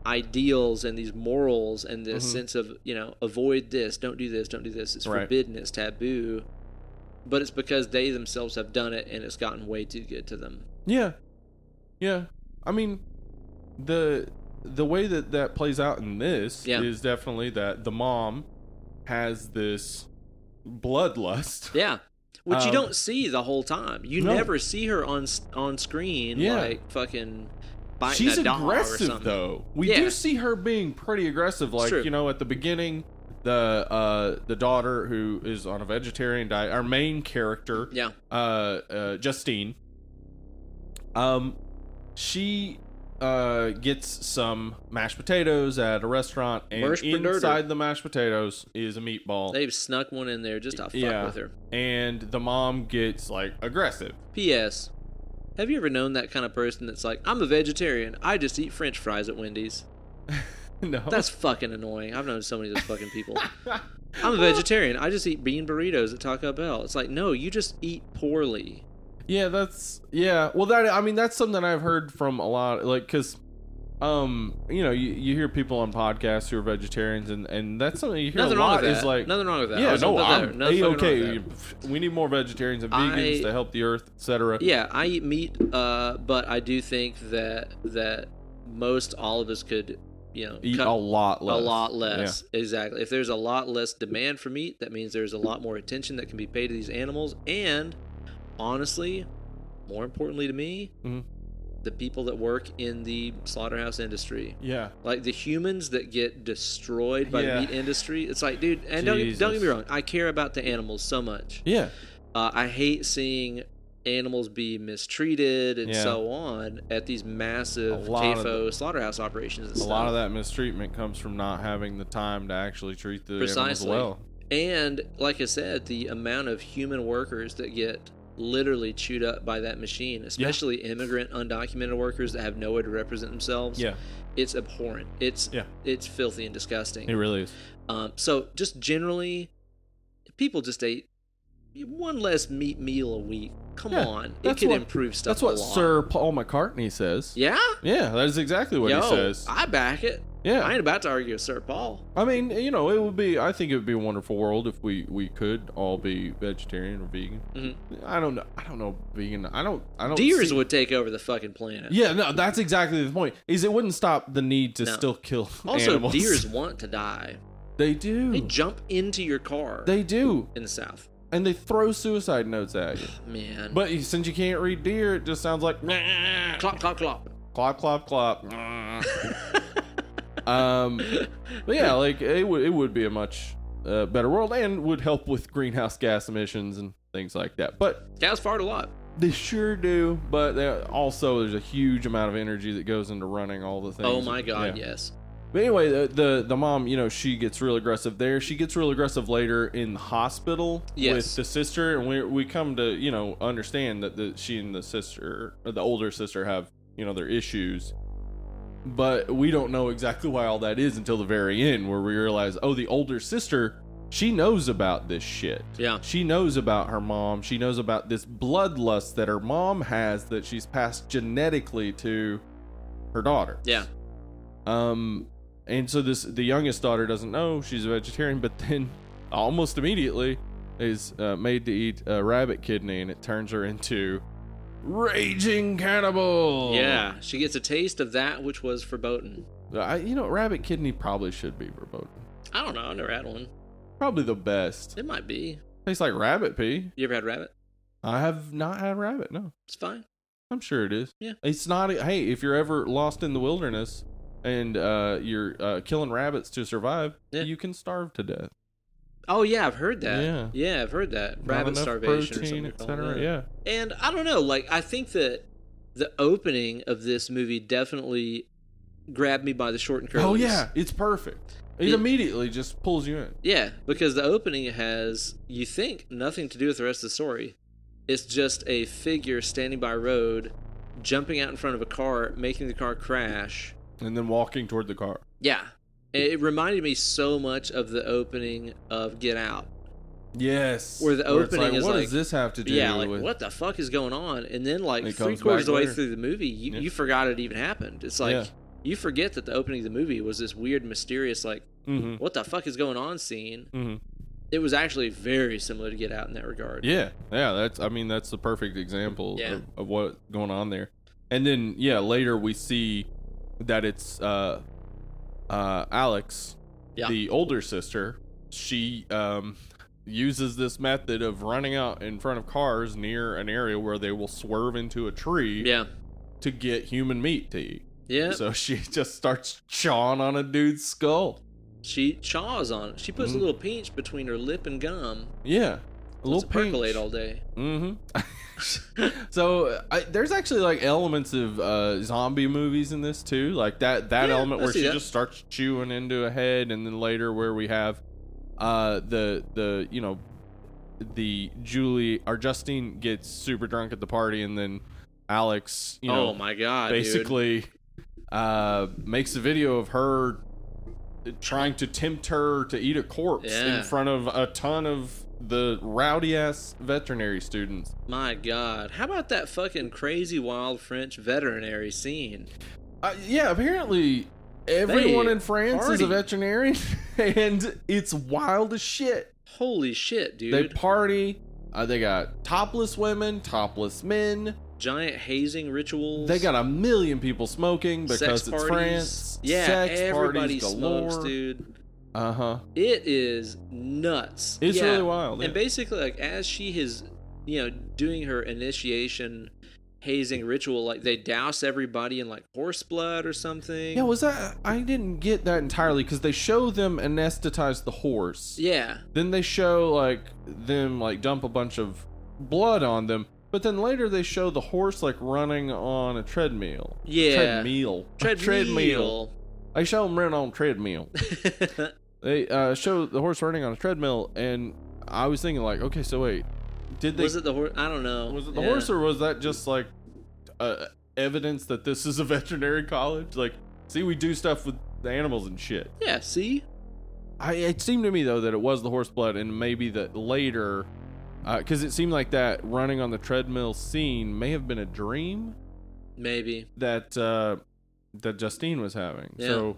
[SPEAKER 1] ideals and these morals and this
[SPEAKER 2] Mhm.
[SPEAKER 1] sense of you know avoid this, don't do this, don't do this. It's
[SPEAKER 2] Right.
[SPEAKER 1] forbidden, it's taboo. But it's because they themselves have done it and it's gotten way too good to them.
[SPEAKER 2] Yeah, yeah. I mean, the the way that that plays out in this
[SPEAKER 1] Yeah.
[SPEAKER 2] is definitely that the mom has this bloodlust.
[SPEAKER 1] Yeah. Which you
[SPEAKER 2] Um,
[SPEAKER 1] don't see the whole time. You
[SPEAKER 2] no.
[SPEAKER 1] never see her on s- on screen
[SPEAKER 2] Yeah.
[SPEAKER 1] like fucking (laughs) biting
[SPEAKER 2] She's
[SPEAKER 1] a dog or
[SPEAKER 2] aggressive
[SPEAKER 1] something.
[SPEAKER 2] though. We
[SPEAKER 1] Yeah.
[SPEAKER 2] do see her being pretty aggressive. Like
[SPEAKER 1] true.
[SPEAKER 2] you know, at the beginning, the uh the daughter who is on a vegetarian diet, our main character,
[SPEAKER 1] Yeah.
[SPEAKER 2] uh, uh Justine. Um, she uh gets some mashed potatoes at a restaurant, and
[SPEAKER 1] Mashed potato.
[SPEAKER 2] inside the mashed potatoes is a meatball,
[SPEAKER 1] They've snuck one in there just to fuck
[SPEAKER 2] Yeah.
[SPEAKER 1] with her.
[SPEAKER 2] and the mom gets like aggressive. (laughs)
[SPEAKER 1] P.S. Have you ever known that kind of person that's like, I'm a vegetarian. I just eat French fries at Wendy's.
[SPEAKER 2] no, (laughs)
[SPEAKER 1] That's fucking annoying. I've known so many of those fucking people. I'm a vegetarian. I just eat bean burritos at Taco Bell. It's like, no, you just eat poorly.
[SPEAKER 2] Yeah, that's yeah. Well, that I mean, that's something I've heard from a lot, like because, um, you know, you, you hear people on podcasts who are vegetarians, and and that's something you hear
[SPEAKER 1] Nothing
[SPEAKER 2] a
[SPEAKER 1] wrong
[SPEAKER 2] lot
[SPEAKER 1] with that.
[SPEAKER 2] is like,
[SPEAKER 1] Nothing wrong with that. I
[SPEAKER 2] yeah,
[SPEAKER 1] was gonna
[SPEAKER 2] no,
[SPEAKER 1] put that there.
[SPEAKER 2] I'm
[SPEAKER 1] Nothing fucking wrong with
[SPEAKER 2] okay.
[SPEAKER 1] that.
[SPEAKER 2] We need more vegetarians and vegans
[SPEAKER 1] I-
[SPEAKER 2] to help the earth, etc.
[SPEAKER 1] (laughs) Yeah, I eat meat, uh, but I do think that that most all of us could, you know,
[SPEAKER 2] eat
[SPEAKER 1] cut
[SPEAKER 2] a lot less.
[SPEAKER 1] a lot less. Exactly. If there's a lot less demand for meat, that means there's a lot more attention that can be paid to these animals. And honestly, more importantly to me,
[SPEAKER 2] Mhm.
[SPEAKER 1] the people that work in the slaughterhouse industry,
[SPEAKER 2] Yeah,
[SPEAKER 1] like the humans that get destroyed by
[SPEAKER 2] Yeah.
[SPEAKER 1] the meat industry. It's like, dude, and don't, get- don't get me
[SPEAKER 2] Jesus.
[SPEAKER 1] wrong, I care about the animals so much.
[SPEAKER 2] yeah,
[SPEAKER 1] Uh, I hate seeing animals be mistreated and
[SPEAKER 2] Yeah.
[SPEAKER 1] so on at these massive
[SPEAKER 2] A lot of
[SPEAKER 1] CAFO slaughterhouse operations. And
[SPEAKER 2] yeah. A
[SPEAKER 1] stuff.
[SPEAKER 2] lot of that mistreatment comes from not having the time to actually treat the
[SPEAKER 1] Precisely.
[SPEAKER 2] animals well.
[SPEAKER 1] And like I said, the amount of human workers that get literally chewed up by that machine, especially immigrant undocumented workers that have nowhere to represent themselves.
[SPEAKER 2] Yeah,
[SPEAKER 1] It's abhorrent. It's
[SPEAKER 2] Yeah.
[SPEAKER 1] it's filthy and disgusting.
[SPEAKER 2] it really is.
[SPEAKER 1] Um, so just generally people just ate one less meat meal a week. Come
[SPEAKER 2] Yeah,
[SPEAKER 1] on. It
[SPEAKER 2] that's
[SPEAKER 1] could
[SPEAKER 2] what-
[SPEAKER 1] improve stuff.
[SPEAKER 2] That's what
[SPEAKER 1] a lot.
[SPEAKER 2] Sir Paul McCartney says.
[SPEAKER 1] Yeah?
[SPEAKER 2] Yeah, that is exactly what
[SPEAKER 1] Yo,
[SPEAKER 2] he says.
[SPEAKER 1] I back it.
[SPEAKER 2] yeah,
[SPEAKER 1] I ain't about to argue with Sir Paul.
[SPEAKER 2] I mean, you know, it would be. I think it would be a wonderful world if we we could all be vegetarian or vegan.
[SPEAKER 1] Mhm.
[SPEAKER 2] I don't know. I don't know vegan. I don't. I don't.
[SPEAKER 1] Deers
[SPEAKER 2] Oh, see-
[SPEAKER 1] would take over the fucking planet.
[SPEAKER 2] Yeah, no, that's exactly the point. Is it wouldn't stop the need to
[SPEAKER 1] No.
[SPEAKER 2] still kill
[SPEAKER 1] Also,
[SPEAKER 2] animals.
[SPEAKER 1] deers want to die.
[SPEAKER 2] (laughs) They do.
[SPEAKER 1] They
[SPEAKER 2] They,
[SPEAKER 1] jump into your car
[SPEAKER 2] do,
[SPEAKER 1] in the South. Oh,
[SPEAKER 2] and they throw suicide notes at you.
[SPEAKER 1] Man.
[SPEAKER 2] But you- since you can't read deer, it just sounds like (laughs)
[SPEAKER 1] clop, clop, clop.
[SPEAKER 2] clop clop clop. (laughs) um, but yeah, like it would it would be a much a better world and would help with greenhouse gas emissions and things like that. But
[SPEAKER 1] Cows fart a lot.
[SPEAKER 2] they sure do. But they also, there's a huge amount of energy that goes into running all the things.
[SPEAKER 1] Oh my god,
[SPEAKER 2] Yeah.
[SPEAKER 1] yes.
[SPEAKER 2] But anyway, the, the the mom, you know, she gets real aggressive there. She gets real aggressive later in the hospital with
[SPEAKER 1] Yes.
[SPEAKER 2] the sister, and we we come to you know understand that the she and the sister, or the older sister, have you know their issues. But we don't know exactly why all that is until the very end, where we realize, oh, the older sister, she knows about this shit.
[SPEAKER 1] Yeah.
[SPEAKER 2] She knows about her mom. She knows about this bloodlust that her mom has that she's passed genetically to her daughter.
[SPEAKER 1] Yeah.
[SPEAKER 2] Um, and so this the youngest daughter doesn't know she's a vegetarian, but then almost immediately is uh, made to eat a rabbit kidney, and it turns her into raging cannibal.
[SPEAKER 1] Yeah. She gets a taste of that which was verboten.
[SPEAKER 2] I, you know, rabbit kidney probably should be verboten.
[SPEAKER 1] I don't know, I've never had one.
[SPEAKER 2] Probably the best.
[SPEAKER 1] It might be.
[SPEAKER 2] Tastes like rabbit pee.
[SPEAKER 1] You ever had rabbit?
[SPEAKER 2] I have not had rabbit. No,
[SPEAKER 1] It's fine.
[SPEAKER 2] I'm sure it is.
[SPEAKER 1] Yeah.
[SPEAKER 2] it's not. e, Hey, if you're ever lost in the wilderness and uh, you're uh, killing rabbits to survive,
[SPEAKER 1] Yeah.
[SPEAKER 2] you can starve to death.
[SPEAKER 1] Oh yeah, I've heard that.
[SPEAKER 2] Yeah.
[SPEAKER 1] yeah I've heard that.
[SPEAKER 2] Not
[SPEAKER 1] Rabbit
[SPEAKER 2] enough
[SPEAKER 1] starvation
[SPEAKER 2] protein,
[SPEAKER 1] or something.
[SPEAKER 2] et
[SPEAKER 1] they call it,
[SPEAKER 2] cetera. Yeah.
[SPEAKER 1] And I don't know, like I think that the opening of this movie definitely grabbed me by the short and curlies.
[SPEAKER 2] Oh yeah, it's perfect. It,
[SPEAKER 1] It-
[SPEAKER 2] immediately just pulls you in.
[SPEAKER 1] Yeah, because the opening has you think nothing to do with the rest of the story. It's just a figure standing by a road, jumping out in front of a car, making the car crash.
[SPEAKER 2] And then walking toward the car.
[SPEAKER 1] Yeah. It it reminded me so much of the opening of Get Out.
[SPEAKER 2] Yes.
[SPEAKER 1] Where the
[SPEAKER 2] it's
[SPEAKER 1] opening is
[SPEAKER 2] what
[SPEAKER 1] like-
[SPEAKER 2] does this have to do
[SPEAKER 1] Yeah, like
[SPEAKER 2] with
[SPEAKER 1] what the fuck is going on? And then like
[SPEAKER 2] It
[SPEAKER 1] three
[SPEAKER 2] comes
[SPEAKER 1] quarters of the
[SPEAKER 2] back
[SPEAKER 1] way
[SPEAKER 2] later.
[SPEAKER 1] through the movie, you,
[SPEAKER 2] Yeah.
[SPEAKER 1] you forgot it even happened. It's like
[SPEAKER 2] Yeah.
[SPEAKER 1] you forget that the opening of the movie was this weird, mysterious, like
[SPEAKER 2] hmm
[SPEAKER 1] what the fuck is going on scene.
[SPEAKER 2] hmm
[SPEAKER 1] It was actually very similar to Get Out in that regard.
[SPEAKER 2] Yeah, yeah. That's I mean that's the perfect example
[SPEAKER 1] Yeah.
[SPEAKER 2] of, of what's going on there. And then yeah, later we see that it's uh, uh, Alex,
[SPEAKER 1] Yeah.
[SPEAKER 2] the older sister. She um, uses this method of running out in front of cars near an area where they will swerve into a tree
[SPEAKER 1] Yeah.
[SPEAKER 2] to get human meat to eat.
[SPEAKER 1] Yeah.
[SPEAKER 2] So (laughs) she just starts chawing on a dude's skull.
[SPEAKER 1] She chaws on it. She puts
[SPEAKER 2] Mhm.
[SPEAKER 1] a little pinch between her lip and gum.
[SPEAKER 2] Yeah, a
[SPEAKER 1] Lets
[SPEAKER 2] little
[SPEAKER 1] it percolate
[SPEAKER 2] pinch.
[SPEAKER 1] all day.
[SPEAKER 2] Mm-hmm. so I, there's actually like elements of uh, zombie movies in this too, like that that
[SPEAKER 1] Yeah,
[SPEAKER 2] element
[SPEAKER 1] I
[SPEAKER 2] where
[SPEAKER 1] see
[SPEAKER 2] she
[SPEAKER 1] that.
[SPEAKER 2] just starts chewing into a head, and then later where we have uh, the the you know the Julie or Justine gets super drunk at the party, and then Alex (laughs) you know
[SPEAKER 1] oh my god. dude.
[SPEAKER 2] basically uh, makes a video of her trying to tempt her to eat a corpse
[SPEAKER 1] Yeah.
[SPEAKER 2] in front of a ton of the rowdy ass veterinary students.
[SPEAKER 1] My god. How about that fucking crazy wild French veterinary scene?
[SPEAKER 2] Uh, yeah, apparently everyone
[SPEAKER 1] They
[SPEAKER 2] in France is
[SPEAKER 1] party.
[SPEAKER 2] a veterinarian, (laughs) and it's wild as shit.
[SPEAKER 1] Holy shit, dude.
[SPEAKER 2] They party. Uh, they got topless women, topless men.
[SPEAKER 1] Giant hazing rituals.
[SPEAKER 2] They got a million people smoking because
[SPEAKER 1] sex
[SPEAKER 2] it's
[SPEAKER 1] parties.
[SPEAKER 2] France.
[SPEAKER 1] Yeah,
[SPEAKER 2] sex
[SPEAKER 1] everybody
[SPEAKER 2] parties
[SPEAKER 1] smokes,
[SPEAKER 2] galore.
[SPEAKER 1] dude.
[SPEAKER 2] Uh huh.
[SPEAKER 1] It is nuts.
[SPEAKER 2] It's
[SPEAKER 1] Yeah.
[SPEAKER 2] really wild. yeah.
[SPEAKER 1] And basically, like as she is, you know, doing her initiation hazing ritual, like they douse everybody in like horse blood or something.
[SPEAKER 2] Yeah, was that? I didn't get that entirely because they show them anesthetize the horse.
[SPEAKER 1] yeah.
[SPEAKER 2] Then they show like them like dump a bunch of blood on them, but then later they show the horse like running on a treadmill.
[SPEAKER 1] Yeah.
[SPEAKER 2] Treadmill.
[SPEAKER 1] Treadmill.
[SPEAKER 2] They show him running on
[SPEAKER 1] (laughs)
[SPEAKER 2] a treadmill. they uh, show the horse running on a treadmill, and I was thinking like, okay, so wait, did they?
[SPEAKER 1] was it the horse? I don't know.
[SPEAKER 2] was it the
[SPEAKER 1] Yeah.
[SPEAKER 2] horse or was that just like uh, evidence that this is a (laughs) veterinary college? Like, see, we do stuff with the animals and shit.
[SPEAKER 1] Yeah. See.
[SPEAKER 2] I, it seemed to me though that it was the horse blood, and maybe that later, because it seemed like that running on the treadmill scene may have been a dream
[SPEAKER 1] Maybe.
[SPEAKER 2] that uh, that Justine was having.
[SPEAKER 1] Yeah.
[SPEAKER 2] So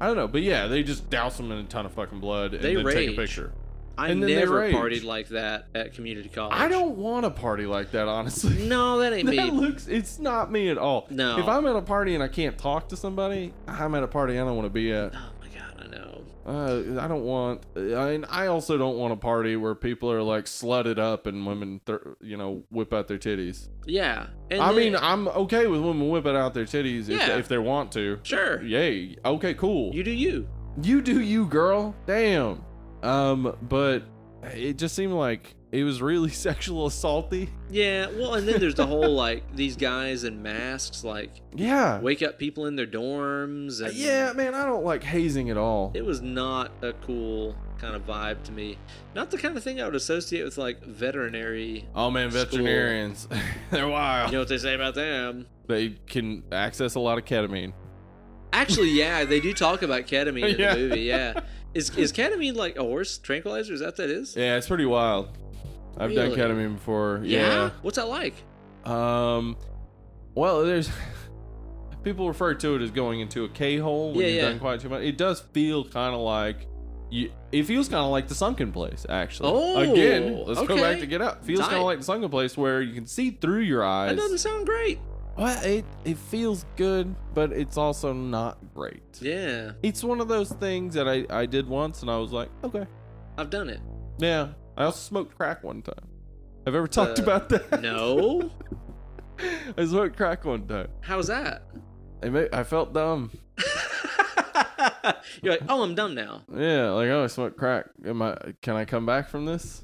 [SPEAKER 2] I don't know, but yeah, they just douse them in a ton of fucking blood and
[SPEAKER 1] They
[SPEAKER 2] then take a
[SPEAKER 1] rage.
[SPEAKER 2] picture.
[SPEAKER 1] I
[SPEAKER 2] And then they
[SPEAKER 1] never
[SPEAKER 2] rage.
[SPEAKER 1] partied like that at community college.
[SPEAKER 2] I don't want a party like that, honestly.
[SPEAKER 1] Oh, (laughs) No, that ain't
[SPEAKER 2] (laughs) that
[SPEAKER 1] me.
[SPEAKER 2] looks it's not me at all.
[SPEAKER 1] No.
[SPEAKER 2] If I'm at a party and I can't talk to somebody, I'm at a party I don't want to be at.
[SPEAKER 1] Oh my god, I know.
[SPEAKER 2] Uh, I don't want, I- and I also don't want a party where people are like slutted up and women, thir- you know, whip out their titties.
[SPEAKER 1] Yeah. And
[SPEAKER 2] I
[SPEAKER 1] then-
[SPEAKER 2] mean, I'm okay with women whipping out their titties
[SPEAKER 1] Yeah.
[SPEAKER 2] if, if they want to.
[SPEAKER 1] sure.
[SPEAKER 2] Yay. Okay, cool. You,
[SPEAKER 1] You do you.
[SPEAKER 2] you do you, girl. Damn. Um, but it just seemed like it was really (laughs) sexual assaulty.
[SPEAKER 1] Yeah, well, and then there's the whole like (laughs) these guys in masks like
[SPEAKER 2] Yeah.
[SPEAKER 1] wake up people in their dorms. And
[SPEAKER 2] Yeah, man, I don't like hazing at all.
[SPEAKER 1] it was not a cool kind of vibe to me. Not the kind of thing I would associate with like veterinary.
[SPEAKER 2] Oh man,
[SPEAKER 1] School.
[SPEAKER 2] veterinarians, (laughs) they're
[SPEAKER 1] You
[SPEAKER 2] wild.
[SPEAKER 1] know what they say about them?
[SPEAKER 2] They can access a lot of ketamine. (laughs)
[SPEAKER 1] Actually, yeah, they do talk about ketamine in
[SPEAKER 2] Yeah.
[SPEAKER 1] the movie.
[SPEAKER 2] (laughs)
[SPEAKER 1] Yeah, is is ketamine like a horse tranquilizer? Is that what that is?
[SPEAKER 2] Yeah, it's pretty wild. I've
[SPEAKER 1] Really?
[SPEAKER 2] done ketamine before.
[SPEAKER 1] Yeah? What's that like?
[SPEAKER 2] yeah. Um, well, there's (laughs) people refer to it as going into a K hole when
[SPEAKER 1] Yeah,
[SPEAKER 2] you've
[SPEAKER 1] yeah.
[SPEAKER 2] done quite too much. It does feel kind of like you. It feels kind of like the sunken place, actually.
[SPEAKER 1] Oh,
[SPEAKER 2] again, let's go back
[SPEAKER 1] okay.
[SPEAKER 2] to get up. Feels
[SPEAKER 1] Tight.
[SPEAKER 2] kind of like the sunken place where you can see through your
[SPEAKER 1] That
[SPEAKER 2] eyes.
[SPEAKER 1] doesn't sound great.
[SPEAKER 2] Well, it it feels good, but it's also not great.
[SPEAKER 1] Yeah,
[SPEAKER 2] It's one of those things that I, I did once and I was like, okay.
[SPEAKER 1] I've done it.
[SPEAKER 2] Yeah. I also smoked crack one time. Have I ever talked
[SPEAKER 1] Uh,
[SPEAKER 2] about that?
[SPEAKER 1] No,
[SPEAKER 2] (laughs) I smoked crack one time.
[SPEAKER 1] how's that? (laughs)
[SPEAKER 2] I, ma- I felt dumb.
[SPEAKER 1] You're like, oh, I'm dumb now.
[SPEAKER 2] Yeah, like oh, I smoked crack. Am I? Can I come back from this?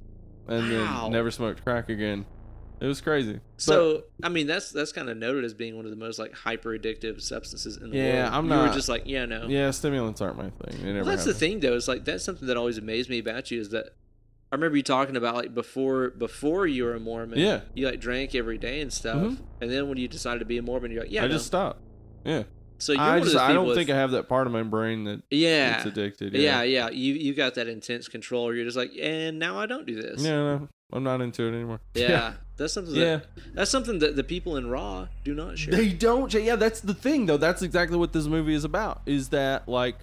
[SPEAKER 2] And
[SPEAKER 1] Wow.
[SPEAKER 2] then never smoked crack again. It was crazy. But-
[SPEAKER 1] So I mean, that's that's kind of noted as being one of the most like hyper addictive substances in the
[SPEAKER 2] Yeah,
[SPEAKER 1] world.
[SPEAKER 2] I'm
[SPEAKER 1] you
[SPEAKER 2] not-
[SPEAKER 1] were just like, yeah, no.
[SPEAKER 2] yeah, stimulants aren't my thing. They never.
[SPEAKER 1] Well, that's the
[SPEAKER 2] have
[SPEAKER 1] thing though. It's like that's something that always amazed me about you is that I remember you talking about like before before you were a Mormon.
[SPEAKER 2] been. Yeah,
[SPEAKER 1] You like drank every day and stuff,
[SPEAKER 2] Mhm.
[SPEAKER 1] and then when you decided to be a Mormon, you're like, yeah,
[SPEAKER 2] I
[SPEAKER 1] no.
[SPEAKER 2] just stopped. Yeah,
[SPEAKER 1] so you're one
[SPEAKER 2] I
[SPEAKER 1] of
[SPEAKER 2] just
[SPEAKER 1] those
[SPEAKER 2] I
[SPEAKER 1] people
[SPEAKER 2] don't
[SPEAKER 1] that's-
[SPEAKER 2] think I have that part of my brain that
[SPEAKER 1] yeah,
[SPEAKER 2] it's addicted.
[SPEAKER 1] yeah,
[SPEAKER 2] Yeah,
[SPEAKER 1] yeah. You you got that intense control. Where you're just like, and now I don't do this.
[SPEAKER 2] yeah. (laughs) No, I'm not into it anymore.
[SPEAKER 1] Yeah. That's something. That,
[SPEAKER 2] (laughs) yeah.
[SPEAKER 1] That's something that the people in Raw do not share.
[SPEAKER 2] They don't. cha- Yeah, that's the thing though. That's exactly what this movie is about. Is that like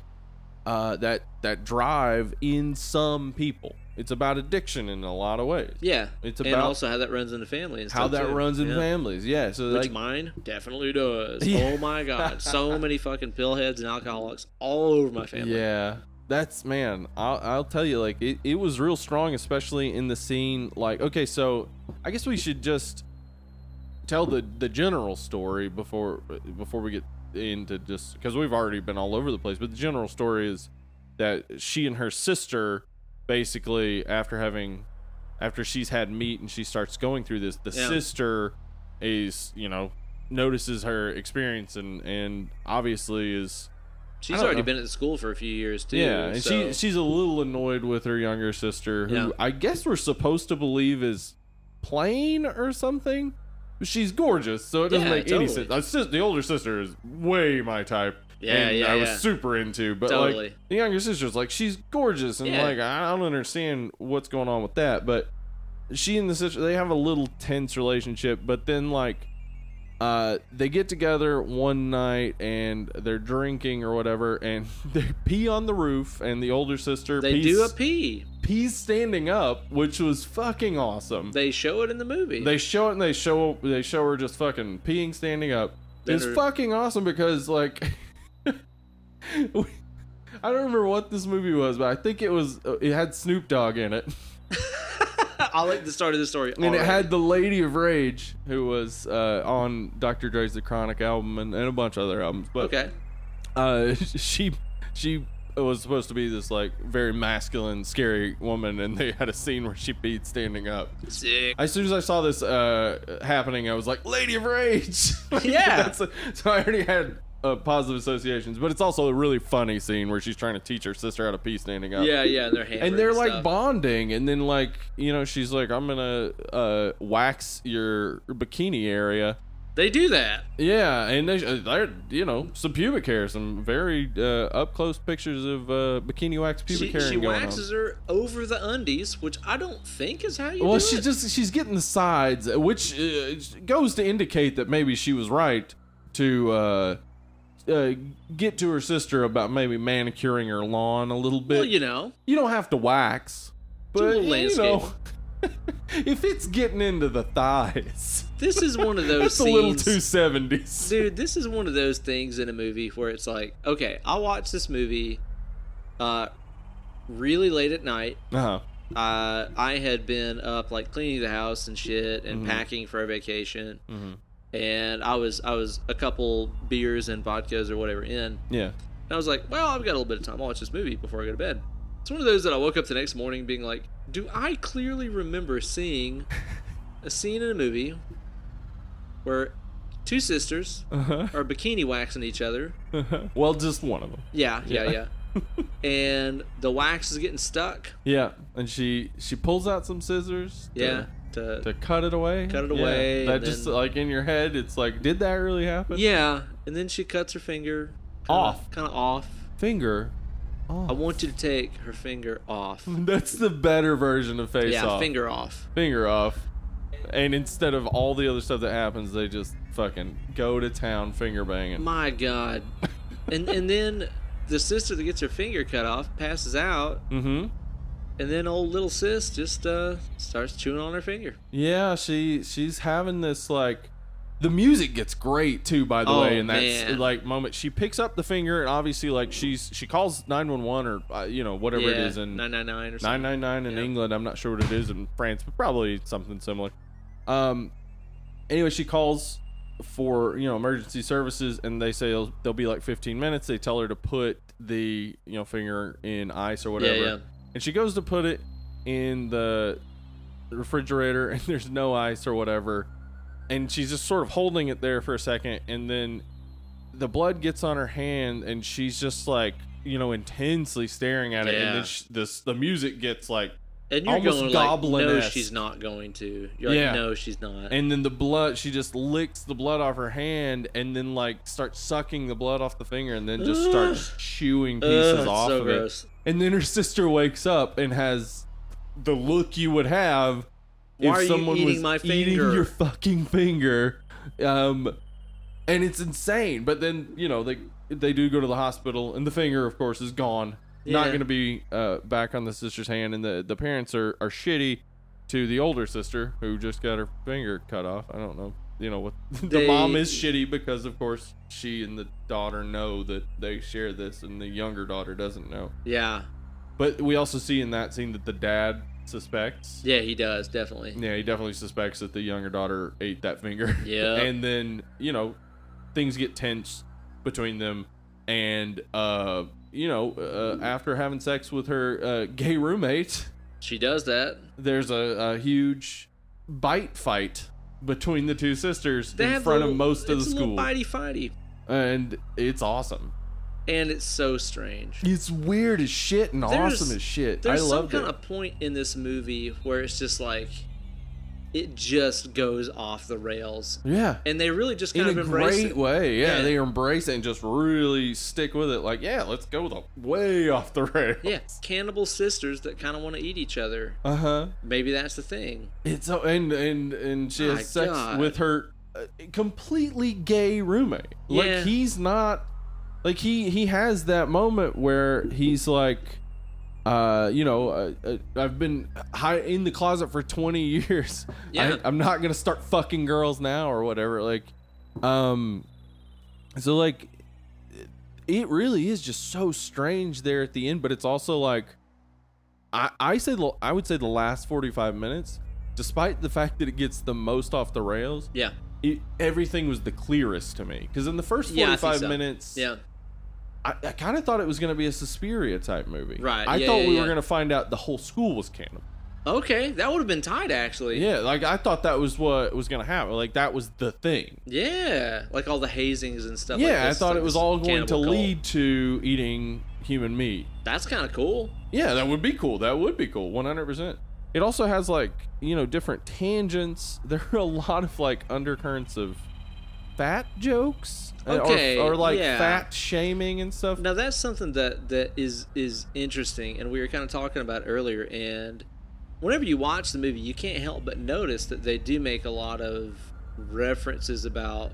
[SPEAKER 2] uh that that drive in some people. It's about addiction in a lot of ways.
[SPEAKER 1] yeah.
[SPEAKER 2] It's
[SPEAKER 1] and
[SPEAKER 2] about
[SPEAKER 1] also how that runs in the family. And
[SPEAKER 2] how
[SPEAKER 1] stuff,
[SPEAKER 2] that
[SPEAKER 1] too.
[SPEAKER 2] runs in
[SPEAKER 1] Yeah.
[SPEAKER 2] families. Yeah, so
[SPEAKER 1] Which
[SPEAKER 2] like
[SPEAKER 1] mine definitely does.
[SPEAKER 2] (laughs) Yeah.
[SPEAKER 1] Oh my god,
[SPEAKER 2] (laughs)
[SPEAKER 1] so many fucking pillheads and alcoholics all over my family.
[SPEAKER 2] yeah. That's man, I'll, I'll tell you like it, it was real strong especially in the scene like okay, so I guess we should just tell the the general story before before we get into just cuz we've already been all over the place, but the general story is that she and her sister basically after having after she's had meat and she starts going through this the
[SPEAKER 1] Yeah.
[SPEAKER 2] sister is you know notices her experience and and obviously is I
[SPEAKER 1] She's
[SPEAKER 2] don't
[SPEAKER 1] already
[SPEAKER 2] know.
[SPEAKER 1] been at the school for a few years too.
[SPEAKER 2] yeah and
[SPEAKER 1] so-
[SPEAKER 2] she she's a little annoyed with her younger sister who
[SPEAKER 1] Yeah.
[SPEAKER 2] i guess we're supposed to believe is plain or something she's gorgeous so it doesn't
[SPEAKER 1] Yeah,
[SPEAKER 2] make any
[SPEAKER 1] totally.
[SPEAKER 2] sense Uh, sis- the older sister is way my type
[SPEAKER 1] yeah,
[SPEAKER 2] and
[SPEAKER 1] yeah,
[SPEAKER 2] i was
[SPEAKER 1] yeah.
[SPEAKER 2] super into but like
[SPEAKER 1] totally.
[SPEAKER 2] the younger sister's like she's gorgeous and
[SPEAKER 1] Yeah.
[SPEAKER 2] like I don't understand what's going on with that, but she and the sister they have a little tense relationship, but then like uh they get together one night and they're drinking or whatever and (laughs) they pee on the roof and the older sister
[SPEAKER 1] they
[SPEAKER 2] pees,
[SPEAKER 1] do a pee.
[SPEAKER 2] pees standing up, which was fucking awesome.
[SPEAKER 1] They show it in the movie.
[SPEAKER 2] They show it and they show they show her just fucking peeing standing up.
[SPEAKER 1] Then
[SPEAKER 2] it's
[SPEAKER 1] her-
[SPEAKER 2] fucking awesome because like (laughs) we- I don't remember what this movie was, but I think it was uh, it had Snoop Dogg in it.
[SPEAKER 1] (laughs)
[SPEAKER 2] (laughs)
[SPEAKER 1] I like the start of the story.
[SPEAKER 2] And it
[SPEAKER 1] already.
[SPEAKER 2] had the Lady of Rage who was uh, on Dr. Dre's The Chronic album and, and a bunch of other albums. But
[SPEAKER 1] okay.
[SPEAKER 2] uh, (laughs) she she was supposed to be this like very masculine, scary woman and they had a scene where she peed standing up.
[SPEAKER 1] Sick.
[SPEAKER 2] As soon as I saw this uh, happening, I was like, "Lady of Rage." (laughs) Like,
[SPEAKER 1] Yeah.
[SPEAKER 2] that's so I already had uh, positive associations, but it's also a really funny scene where she's trying to teach her sister how to pee standing up.
[SPEAKER 1] Yeah, yeah, they're hammered
[SPEAKER 2] And they're like
[SPEAKER 1] stuff.
[SPEAKER 2] bonding, and then like you know, she's like, "I'm gonna uh, wax your bikini area."
[SPEAKER 1] they do that.
[SPEAKER 2] Yeah, and they, uh, they're you know some pubic hair, some very uh, up close pictures of uh, bikini wax pubic
[SPEAKER 1] She,
[SPEAKER 2] hair
[SPEAKER 1] she
[SPEAKER 2] going on.
[SPEAKER 1] waxes her over the undies, which I don't think is how you do
[SPEAKER 2] Well, she
[SPEAKER 1] it.
[SPEAKER 2] just she's getting the sides, which uh, goes to indicate that maybe she was right to uh, uh, get to her sister about maybe manicuring her lawn a little bit.
[SPEAKER 1] well,
[SPEAKER 2] you,
[SPEAKER 1] you know,
[SPEAKER 2] don't have to wax,
[SPEAKER 1] Do a
[SPEAKER 2] but
[SPEAKER 1] little
[SPEAKER 2] you know, (laughs) if it's getting into the thighs,
[SPEAKER 1] this is one of those
[SPEAKER 2] (laughs) that's a
[SPEAKER 1] scenes.
[SPEAKER 2] little two seventies.
[SPEAKER 1] dude this is one of those things in a movie where it's like okay i'll watch this movie uh really late at night
[SPEAKER 2] Uh huh.
[SPEAKER 1] uh i had been up like cleaning the house and shit and
[SPEAKER 2] Mhm.
[SPEAKER 1] packing for a vacation
[SPEAKER 2] hmm
[SPEAKER 1] and i was i was a couple beers and vodkas or whatever in and
[SPEAKER 2] Yeah.
[SPEAKER 1] i was like well i've got a little bit of time i'll watch this movie before i go to bed It's one of those that I woke up the next morning being like, do I clearly remember seeing a scene in a movie where two sisters
[SPEAKER 2] Uh-huh.
[SPEAKER 1] are bikini waxing each other?
[SPEAKER 2] well, just one of them.
[SPEAKER 1] Yeah, yeah, yeah. and the wax is getting stuck.
[SPEAKER 2] Yeah, and she she pulls out some scissors. to-
[SPEAKER 1] Yeah. To,
[SPEAKER 2] To cut it away.
[SPEAKER 1] Cut it
[SPEAKER 2] Yeah,
[SPEAKER 1] away,
[SPEAKER 2] That
[SPEAKER 1] and
[SPEAKER 2] just
[SPEAKER 1] then-
[SPEAKER 2] like in your head, it's like, did that really happen?
[SPEAKER 1] yeah. And then she cuts her finger
[SPEAKER 2] Off.
[SPEAKER 1] Kind of off.
[SPEAKER 2] Finger. Oh. (laughs)
[SPEAKER 1] I want you to take her finger off.
[SPEAKER 2] That's the better version of face
[SPEAKER 1] yeah,
[SPEAKER 2] off.
[SPEAKER 1] finger off.
[SPEAKER 2] finger off. And instead of all the other stuff that happens, they just fucking go to town finger banging.
[SPEAKER 1] My God. and and then the sister that gets her finger cut off passes out,
[SPEAKER 2] mm-hmm.
[SPEAKER 1] and then old little sis just uh, starts chewing on her finger.
[SPEAKER 2] Yeah, she she's having this like the music gets great too, by the
[SPEAKER 1] Oh,
[SPEAKER 2] way, in that
[SPEAKER 1] man.
[SPEAKER 2] like moment. She picks up the finger and obviously like she's she calls nine one one or uh, you know whatever it is and
[SPEAKER 1] nine nine nine or something.
[SPEAKER 2] nine nine nine in
[SPEAKER 1] Yeah.
[SPEAKER 2] England. I'm not sure what it is in France, but probably something similar. Um, anyway, she calls for you know emergency services, and they say they'll, they'll be like 15 minutes. They tell her to put the you know finger in ice or whatever,
[SPEAKER 1] yeah.
[SPEAKER 2] and she goes to put it in the refrigerator, and (laughs) there's no ice or whatever, and she's just sort of holding it there for a second, and then the blood gets on her hand and she's just like you know intensely staring at it
[SPEAKER 1] Yeah.
[SPEAKER 2] and then sh- this the music gets like
[SPEAKER 1] And you're
[SPEAKER 2] Almost
[SPEAKER 1] going like, no,
[SPEAKER 2] goblin-esque.
[SPEAKER 1] she's not going to. You're like,
[SPEAKER 2] Yeah.
[SPEAKER 1] no, she's not.
[SPEAKER 2] and then the blood she just licks the blood off her hand and then like starts sucking the blood off the finger and then just
[SPEAKER 1] Ugh.
[SPEAKER 2] starts chewing
[SPEAKER 1] Ugh,
[SPEAKER 2] pieces
[SPEAKER 1] it's
[SPEAKER 2] off
[SPEAKER 1] so
[SPEAKER 2] of it
[SPEAKER 1] gross.
[SPEAKER 2] and then her (laughs) sister wakes up and has the look you would have
[SPEAKER 1] Why
[SPEAKER 2] if
[SPEAKER 1] are you
[SPEAKER 2] someone
[SPEAKER 1] eating
[SPEAKER 2] was
[SPEAKER 1] my
[SPEAKER 2] eating
[SPEAKER 1] finger?
[SPEAKER 2] your fucking finger. Um, and it's insane. But then you know they they do go to the hospital, and the finger, of course, is gone.
[SPEAKER 1] Yeah.
[SPEAKER 2] Not going to be uh, back on the sister's hand, and the the parents are are shitty to the older sister who just got her finger cut off. I don't know. You know what? (laughs) The
[SPEAKER 1] They-
[SPEAKER 2] mom is shitty because, of course, she and the daughter know that they share this, and the younger daughter doesn't know.
[SPEAKER 1] Yeah,
[SPEAKER 2] But we also see in that scene that the dad suspects.
[SPEAKER 1] yeah, he does definitely.
[SPEAKER 2] Yeah, he definitely suspects that the younger daughter ate that finger. (laughs)
[SPEAKER 1] Yeah.
[SPEAKER 2] and then, you know, things get tense between them. And, uh, you know, uh, after having sex with her uh, gay roommate,
[SPEAKER 1] She does that.
[SPEAKER 2] there's a, a huge bite fight between the two sisters
[SPEAKER 1] They
[SPEAKER 2] in
[SPEAKER 1] have
[SPEAKER 2] front
[SPEAKER 1] little-
[SPEAKER 2] of most of the
[SPEAKER 1] it's a little
[SPEAKER 2] school.
[SPEAKER 1] Bitey fighty,
[SPEAKER 2] And it's awesome.
[SPEAKER 1] and it's so strange.
[SPEAKER 2] It's weird as shit and
[SPEAKER 1] There's-
[SPEAKER 2] awesome as shit. I
[SPEAKER 1] There's some
[SPEAKER 2] love it.
[SPEAKER 1] kind of point in this movie where it's just like it just goes off the rails,
[SPEAKER 2] yeah.
[SPEAKER 1] and they really just
[SPEAKER 2] in
[SPEAKER 1] kind
[SPEAKER 2] a
[SPEAKER 1] of embrace
[SPEAKER 2] great
[SPEAKER 1] it.
[SPEAKER 2] way. Yeah,
[SPEAKER 1] Yeah.
[SPEAKER 2] they embrace it and just really stick with it. Like, yeah, let's go the way (laughs) off the rail.
[SPEAKER 1] Yeah, cannibal sisters that kind of want to eat each other.
[SPEAKER 2] Uh huh.
[SPEAKER 1] Maybe that's the thing.
[SPEAKER 2] It's so and and and she
[SPEAKER 1] My
[SPEAKER 2] has sex
[SPEAKER 1] God.
[SPEAKER 2] with her uh, completely gay roommate.
[SPEAKER 1] Yeah.
[SPEAKER 2] Like he's not. Like he he has that moment where he's like. Uh, you know, uh, uh, I've been high in the closet for 20 (laughs) years.
[SPEAKER 1] Yeah.
[SPEAKER 2] I, I'm not gonna start fucking girls now or whatever. Like, um, so like, it really is just so strange there at the end. But it's also like, I I say the- I would say the last 45 minutes, despite the fact that it gets the most off the rails,
[SPEAKER 1] Yeah,
[SPEAKER 2] it, everything was the clearest to me. Because in the first
[SPEAKER 1] Yeah, I think
[SPEAKER 2] 45
[SPEAKER 1] so.
[SPEAKER 2] minutes,
[SPEAKER 1] yeah,
[SPEAKER 2] I, I kind of thought it was gonna be a Suspiria type movie.
[SPEAKER 1] Right,
[SPEAKER 2] I
[SPEAKER 1] yeah,
[SPEAKER 2] thought
[SPEAKER 1] yeah,
[SPEAKER 2] we
[SPEAKER 1] yeah.
[SPEAKER 2] were gonna find out the whole school was cannibal.
[SPEAKER 1] okay, that would have been tight actually.
[SPEAKER 2] Yeah, like I thought that was what was gonna happen. Like that was the thing.
[SPEAKER 1] Yeah, like all the hazings and stuff. like
[SPEAKER 2] yeah, I
[SPEAKER 1] this,
[SPEAKER 2] thought
[SPEAKER 1] like
[SPEAKER 2] it was
[SPEAKER 1] this
[SPEAKER 2] all going to
[SPEAKER 1] cannibal cult.
[SPEAKER 2] lead to eating human meat.
[SPEAKER 1] That's kind of cool.
[SPEAKER 2] Yeah, that would be cool. That would be cool. One hundred percent. It also has like you know different tangents. (laughs) There are a lot of like undercurrents of fat jokes uh,
[SPEAKER 1] Okay,
[SPEAKER 2] or, or like
[SPEAKER 1] yeah.
[SPEAKER 2] fat shaming and stuff.
[SPEAKER 1] Now that's something that that is is interesting, and we were kind of talking about earlier. And whenever you watch the movie, you can't help but notice that they do make a lot of references about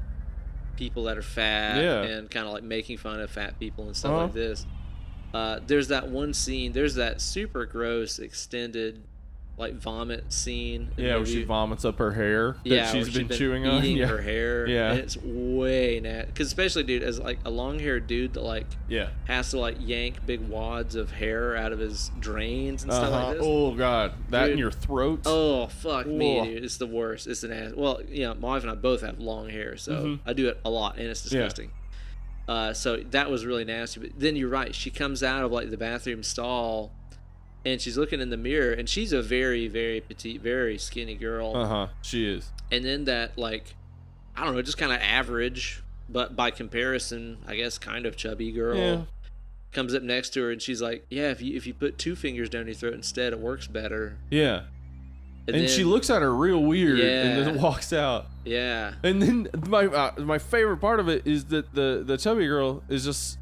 [SPEAKER 1] people that are fat
[SPEAKER 2] Yeah.
[SPEAKER 1] and kind of like making fun of fat people and stuff
[SPEAKER 2] Uh-huh.
[SPEAKER 1] like this. Uh, there's that one scene. There's that super gross extended like vomit scene. in the
[SPEAKER 2] Yeah, where
[SPEAKER 1] movie.
[SPEAKER 2] she vomits up her hair that
[SPEAKER 1] yeah, where
[SPEAKER 2] she's been, chewing on.
[SPEAKER 1] eating
[SPEAKER 2] (laughs) Yeah,
[SPEAKER 1] her hair.
[SPEAKER 2] Yeah.
[SPEAKER 1] and it's way nasty. Because especially, dude, as like a long-haired dude that like
[SPEAKER 2] yeah.
[SPEAKER 1] has to like yank big wads of hair out of his drains and stuff
[SPEAKER 2] Uh-huh.
[SPEAKER 1] like this. Oh,
[SPEAKER 2] Oh god, that
[SPEAKER 1] Dude.
[SPEAKER 2] in
[SPEAKER 1] Oh.
[SPEAKER 2] your throat.
[SPEAKER 1] fuck me,
[SPEAKER 2] Ugh.
[SPEAKER 1] dude! It's the worst. It's an ass. Well, you know, my wife and I both have long hair, so
[SPEAKER 2] Mhm.
[SPEAKER 1] I do it a lot, and it's
[SPEAKER 2] Yeah.
[SPEAKER 1] disgusting. Uh, so that was really nasty. But then you're right. She comes out of like the bathroom stall, and she's looking in the mirror, and she's a very, very petite, very skinny girl.
[SPEAKER 2] Uh huh. She is.
[SPEAKER 1] And then that, like, I don't know, just kind of average, but by comparison, I guess, kind of chubby girl
[SPEAKER 2] Yeah.
[SPEAKER 1] comes up next to her, and she's like, "Yeah, if you if you put two fingers down your throat instead, it works better."
[SPEAKER 2] Yeah. And,
[SPEAKER 1] then-
[SPEAKER 2] she looks at her real weird and
[SPEAKER 1] Yeah.
[SPEAKER 2] then (laughs) walks out.
[SPEAKER 1] yeah,
[SPEAKER 2] And then my uh, my favorite part of it is that the the chubby girl is just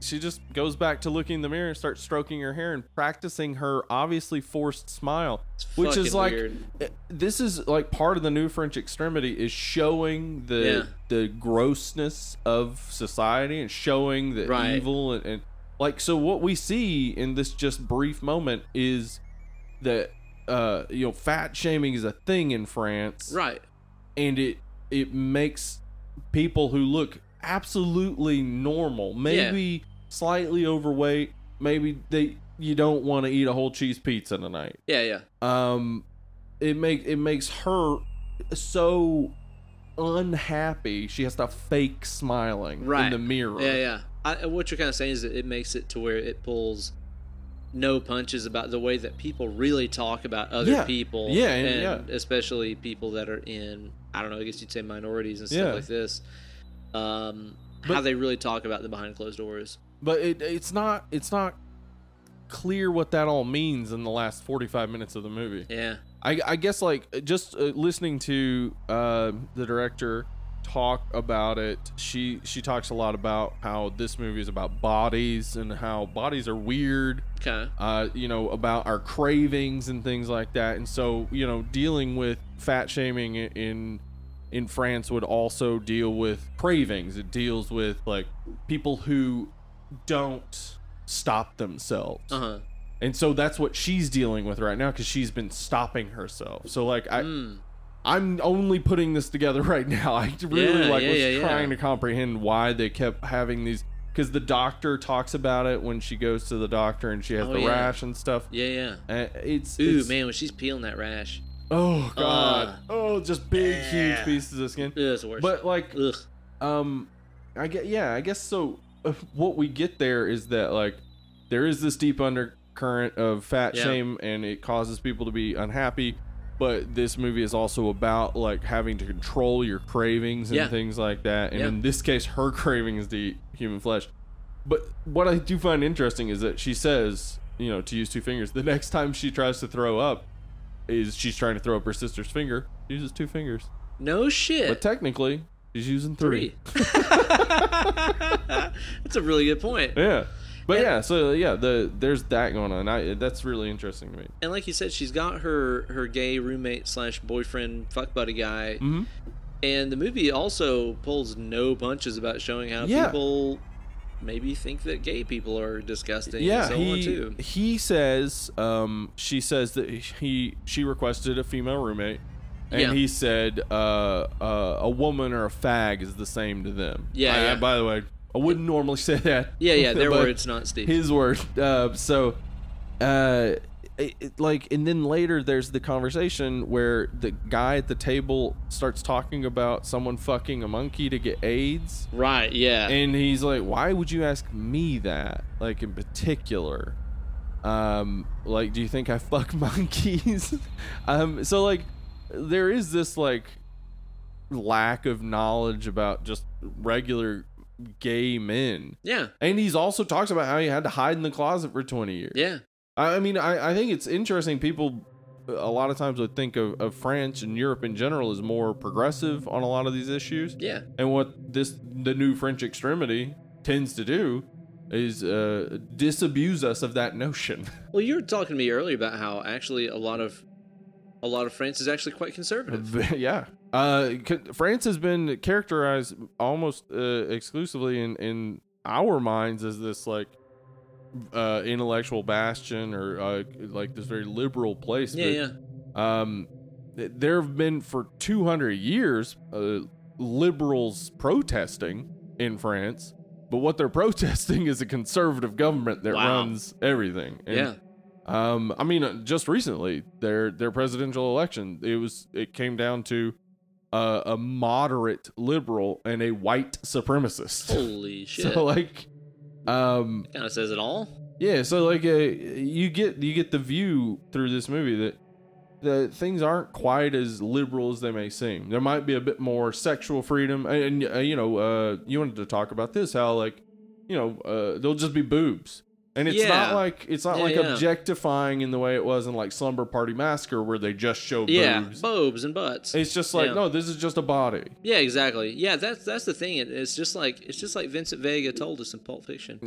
[SPEAKER 2] she just goes back to looking in the mirror and starts stroking her hair and practicing her obviously forced smile.
[SPEAKER 1] it's
[SPEAKER 2] Which is
[SPEAKER 1] fucking
[SPEAKER 2] like-
[SPEAKER 1] weird.
[SPEAKER 2] Uh, This is like part of the new French extremity is showing the the grossness of society and showing the
[SPEAKER 1] Right.
[SPEAKER 2] evil and, and like so what we see in this just brief moment is that uh you know fat shaming is a thing in France
[SPEAKER 1] right?
[SPEAKER 2] and it it makes people who look absolutely normal, maybe slightly overweight, maybe they you don't want to eat a whole cheese pizza tonight.
[SPEAKER 1] Yeah, yeah,
[SPEAKER 2] Um, it make it makes her so unhappy. She has to fake smiling in
[SPEAKER 1] Right.
[SPEAKER 2] the mirror.
[SPEAKER 1] yeah, yeah. I, what you're kind of saying is that it makes it to where it pulls no punches about the way that people really talk about other
[SPEAKER 2] Yeah.
[SPEAKER 1] people,
[SPEAKER 2] Yeah, and- yeah.
[SPEAKER 1] especially people that are in I don't know, I guess you'd say minorities and stuff
[SPEAKER 2] Yeah.
[SPEAKER 1] like this. Um, how
[SPEAKER 2] But-
[SPEAKER 1] they really talk about the behind closed doors.
[SPEAKER 2] But it, it's not it's not clear what that all means in the last 45 minutes of the movie.
[SPEAKER 1] Yeah,
[SPEAKER 2] I, I guess like just uh, listening to uh, the director talk about it she she talks a lot about how this movie is about bodies and how bodies are weird
[SPEAKER 1] kind of.
[SPEAKER 2] uh, you know about our cravings and things like that and so you know dealing with fat shaming i- in in france would also deal with cravings it deals with like people who don't stop themselves
[SPEAKER 1] Uh huh.
[SPEAKER 2] and so that's what she's dealing with right now because she's been stopping herself so like i
[SPEAKER 1] Mm,
[SPEAKER 2] i'm only putting this together (laughs) right now i really
[SPEAKER 1] Yeah,
[SPEAKER 2] like
[SPEAKER 1] yeah,
[SPEAKER 2] was
[SPEAKER 1] yeah, yeah.
[SPEAKER 2] trying to comprehend why they kept having these because the doctor talks about it when she goes to the doctor and she has
[SPEAKER 1] Oh,
[SPEAKER 2] the
[SPEAKER 1] yeah.
[SPEAKER 2] rash and stuff
[SPEAKER 1] yeah, yeah.
[SPEAKER 2] Uh, it's
[SPEAKER 1] Ooh,
[SPEAKER 2] it's-
[SPEAKER 1] man, when she's peeling that rash,
[SPEAKER 2] oh god
[SPEAKER 1] Ugh.
[SPEAKER 2] oh just big huge
[SPEAKER 1] Yeah.
[SPEAKER 2] pieces of skin
[SPEAKER 1] Ugh, it's the worst.
[SPEAKER 2] but like
[SPEAKER 1] Ugh.
[SPEAKER 2] um i get yeah i guess so uh, what we get there is that like there is this deep undercurrent of fat
[SPEAKER 1] Yeah.
[SPEAKER 2] shame and it causes people to be unhappy but this movie is also about like having to control your cravings and
[SPEAKER 1] Yeah.
[SPEAKER 2] things like that and
[SPEAKER 1] Yeah.
[SPEAKER 2] in this case her (laughs) craving is to eat human flesh but what i do find interesting is that she says you know to use two fingers the next time she tries to throw up is she's trying to throw up her sister's finger she uses two fingers
[SPEAKER 1] No shit.
[SPEAKER 2] but technically she's using three.
[SPEAKER 1] Uh, Three. (laughs) That's a really good point.
[SPEAKER 2] Yeah. But
[SPEAKER 1] And-
[SPEAKER 2] yeah, so yeah, the there's that going on. I, that's really interesting to me.
[SPEAKER 1] And like you said, she's got her her gay roommate slash boyfriend fuck buddy guy,
[SPEAKER 2] Mm-hmm.
[SPEAKER 1] and the movie also pulls no punches about showing how
[SPEAKER 2] Yeah.
[SPEAKER 1] people maybe think that gay people are disgusting.
[SPEAKER 2] Yeah,
[SPEAKER 1] and so on
[SPEAKER 2] he,
[SPEAKER 1] too.
[SPEAKER 2] (laughs) he says, um, she says that he she requested a female roommate, and
[SPEAKER 1] Yeah.
[SPEAKER 2] he said uh, uh, a woman or a fag is the same to them.
[SPEAKER 1] Yeah,
[SPEAKER 2] I- I-
[SPEAKER 1] yeah.
[SPEAKER 2] By the way, I wouldn't normally say that.
[SPEAKER 1] Yeah, yeah. Their
[SPEAKER 2] (laughs) but
[SPEAKER 1] words, not Steve.
[SPEAKER 2] His word. Uh, so, uh, it, it- like, and then later there's the conversation where the guy at the table starts talking about someone fucking a monkey to get AIDS,
[SPEAKER 1] right. Yeah.
[SPEAKER 2] and he's like, "Why would you ask me that? Like in particular." Um, like, do you think I fuck (laughs) monkeys? um, so like, there is this like lack of knowledge about just regular gay men.
[SPEAKER 1] yeah.
[SPEAKER 2] And he's also talks about how he had to hide in the closet for 20 years.
[SPEAKER 1] Yeah.
[SPEAKER 2] I I mean, I, I think it's interesting. People a lot of times would think of, of France and Europe in general as more progressive on a lot of these issues.
[SPEAKER 1] Yeah.
[SPEAKER 2] And what this, the new French extremity tends to do is uh, disabuse us of that notion.
[SPEAKER 1] Well, you were talking to me earlier about how actually a lot of a lot of France is actually quite conservative.
[SPEAKER 2] (laughs) yeah. Uh, c- France has been characterized almost uh, exclusively in, in our minds as this like uh, intellectual bastion or uh, like this very liberal place.
[SPEAKER 1] Yeah.
[SPEAKER 2] but,
[SPEAKER 1] Yeah.
[SPEAKER 2] Um, th- there have been for 200 years uh, liberals protesting in France, but what they're (laughs) protesting is a conservative government that
[SPEAKER 1] Wow.
[SPEAKER 2] runs everything. And
[SPEAKER 1] Yeah.
[SPEAKER 2] um, I mean, uh, just recently, their their presidential election, it was it came down to uh, a (laughs) moderate liberal and a white supremacist.
[SPEAKER 1] Holy shit.
[SPEAKER 2] so like, Um,
[SPEAKER 1] Kind of says it all.
[SPEAKER 2] yeah, so like uh, you get you get the view through this movie that that things aren't quite as liberal as they may seem. There might be a bit more sexual freedom, and, and, uh, you know, uh, you wanted to talk about this how like you know uh, they'll just be boobs, and it's
[SPEAKER 1] Yeah.
[SPEAKER 2] not like it's not
[SPEAKER 1] Yeah,
[SPEAKER 2] like
[SPEAKER 1] yeah.
[SPEAKER 2] objectifying in the way it was in like Slumber Party Massacre where they just show
[SPEAKER 1] Yeah,
[SPEAKER 2] boobs.
[SPEAKER 1] bobs and butts.
[SPEAKER 2] It's just like
[SPEAKER 1] Yeah.
[SPEAKER 2] no, this is just a body.
[SPEAKER 1] Yeah, exactly. Yeah, that's that's the thing. It- It's just like it's just like Vincent Vega told us in Pulp Fiction.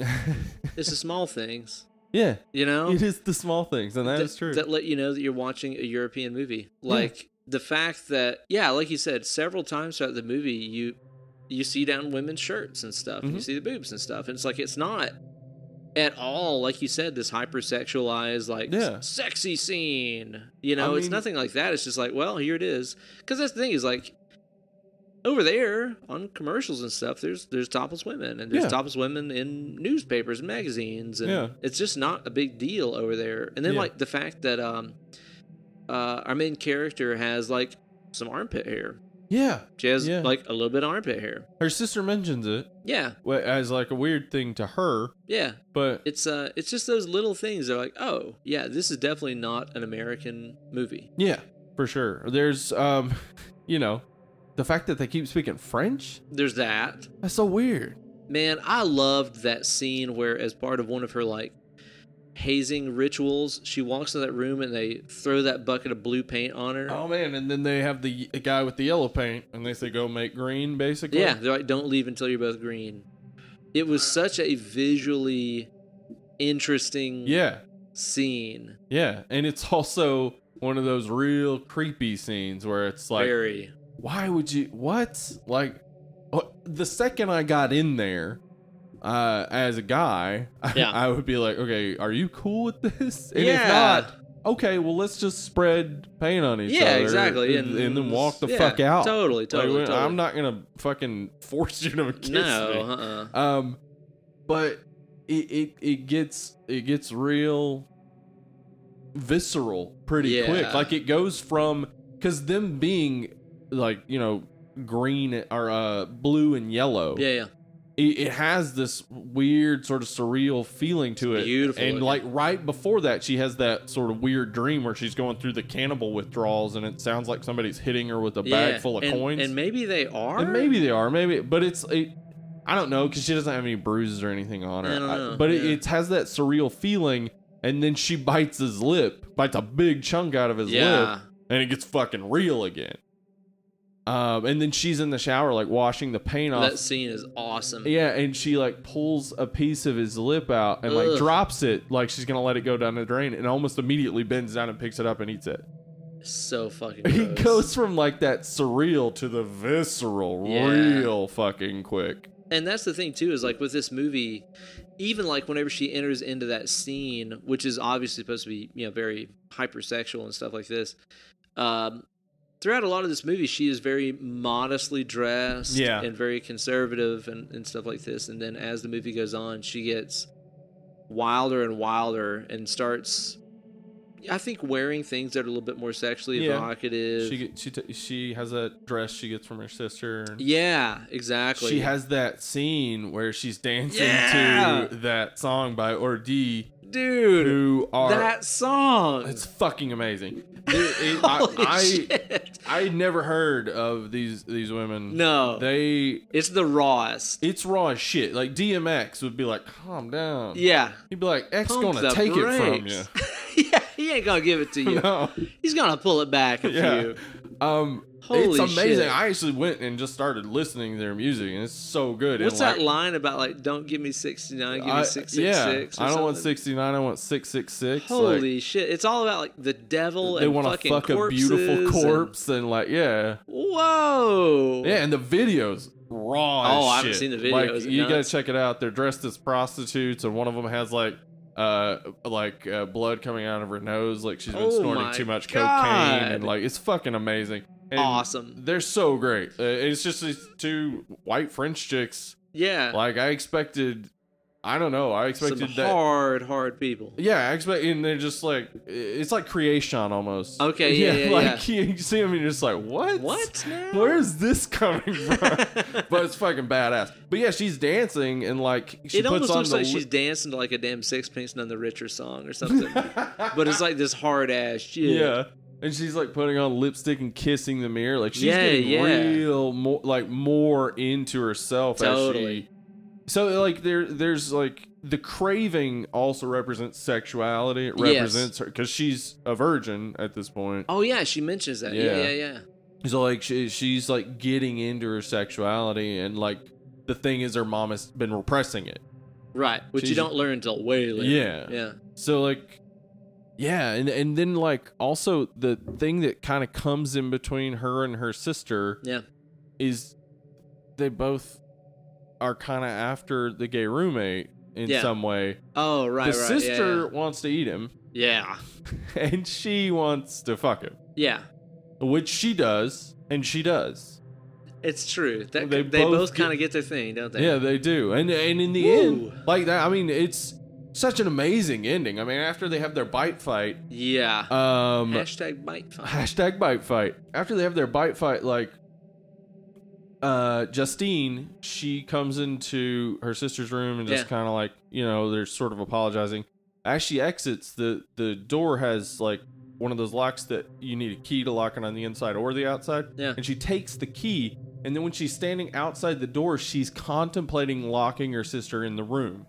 [SPEAKER 1] It's the small things,
[SPEAKER 2] yeah,
[SPEAKER 1] you know,
[SPEAKER 2] it is the small things, and that
[SPEAKER 1] that,
[SPEAKER 2] is true.
[SPEAKER 1] that let you know that you're watching a European movie. Like the fact that yeah, like you said, several times throughout the movie, you you see down women's shirts and stuff, and you
[SPEAKER 2] Mhm.
[SPEAKER 1] see the boobs and stuff, and it's like it's not at all like you said this hypersexualized like
[SPEAKER 2] Yeah.
[SPEAKER 1] s- sexy scene you know
[SPEAKER 2] I
[SPEAKER 1] it's
[SPEAKER 2] mean-
[SPEAKER 1] nothing like that it's just like well here it is because that's the thing is like over there on commercials and stuff there's there's topless women and there's
[SPEAKER 2] Yeah.
[SPEAKER 1] topless women in newspapers and magazines and
[SPEAKER 2] Yeah.
[SPEAKER 1] it's just not a big deal over there and then
[SPEAKER 2] Yeah.
[SPEAKER 1] like the fact that um uh our main character has like some armpit hair
[SPEAKER 2] yeah,
[SPEAKER 1] she has
[SPEAKER 2] Yeah.
[SPEAKER 1] like a little bit of armpit hair
[SPEAKER 2] her sister mentions it
[SPEAKER 1] yeah
[SPEAKER 2] wa- as like a weird thing to her,
[SPEAKER 1] yeah
[SPEAKER 2] but
[SPEAKER 1] it's uh it's just those little things they're like oh yeah this is definitely not an american movie
[SPEAKER 2] Yeah, for sure. There's um, (laughs) you know, the fact that they keep speaking French.
[SPEAKER 1] there's that
[SPEAKER 2] That's so weird.
[SPEAKER 1] Man, I loved that scene where, as part of one of her like hazing rituals, she walks into that room and they throw that bucket of blue paint on her.
[SPEAKER 2] Oh man, and then they have the y- guy with the yellow paint, and they say go make green, basically.
[SPEAKER 1] yeah, they're like, "Don't leave until you're both green." It was such a visually interesting
[SPEAKER 2] yeah,
[SPEAKER 1] scene.
[SPEAKER 2] yeah. And it's (laughs) also one of those real creepy scenes where it's like,
[SPEAKER 1] Very.
[SPEAKER 2] why would you? What? Like, oh, the second I got in there. Uh, as a guy, (laughs)
[SPEAKER 1] Yeah.
[SPEAKER 2] I would be like, okay, are you cool with this? And
[SPEAKER 1] yeah.
[SPEAKER 2] if not, okay, well, let's just spread pain on each
[SPEAKER 1] yeah,
[SPEAKER 2] other.
[SPEAKER 1] exactly.
[SPEAKER 2] And, and then walk the fuck
[SPEAKER 1] yeah,
[SPEAKER 2] out.
[SPEAKER 1] Totally,
[SPEAKER 2] Like,
[SPEAKER 1] totally.
[SPEAKER 2] we-
[SPEAKER 1] totally.
[SPEAKER 2] I'm not gonna fucking (laughs) force you to kiss
[SPEAKER 1] No,
[SPEAKER 2] me.
[SPEAKER 1] uh uh
[SPEAKER 2] Um, but it, it it gets it gets real visceral pretty
[SPEAKER 1] Yeah.
[SPEAKER 2] quick. Like it goes from because them being like you know green or uh blue and yellow
[SPEAKER 1] Yeah, yeah.
[SPEAKER 2] it, it has this weird sort of surreal feeling to
[SPEAKER 1] It's
[SPEAKER 2] it.
[SPEAKER 1] beautiful
[SPEAKER 2] And
[SPEAKER 1] looking.
[SPEAKER 2] like right before that, she has that sort of weird dream where she's going through the cannibal withdrawals, and it sounds like somebody's hitting her with a
[SPEAKER 1] yeah.
[SPEAKER 2] bag full of
[SPEAKER 1] and,
[SPEAKER 2] coins.
[SPEAKER 1] And maybe they are.
[SPEAKER 2] And maybe they are, maybe, but it's it, I don't know because she doesn't have any bruises or anything on her.
[SPEAKER 1] I don't
[SPEAKER 2] I-
[SPEAKER 1] know,
[SPEAKER 2] but it,
[SPEAKER 1] yeah.
[SPEAKER 2] it has that surreal feeling, and then she bites his lip, bites a big chunk out of his lip,
[SPEAKER 1] Yeah.
[SPEAKER 2] and it gets fucking real again. Um, and then she's in the shower, like washing the paint off.
[SPEAKER 1] That scene is awesome.
[SPEAKER 2] Yeah, and she like pulls a piece of his lip out and like
[SPEAKER 1] Ugh.
[SPEAKER 2] drops it, like she's gonna let it go down the drain, and almost immediately bends down and picks it up and eats it.
[SPEAKER 1] So fucking.
[SPEAKER 2] (laughs) He
[SPEAKER 1] gross.
[SPEAKER 2] goes from like that surreal to the visceral,
[SPEAKER 1] Yeah.
[SPEAKER 2] real fucking quick.
[SPEAKER 1] and that's the thing too is like with this movie, even like whenever she enters into that scene, which is obviously supposed to be you know very hypersexual and stuff like this. Um, throughout a lot of this movie, she is very modestly dressed,
[SPEAKER 2] Yeah.
[SPEAKER 1] and very conservative and, and stuff like this. And then as the movie goes on, she gets wilder and wilder and starts. I think wearing things that are a little bit more sexually
[SPEAKER 2] Yeah.
[SPEAKER 1] evocative.
[SPEAKER 2] She get- she t- she has a dress she gets from her sister. and
[SPEAKER 1] yeah, exactly.
[SPEAKER 2] She has that scene where she's dancing
[SPEAKER 1] Yeah.
[SPEAKER 2] to that song by Ordi,
[SPEAKER 1] dude.
[SPEAKER 2] who are
[SPEAKER 1] that song.
[SPEAKER 2] it's fucking
[SPEAKER 1] (laughs)
[SPEAKER 2] amazing. It- it- I-
[SPEAKER 1] Holy
[SPEAKER 2] I-
[SPEAKER 1] shit.
[SPEAKER 2] I had never heard of these these women.
[SPEAKER 1] No.
[SPEAKER 2] They
[SPEAKER 1] it's the rawest.
[SPEAKER 2] it's raw as shit. Like DMX would be like, calm down.
[SPEAKER 1] Yeah.
[SPEAKER 2] He'd be like, X
[SPEAKER 1] Pump
[SPEAKER 2] gonna
[SPEAKER 1] the
[SPEAKER 2] take it
[SPEAKER 1] brakes. (laughs) yeah, he ain't gonna give it to
[SPEAKER 2] from you.
[SPEAKER 1] you.
[SPEAKER 2] (laughs) no.
[SPEAKER 1] He's gonna pull it back a
[SPEAKER 2] Yeah.
[SPEAKER 1] few.
[SPEAKER 2] Um
[SPEAKER 1] Holy
[SPEAKER 2] it's amazing.
[SPEAKER 1] shit.
[SPEAKER 2] I actually went and just started listening to their music and it's so good.
[SPEAKER 1] What's
[SPEAKER 2] and
[SPEAKER 1] that line about like don't give me sixty nine, give me
[SPEAKER 2] I-
[SPEAKER 1] six six
[SPEAKER 2] yeah,
[SPEAKER 1] six?
[SPEAKER 2] I don't want sixty nine, I want six six six.
[SPEAKER 1] Holy shit. It's all about like the devil
[SPEAKER 2] they
[SPEAKER 1] and
[SPEAKER 2] wanna
[SPEAKER 1] fucking
[SPEAKER 2] fuck a
[SPEAKER 1] corpses
[SPEAKER 2] beautiful
[SPEAKER 1] and-
[SPEAKER 2] corpse and, like yeah.
[SPEAKER 1] whoa.
[SPEAKER 2] Yeah, and the videos raw. as
[SPEAKER 1] Oh, I haven't
[SPEAKER 2] shit.
[SPEAKER 1] seen the
[SPEAKER 2] Like,
[SPEAKER 1] videos.
[SPEAKER 2] you gotta
[SPEAKER 1] Nuts.
[SPEAKER 2] check it out. They're dressed as prostitutes, and one of them has like, uh, like uh, blood coming out of her nose, like she's been
[SPEAKER 1] Oh
[SPEAKER 2] snorting
[SPEAKER 1] my
[SPEAKER 2] too much
[SPEAKER 1] God.
[SPEAKER 2] cocaine, and like it's fucking amazing. And
[SPEAKER 1] Awesome.
[SPEAKER 2] They're so great. Uh, it's just these two white French chicks.
[SPEAKER 1] Yeah.
[SPEAKER 2] Like I expected I don't know. I
[SPEAKER 1] Some
[SPEAKER 2] expected that.
[SPEAKER 1] hard, hard people.
[SPEAKER 2] Yeah, I expect, and they're just like it's like creation almost. (laughs)
[SPEAKER 1] Okay, yeah, yeah,
[SPEAKER 2] like you see them, and you're just like, what? (laughs)
[SPEAKER 1] What now?
[SPEAKER 2] Where is this coming (laughs)
[SPEAKER 1] (laughs)
[SPEAKER 2] from? but it's fucking badass. But yeah, she's dancing and like she
[SPEAKER 1] it
[SPEAKER 2] puts
[SPEAKER 1] almost
[SPEAKER 2] on
[SPEAKER 1] looks
[SPEAKER 2] the
[SPEAKER 1] like
[SPEAKER 2] li-
[SPEAKER 1] she's dancing to like a damn Sixpence None the Richer song or something.
[SPEAKER 2] (laughs)
[SPEAKER 1] but it's like this hard ass shit.
[SPEAKER 2] yeah. And she's like putting on lipstick and kissing the mirror. Like she's
[SPEAKER 1] Yeah,
[SPEAKER 2] getting
[SPEAKER 1] yeah.
[SPEAKER 2] real more like more into herself as
[SPEAKER 1] Totally.
[SPEAKER 2] she So like there there's like the craving also represents sexuality. It
[SPEAKER 1] Yes.
[SPEAKER 2] represents her because she's a virgin at this point.
[SPEAKER 1] Oh yeah, she mentions that. Yeah,
[SPEAKER 2] Yeah.
[SPEAKER 1] yeah, yeah.
[SPEAKER 2] So like she, she's like getting into her sexuality and like the thing is her mom has been repressing it.
[SPEAKER 1] Right. Which
[SPEAKER 2] She's-
[SPEAKER 1] you don't learn until way later.
[SPEAKER 2] Yeah.
[SPEAKER 1] Yeah.
[SPEAKER 2] So like yeah, and and then like also the thing that kind of comes in between her and her sister
[SPEAKER 1] Yeah.
[SPEAKER 2] is they both are kind of after the gay roommate in
[SPEAKER 1] Yeah.
[SPEAKER 2] some way.
[SPEAKER 1] Oh right.
[SPEAKER 2] the
[SPEAKER 1] right. yeah,
[SPEAKER 2] sister wants to eat him (laughs)
[SPEAKER 1] Yeah.
[SPEAKER 2] and she wants to fuck him,
[SPEAKER 1] Yeah. yeah.
[SPEAKER 2] which she does and she does.
[SPEAKER 1] It's true. That,
[SPEAKER 2] They
[SPEAKER 1] they,
[SPEAKER 2] both
[SPEAKER 1] both,
[SPEAKER 2] get-
[SPEAKER 1] kind of get their thing, don't they?
[SPEAKER 2] Yeah, they do. And and in the
[SPEAKER 1] Woo.
[SPEAKER 2] end, like that, I mean, it's such an amazing ending. I mean, after they have their bite fight,
[SPEAKER 1] Yeah.
[SPEAKER 2] um
[SPEAKER 1] Hashtag bite fight.
[SPEAKER 2] hashtag bite fight. After they have their bite fight, like uh Justine, she comes into her sister's room and just
[SPEAKER 1] Yeah.
[SPEAKER 2] kind of like, you know, they're sort of apologizing. As she exits, the the door has like one of those locks that you need a key to lock it on the inside or the outside.
[SPEAKER 1] Yeah.
[SPEAKER 2] And she takes the key, and then when she's standing outside the door, she's contemplating locking her sister in the room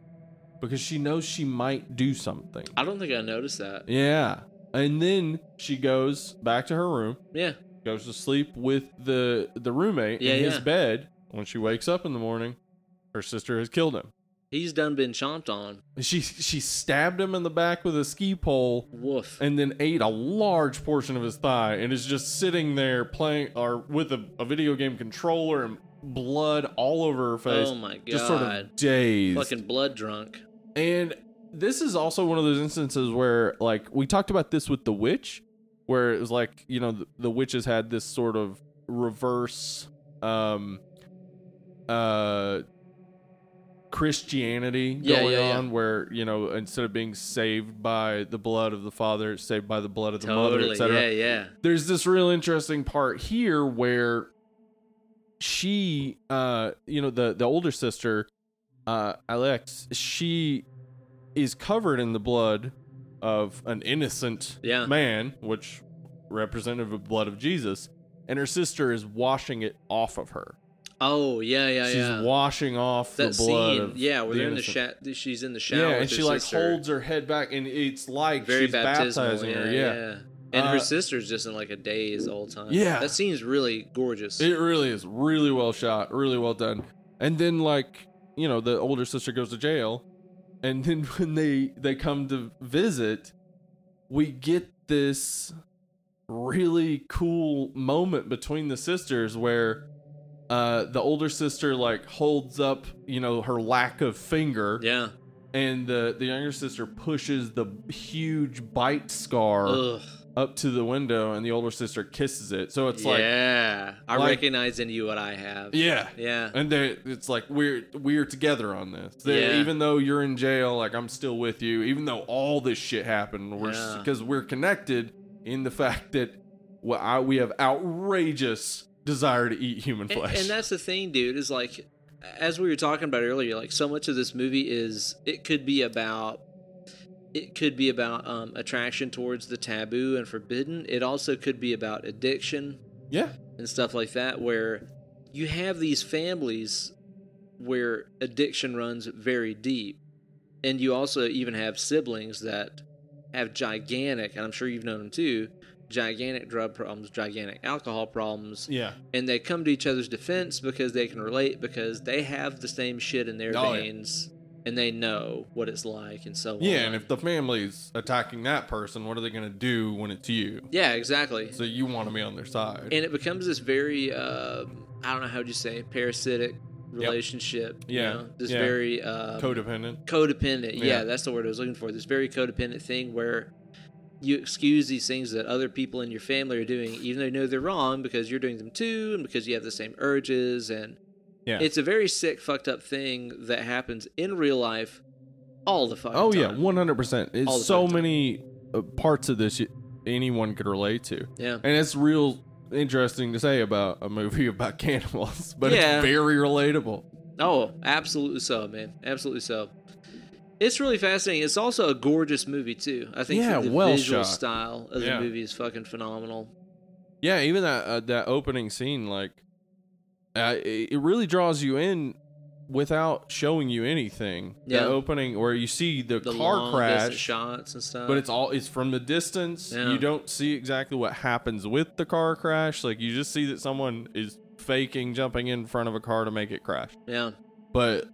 [SPEAKER 2] because she knows she might do something.
[SPEAKER 1] I don't think I noticed that.
[SPEAKER 2] Yeah. And then she goes back to her room,
[SPEAKER 1] Yeah.
[SPEAKER 2] goes to sleep with the the roommate
[SPEAKER 1] Yeah,
[SPEAKER 2] in his
[SPEAKER 1] yeah.
[SPEAKER 2] bed. When she wakes up in the morning, her sister has killed him.
[SPEAKER 1] He's done been chomped on.
[SPEAKER 2] She she stabbed him in the back with a ski pole
[SPEAKER 1] Woof.
[SPEAKER 2] and then ate a large portion of his thigh and is just sitting there playing or with a, a video game controller and blood all over her face.
[SPEAKER 1] Oh my god.
[SPEAKER 2] just sort of dazed.
[SPEAKER 1] Fucking blood drunk.
[SPEAKER 2] And this is also one of those instances where, like, we talked about this with The Witch, where it was like, you know, the, the witches had this sort of reverse um, uh, Christianity
[SPEAKER 1] Yeah,
[SPEAKER 2] going
[SPEAKER 1] yeah, yeah.
[SPEAKER 2] on, where, you know, instead of being saved by the blood of the father, it's saved by the blood of the mother,
[SPEAKER 1] Totally.
[SPEAKER 2] etc
[SPEAKER 1] Yeah, yeah.
[SPEAKER 2] there's this real interesting part here where she uh you know the the older sister uh alex she is covered in the blood of an innocent
[SPEAKER 1] Yeah.
[SPEAKER 2] man which representative of blood of jesus and her sister is washing it off of her
[SPEAKER 1] Oh, yeah, yeah,
[SPEAKER 2] she's
[SPEAKER 1] yeah.
[SPEAKER 2] washing off
[SPEAKER 1] that
[SPEAKER 2] the blood
[SPEAKER 1] scene,
[SPEAKER 2] of
[SPEAKER 1] yeah, where
[SPEAKER 2] the
[SPEAKER 1] they're in the
[SPEAKER 2] innocent.
[SPEAKER 1] sha- she's in the shower.
[SPEAKER 2] yeah
[SPEAKER 1] with
[SPEAKER 2] and
[SPEAKER 1] her
[SPEAKER 2] she like
[SPEAKER 1] sister.
[SPEAKER 2] holds her head back and it's like
[SPEAKER 1] very
[SPEAKER 2] she's
[SPEAKER 1] baptismal.
[SPEAKER 2] baptizing
[SPEAKER 1] yeah,
[SPEAKER 2] her
[SPEAKER 1] yeah,
[SPEAKER 2] yeah
[SPEAKER 1] And
[SPEAKER 2] Uh,
[SPEAKER 1] her sister's just in like a daze the whole time.
[SPEAKER 2] Yeah.
[SPEAKER 1] that scene's really gorgeous.
[SPEAKER 2] It really is really well shot, really well done. And then like, you know, the older sister goes to jail, and then (laughs) when they they come to visit, we get this really cool moment between the sisters where uh the older sister like holds up, you know, her lack of finger
[SPEAKER 1] yeah,
[SPEAKER 2] and the the younger sister pushes the huge bite scar
[SPEAKER 1] Ugh.
[SPEAKER 2] up to the window and the older sister kisses it. So it's like
[SPEAKER 1] yeah. I
[SPEAKER 2] like-
[SPEAKER 1] recognize in you what I have.
[SPEAKER 2] yeah,
[SPEAKER 1] yeah,
[SPEAKER 2] and they, it's like we're we're together on this. They-
[SPEAKER 1] Yeah.
[SPEAKER 2] Even though you're in jail, like I'm still with you. Even though all this shit happened, we're
[SPEAKER 1] Yeah.
[SPEAKER 2] because we're connected in the fact that well, I, we have outrageous desire to eat human
[SPEAKER 1] And,
[SPEAKER 2] flesh.
[SPEAKER 1] and that's the thing, dude. Is like, as we were talking about earlier, like so much of this movie is it could be about. It could be about um, attraction towards the taboo and forbidden. It also could be about addiction.
[SPEAKER 2] yeah,
[SPEAKER 1] and stuff like that where you have these families where addiction runs very deep and you also even have siblings that have gigantic and i'm sure you've known them too gigantic drug problems gigantic alcohol problems
[SPEAKER 2] yeah,
[SPEAKER 1] and they come to each other's defense because they can relate because they have the same shit in their
[SPEAKER 2] Oh, yeah.
[SPEAKER 1] veins and they know what it's like and so
[SPEAKER 2] yeah.
[SPEAKER 1] on
[SPEAKER 2] And if the family's attacking that person, what are they gonna do when it's you?
[SPEAKER 1] yeah exactly
[SPEAKER 2] So you want to be on their side.
[SPEAKER 1] and it becomes this very um, I don't know how would you say parasitic relationship. you
[SPEAKER 2] Yeah,
[SPEAKER 1] know? this
[SPEAKER 2] yeah.
[SPEAKER 1] very uh,
[SPEAKER 2] Codependent.
[SPEAKER 1] codependent. Yeah.
[SPEAKER 2] Yeah.
[SPEAKER 1] that's the word I was looking for. This very codependent thing where you excuse these things that other people in your family are doing, even though you know they're wrong, because you're doing them too, and because you have the same urges and
[SPEAKER 2] Yeah.
[SPEAKER 1] It's a very sick, fucked up thing that happens in real life all the fucking
[SPEAKER 2] oh
[SPEAKER 1] time.
[SPEAKER 2] yeah, one hundred percent.
[SPEAKER 1] All the
[SPEAKER 2] It's so
[SPEAKER 1] fucking time.
[SPEAKER 2] many uh, parts of this y- anyone could relate to,
[SPEAKER 1] Yeah.
[SPEAKER 2] and it's real interesting to say about a movie (laughs) about cannibals, (laughs) but
[SPEAKER 1] Yeah.
[SPEAKER 2] it's very relatable.
[SPEAKER 1] Oh, absolutely so, man. Absolutely so. It's really fascinating. It's also a gorgeous movie too. I think
[SPEAKER 2] Yeah,
[SPEAKER 1] the
[SPEAKER 2] well
[SPEAKER 1] visual
[SPEAKER 2] shot.
[SPEAKER 1] style of
[SPEAKER 2] Yeah.
[SPEAKER 1] the movie is fucking phenomenal.
[SPEAKER 2] Yeah, even that uh, that opening scene, like, uh, it it really draws you in without showing you anything.
[SPEAKER 1] Yeah.
[SPEAKER 2] The opening where you see the,
[SPEAKER 1] The
[SPEAKER 2] car
[SPEAKER 1] long distance
[SPEAKER 2] crash,
[SPEAKER 1] shots and stuff.
[SPEAKER 2] but it's all it's from the distance.
[SPEAKER 1] Yeah.
[SPEAKER 2] You don't see exactly what happens with the car crash. Like, you just see that someone is faking jumping in front of a car to make it crash.
[SPEAKER 1] yeah,
[SPEAKER 2] But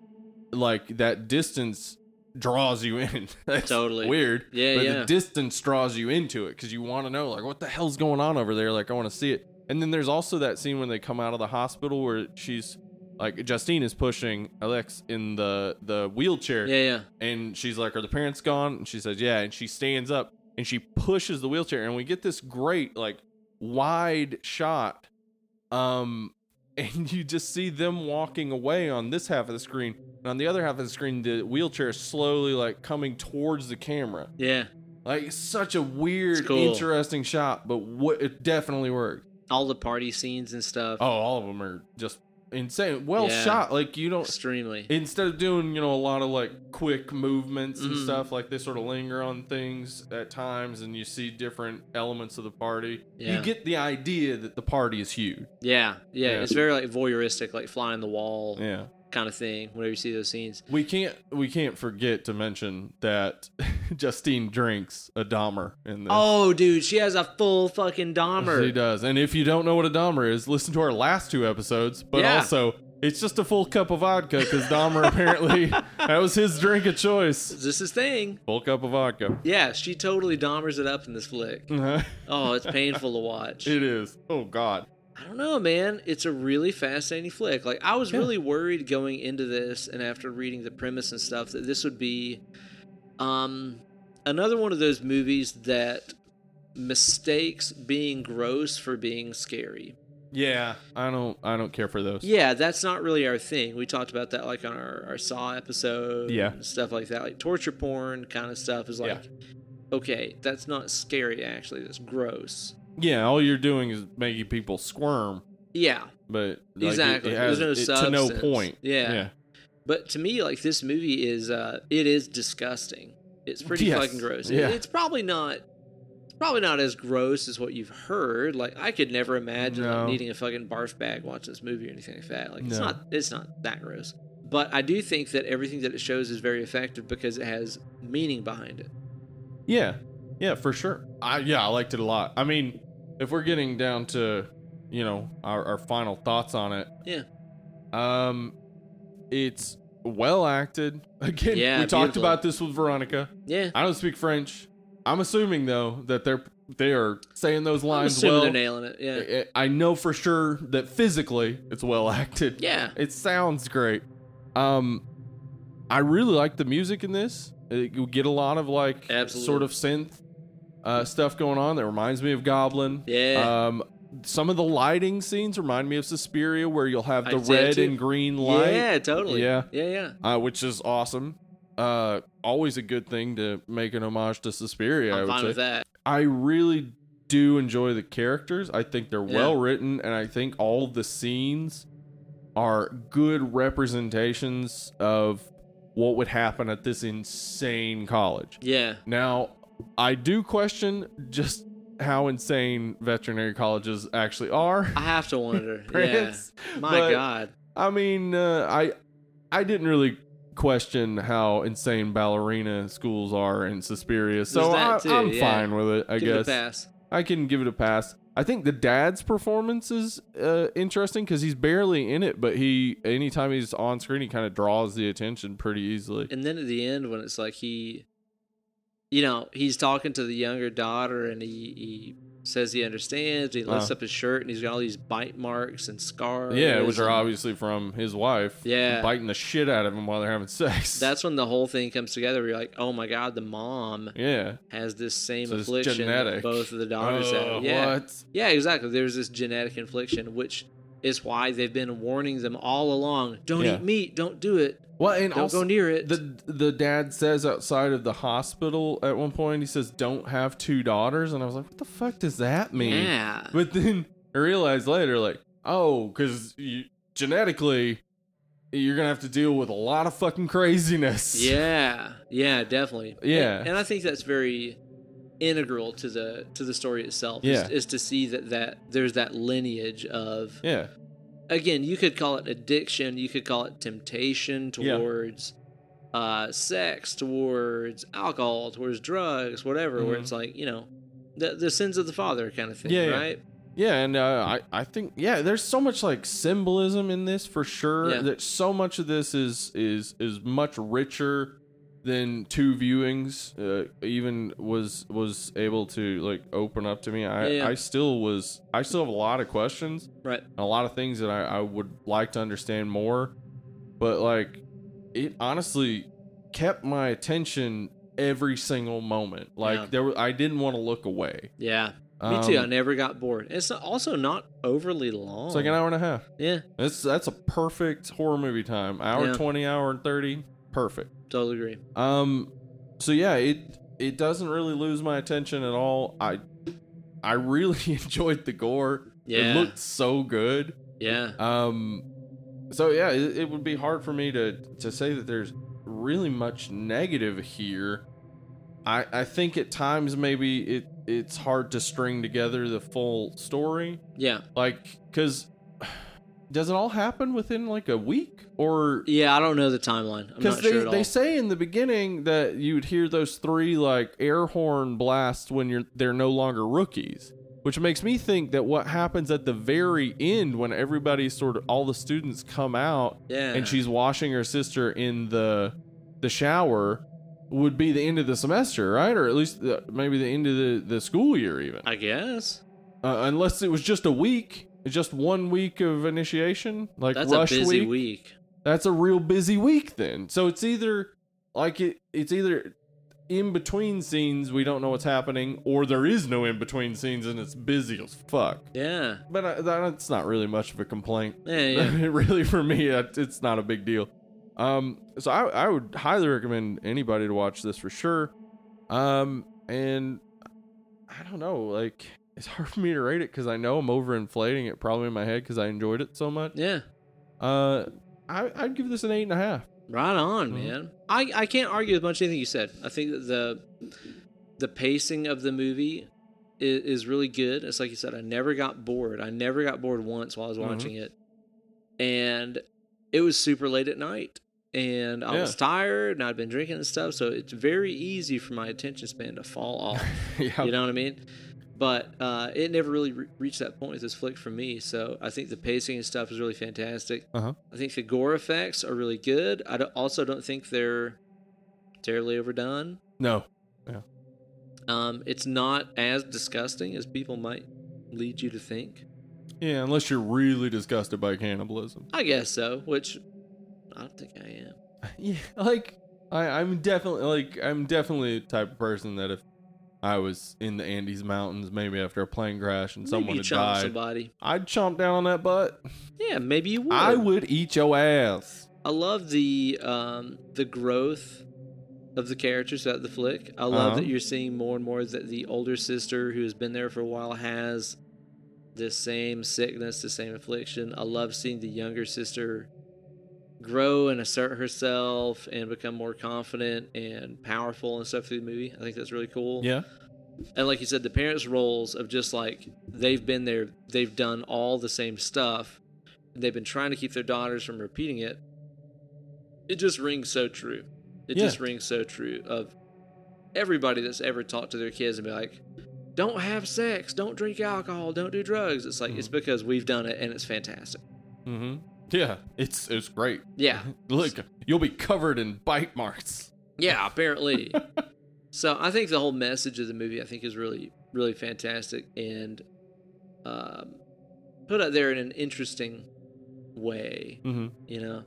[SPEAKER 2] like that distance draws you in. (laughs) That's
[SPEAKER 1] Totally.
[SPEAKER 2] weird.
[SPEAKER 1] Yeah,
[SPEAKER 2] but
[SPEAKER 1] yeah.
[SPEAKER 2] the distance draws you into it because you want to know like what the hell's going on over there. Like I want to see it. And then there's also that scene when they come out of the hospital where she's like Justine is pushing Alex in the the wheelchair,
[SPEAKER 1] yeah, yeah.
[SPEAKER 2] and she's like, "Are the parents gone?" And she says, "Yeah." And she stands up and she pushes the wheelchair, and we get this great like wide shot. Um, (laughs) and you just see them walking away on this half of the screen, and on the other half of the screen, the wheelchair is slowly like coming towards the camera.
[SPEAKER 1] Yeah.
[SPEAKER 2] Like it's such a weird,
[SPEAKER 1] It's cool.
[SPEAKER 2] interesting shot, but what it definitely worked.
[SPEAKER 1] All the party scenes and stuff.
[SPEAKER 2] Oh, all of them are just insane. Well
[SPEAKER 1] Yeah.
[SPEAKER 2] shot. Like you don't
[SPEAKER 1] Extremely.
[SPEAKER 2] instead of doing you know a lot of like quick movements and
[SPEAKER 1] Mhm.
[SPEAKER 2] stuff like they sort of linger on things at times and you see different elements of the party
[SPEAKER 1] Yeah.
[SPEAKER 2] you get the idea that the party is huge
[SPEAKER 1] yeah, yeah,
[SPEAKER 2] Yeah.
[SPEAKER 1] It's very like voyeuristic, like fly in the wall
[SPEAKER 2] yeah
[SPEAKER 1] kind of thing. Whenever you see those scenes.
[SPEAKER 2] we can't we can't forget to mention that (laughs) justine drinks a dahmer in this
[SPEAKER 1] Oh, dude, she has a full fucking
[SPEAKER 2] She
[SPEAKER 1] Dahmer.
[SPEAKER 2] does. And if you don't know what a Dahmer is, listen to our last two episodes. But
[SPEAKER 1] Yeah.
[SPEAKER 2] also, it's just a full cup of vodka because Dahmer
[SPEAKER 1] (laughs)
[SPEAKER 2] apparently that was his drink of choice.
[SPEAKER 1] Is this his thing?
[SPEAKER 2] Full cup of vodka. (laughs)
[SPEAKER 1] Yeah, she totally Dahmers it up in this flick.
[SPEAKER 2] Uh-huh.
[SPEAKER 1] Oh, it's painful to watch.
[SPEAKER 2] It is. Oh God.
[SPEAKER 1] I don't know, man. It's a really fascinating flick. Like I was really worried going into this and after reading the premise and stuff that this would be um another one of those movies that mistakes being gross for being scary.
[SPEAKER 2] Yeah. I don't. I don't care for those.
[SPEAKER 1] Yeah, that's not really our thing. We talked about that like on our, our Saw episode.
[SPEAKER 2] Yeah.
[SPEAKER 1] and Stuff like that. Like torture porn kind of stuff is like okay, that's not scary actually. That's gross.
[SPEAKER 2] Yeah. All you're doing is making people squirm,
[SPEAKER 1] Yeah.
[SPEAKER 2] but like, it-
[SPEAKER 1] Exactly.
[SPEAKER 2] it, has,
[SPEAKER 1] There's no
[SPEAKER 2] it- to no
[SPEAKER 1] substance.
[SPEAKER 2] point.
[SPEAKER 1] Yeah. But to me, like this movie is, uh, it is disgusting. It's pretty
[SPEAKER 2] Yes.
[SPEAKER 1] fucking gross.
[SPEAKER 2] Yeah.
[SPEAKER 1] It's probably not, it's probably not as gross as what you've heard. Like I could never imagine like,
[SPEAKER 2] No.
[SPEAKER 1] needing a fucking barf bag watching this movie or anything like that. Like it's
[SPEAKER 2] No.
[SPEAKER 1] not, it's not that gross. But I do think that everything that it shows is very effective because it has meaning behind it.
[SPEAKER 2] Yeah. Yeah. For sure. I yeah. I liked it a lot. I mean, if we're getting down to, you know, our, our final thoughts on it.
[SPEAKER 1] Yeah.
[SPEAKER 2] Um, it's well acted. (laughs) Again,
[SPEAKER 1] Yeah,
[SPEAKER 2] we talked
[SPEAKER 1] beautiful.
[SPEAKER 2] about this with Veronica.
[SPEAKER 1] Yeah.
[SPEAKER 2] I don't speak French. I'm assuming though that they're they are saying those
[SPEAKER 1] I'm
[SPEAKER 2] lines
[SPEAKER 1] assuming
[SPEAKER 2] well. uh,
[SPEAKER 1] they're nailing it. Yeah.
[SPEAKER 2] I- I know for sure that physically it's well acted.
[SPEAKER 1] Yeah.
[SPEAKER 2] It sounds great. Um, I really like the music in this. It, you get a lot of like
[SPEAKER 1] Absolutely.
[SPEAKER 2] sort of synth uh, stuff going on that reminds me of Goblin.
[SPEAKER 1] Yeah.
[SPEAKER 2] Um, some of the lighting scenes remind me of Suspiria, where you'll have
[SPEAKER 1] I
[SPEAKER 2] the
[SPEAKER 1] did
[SPEAKER 2] red
[SPEAKER 1] too.
[SPEAKER 2] and green light,
[SPEAKER 1] Yeah. Totally.
[SPEAKER 2] Yeah.
[SPEAKER 1] Yeah. Yeah.
[SPEAKER 2] uh, which is awesome. Uh, always a good thing to make an homage to Suspiria. I
[SPEAKER 1] I'm
[SPEAKER 2] would
[SPEAKER 1] fine
[SPEAKER 2] say.
[SPEAKER 1] with that.
[SPEAKER 2] I really do enjoy the characters. I think they're
[SPEAKER 1] Yeah.
[SPEAKER 2] well written, and I think all of the scenes are good representations of what would happen at this insane college.
[SPEAKER 1] Yeah.
[SPEAKER 2] Now, I do question just how insane veterinary colleges actually are. (laughs)
[SPEAKER 1] I have to wonder. yeah.
[SPEAKER 2] Prince.
[SPEAKER 1] My
[SPEAKER 2] but-
[SPEAKER 1] God.
[SPEAKER 2] I mean, uh, I I didn't really question how insane ballerina schools are in Suspiria, so
[SPEAKER 1] that
[SPEAKER 2] I,
[SPEAKER 1] too,
[SPEAKER 2] I'm
[SPEAKER 1] yeah.
[SPEAKER 2] fine with it. I
[SPEAKER 1] Give it a
[SPEAKER 2] guess.
[SPEAKER 1] pass.
[SPEAKER 2] I can give it a pass. I think the dad's performance is uh, interesting because he's barely in it, but he anytime he's on screen, he kind of draws the attention pretty easily.
[SPEAKER 1] And then at the end, when it's like he, you know, he's talking to the younger daughter and he, he says he understands. He lifts
[SPEAKER 2] Uh.
[SPEAKER 1] up his shirt and he's got all these bite marks and scars.
[SPEAKER 2] yeah, which are
[SPEAKER 1] and
[SPEAKER 2] obviously from his wife.
[SPEAKER 1] Yeah.
[SPEAKER 2] biting the shit out of him while they're having sex.
[SPEAKER 1] That's when the whole thing comes together. Where you're like, oh my God, the mom
[SPEAKER 2] (laughs) yeah.
[SPEAKER 1] has this same
[SPEAKER 2] So it's
[SPEAKER 1] affliction that
[SPEAKER 2] genetic.
[SPEAKER 1] both of the daughters
[SPEAKER 2] Oh,
[SPEAKER 1] have. Yeah.
[SPEAKER 2] What?
[SPEAKER 1] Yeah, exactly. There's this genetic infliction, which is why they've been warning them all along. Don't
[SPEAKER 2] Yeah.
[SPEAKER 1] eat meat. Don't do it.
[SPEAKER 2] Well, and
[SPEAKER 1] Don't
[SPEAKER 2] also
[SPEAKER 1] go near it.
[SPEAKER 2] the the dad says outside of the hospital at one point he says don't have two daughters and I was like what the fuck does that mean?
[SPEAKER 1] yeah.
[SPEAKER 2] But then I realized later like oh cuz you, genetically you're going to have to deal with a lot of fucking craziness.
[SPEAKER 1] (laughs) Yeah. Yeah, definitely.
[SPEAKER 2] Yeah.
[SPEAKER 1] And, and I think that's very integral to the to the story itself is-
[SPEAKER 2] Yeah.
[SPEAKER 1] is, to see that that there's that lineage of
[SPEAKER 2] Yeah.
[SPEAKER 1] again you could call it addiction you could call it temptation
[SPEAKER 2] Yeah.
[SPEAKER 1] towards uh sex towards alcohol towards drugs whatever where
[SPEAKER 2] Mhm.
[SPEAKER 1] it's like you know the, the sins of the father kind of thing
[SPEAKER 2] Yeah, yeah.
[SPEAKER 1] right
[SPEAKER 2] Yeah, and uh, I I think yeah, there's so much like symbolism in this for sure.
[SPEAKER 1] Yeah.
[SPEAKER 2] That so much of this is is is much richer than two viewings uh, even was was able to like open up to me. I
[SPEAKER 1] Yeah.
[SPEAKER 2] I still was I still have a lot of questions
[SPEAKER 1] right
[SPEAKER 2] and a lot of things that I, I would like to understand more. But like it honestly kept my attention every single moment. Like
[SPEAKER 1] Yeah.
[SPEAKER 2] there were, I didn't want to look away.
[SPEAKER 1] yeah me too i
[SPEAKER 2] Um,
[SPEAKER 1] never got bored it's not- also not overly long
[SPEAKER 2] it's like an hour and a half.
[SPEAKER 1] yeah
[SPEAKER 2] That's that's a perfect horror movie time. Hour
[SPEAKER 1] Yeah.
[SPEAKER 2] twenty, hour and thirty, perfect.
[SPEAKER 1] totally agree
[SPEAKER 2] Um, so yeah, it it doesn't really lose my attention at all. I I really (laughs) enjoyed the gore.
[SPEAKER 1] Yeah.
[SPEAKER 2] it looked so good.
[SPEAKER 1] yeah
[SPEAKER 2] Um, so yeah, it, it would be hard for me to to say that there's really much negative here. I I think at times maybe it it's hard to string together the full story
[SPEAKER 1] yeah
[SPEAKER 2] like because (sighs) does it all happen within like a week or
[SPEAKER 1] yeah i don't know the timeline i'm
[SPEAKER 2] because
[SPEAKER 1] not
[SPEAKER 2] they,
[SPEAKER 1] sure at
[SPEAKER 2] they
[SPEAKER 1] all
[SPEAKER 2] say in the beginning that you'd hear those three like air horn blasts when you're they're no longer rookies which makes me think that what happens at the very end when everybody sort of all the students come out
[SPEAKER 1] yeah
[SPEAKER 2] and she's washing her sister in the the shower would be the end of the semester right or at least the, maybe the end of the, the school year even
[SPEAKER 1] i guess
[SPEAKER 2] uh, unless it was just a week, just one week of initiation, like
[SPEAKER 1] that's a
[SPEAKER 2] rush
[SPEAKER 1] busy
[SPEAKER 2] week.
[SPEAKER 1] week
[SPEAKER 2] That's a real busy week then. So it's either like it, it's either in between scenes we don't know what's happening, or there is no in between scenes and it's busy as fuck.
[SPEAKER 1] yeah
[SPEAKER 2] But I, that's not really much of a complaint. (laughs)
[SPEAKER 1] yeah yeah
[SPEAKER 2] really, for me, it- it's not a big deal. Um, so I, I would highly recommend anybody to watch this for sure. Um, and I don't know, like it's hard for me to rate it because I know I'm overinflating it probably in my head because I enjoyed it so much.
[SPEAKER 1] yeah
[SPEAKER 2] Uh, I, I'd give this an eight and a half.
[SPEAKER 1] Right on,
[SPEAKER 2] Mhm.
[SPEAKER 1] man. I, I can't argue with much anything you said. I think that the the pacing of the movie is, is really good. It's like you said, I never got bored. I never got bored once while I was
[SPEAKER 2] Mhm.
[SPEAKER 1] watching it, and it was super late at night, and I was tired, and I'd been drinking and stuff, so it's very easy for my attention span to fall off.
[SPEAKER 2] (laughs) yeah,
[SPEAKER 1] You know what I mean? But uh, it never really re- reached that point with this flick for me. So I think the pacing and stuff is really fantastic.
[SPEAKER 2] Uh-huh.
[SPEAKER 1] I think the gore effects are really good. I don't- also don't think they're terribly overdone.
[SPEAKER 2] no,
[SPEAKER 1] Um, it's not as disgusting as people might lead you to think.
[SPEAKER 2] yeah, unless you're really disgusted by cannibalism.
[SPEAKER 1] I guess so, which I don't think I am.
[SPEAKER 2] (laughs) Yeah, like I, I'm definitely like I'm definitely the type of person that if I was in the Andes Mountains, maybe after a plane crash and someone
[SPEAKER 1] maybe you
[SPEAKER 2] had
[SPEAKER 1] chomp
[SPEAKER 2] died,
[SPEAKER 1] somebody.
[SPEAKER 2] I'd chomp down on that butt.
[SPEAKER 1] Yeah, maybe you would.
[SPEAKER 2] I would eat your ass.
[SPEAKER 1] I love the um, the growth of the characters throughout the flick. I love
[SPEAKER 2] Uh-huh.
[SPEAKER 1] that you're seeing more and more that the older sister who has been there for a while has this same sickness, the same affliction. I love seeing the younger sister grow and assert herself and become more confident and powerful and stuff through the movie. I think that's really cool.
[SPEAKER 2] Yeah,
[SPEAKER 1] And like you said, the parents' roles of just like they've been there, they've done all the same stuff, and they've been trying to keep their daughters from repeating it. It just rings so true. It
[SPEAKER 2] Yeah.
[SPEAKER 1] just rings so true of everybody that's ever talked to their kids and be like, don't have sex, don't drink alcohol, don't do drugs. It's like, it's because we've done it and it's fantastic.
[SPEAKER 2] mm-hmm. yeah, it's it's great.
[SPEAKER 1] Yeah.
[SPEAKER 2] Look, you'll be covered in bite marks. (laughs)
[SPEAKER 1] Yeah, apparently. so I think the whole message of the movie I think is really, really fantastic and um, put out there in an interesting way.
[SPEAKER 2] Mm-hmm.
[SPEAKER 1] You know,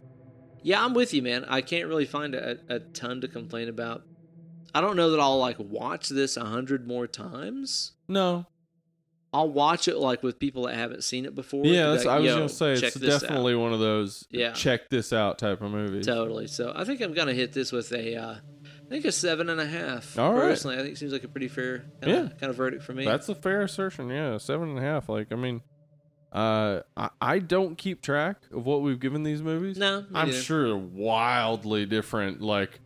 [SPEAKER 1] yeah, I'm with you, man. I can't really find a, a ton to complain about. I don't know that I'll like watch this a hundred more times,
[SPEAKER 2] No,
[SPEAKER 1] I'll watch it like with people that haven't seen it before. and be
[SPEAKER 2] yeah, that's,
[SPEAKER 1] like,
[SPEAKER 2] I was
[SPEAKER 1] "Yo,
[SPEAKER 2] gonna say
[SPEAKER 1] check
[SPEAKER 2] it's
[SPEAKER 1] this out."
[SPEAKER 2] definitely one of those
[SPEAKER 1] Yeah.
[SPEAKER 2] check this out type of movies.
[SPEAKER 1] Totally. So I think I'm gonna hit this with a, uh, I think a seven and a half.
[SPEAKER 2] All right.
[SPEAKER 1] personally, I think it seems like a pretty fair kind of,
[SPEAKER 2] Yeah.
[SPEAKER 1] kind of verdict for me.
[SPEAKER 2] That's a fair assertion. Yeah, seven and a half. Like, I mean, uh, I, I don't keep track of what we've given these movies.
[SPEAKER 1] no, me
[SPEAKER 2] I'm
[SPEAKER 1] neither.
[SPEAKER 2] sure they're wildly different. Like,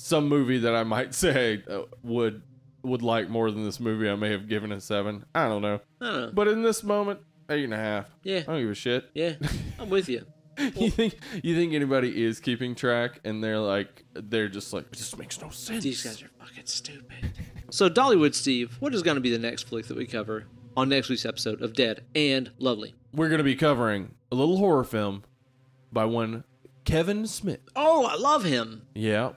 [SPEAKER 2] some movie that I might (laughs) say uh, would would like more than this movie, I may have given a seven. I don't know.
[SPEAKER 1] I don't know.
[SPEAKER 2] But in this moment, eight and a half.
[SPEAKER 1] Yeah,
[SPEAKER 2] I don't give a shit. (laughs)
[SPEAKER 1] yeah, I'm with you.
[SPEAKER 2] you think you think anybody is keeping track, and they're like, they're just like, this makes no sense.
[SPEAKER 1] These guys are fucking stupid. So Dollywood Steve, what is gonna be the next flick that we cover on next week's episode of Dead and Lovely?
[SPEAKER 2] We're gonna be covering a little horror film by one Kevin Smith.
[SPEAKER 1] Oh, I love him.
[SPEAKER 2] Yeah.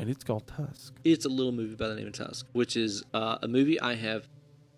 [SPEAKER 2] And it's called Tusk.
[SPEAKER 1] It's a little movie by the name of Tusk, which is uh, a movie I have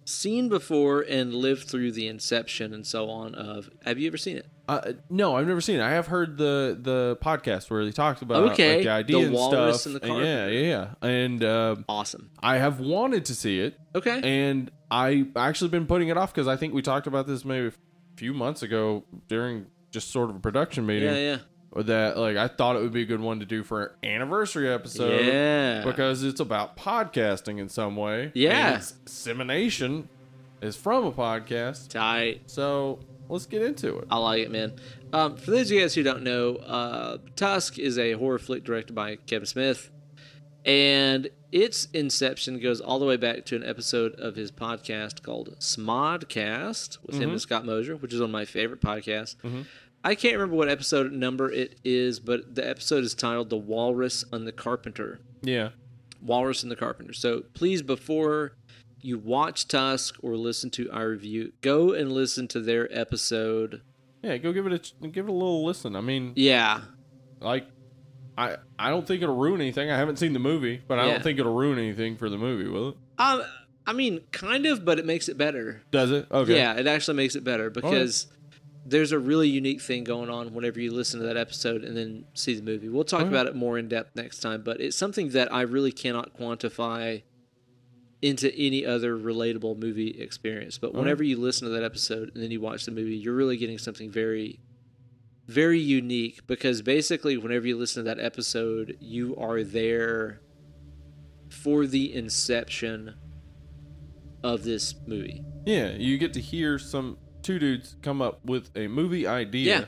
[SPEAKER 1] seen before and lived through the inception and so on. Of have you ever seen it?
[SPEAKER 2] Uh, no, I've never seen it. I have heard the the podcast where they talked about
[SPEAKER 1] Okay.
[SPEAKER 2] like, the idea
[SPEAKER 1] The
[SPEAKER 2] and
[SPEAKER 1] walrus
[SPEAKER 2] stuff.
[SPEAKER 1] and the carpenter.
[SPEAKER 2] yeah, yeah, yeah. And uh,
[SPEAKER 1] Awesome.
[SPEAKER 2] I have wanted to see it,
[SPEAKER 1] Okay.
[SPEAKER 2] and I actually been putting it off because I think we talked about this maybe a few months ago during just sort of a production meeting.
[SPEAKER 1] yeah, yeah.
[SPEAKER 2] Or that like I thought it would be a good one to do for an anniversary episode.
[SPEAKER 1] yeah.
[SPEAKER 2] because it's about podcasting in some way.
[SPEAKER 1] Yeah.
[SPEAKER 2] And its dissemination is from a podcast.
[SPEAKER 1] Tight.
[SPEAKER 2] So let's get into it.
[SPEAKER 1] I like it, man. Um, for those of you guys who don't know, uh, Tusk is a horror flick directed by Kevin Smith, and its inception goes all the way back to an episode of his podcast called Smodcast with him and Scott Mosier, which is one of my favorite podcasts. I can't remember what episode number it is, but the episode is titled "The Walrus and the Carpenter."
[SPEAKER 2] Yeah.
[SPEAKER 1] Walrus and the Carpenter. So please, before you watch Tusk or listen to our review, go and listen to their episode.
[SPEAKER 2] Yeah, go give it a ch- give it a little listen. I mean,
[SPEAKER 1] Yeah,
[SPEAKER 2] like I I don't think it'll ruin anything. I haven't seen the movie, but I
[SPEAKER 1] Yeah.
[SPEAKER 2] don't think it'll ruin anything for the movie, will it?
[SPEAKER 1] Um, I mean, kind of, but it makes it better.
[SPEAKER 2] Does it? Okay.
[SPEAKER 1] Yeah, it actually makes it better because there's a really unique thing going on whenever you listen to that episode and then see the movie. We'll talk
[SPEAKER 2] Alright.
[SPEAKER 1] about it more in depth next time, but it's something that I really cannot quantify into any other relatable movie experience. But
[SPEAKER 2] Alright.
[SPEAKER 1] whenever you listen to that episode and then you watch the movie, you're really getting something very very unique because basically whenever you listen to that episode, you are there for the inception of this movie.
[SPEAKER 2] Yeah, you get to hear some two dudes come up with a movie idea.
[SPEAKER 1] Yeah.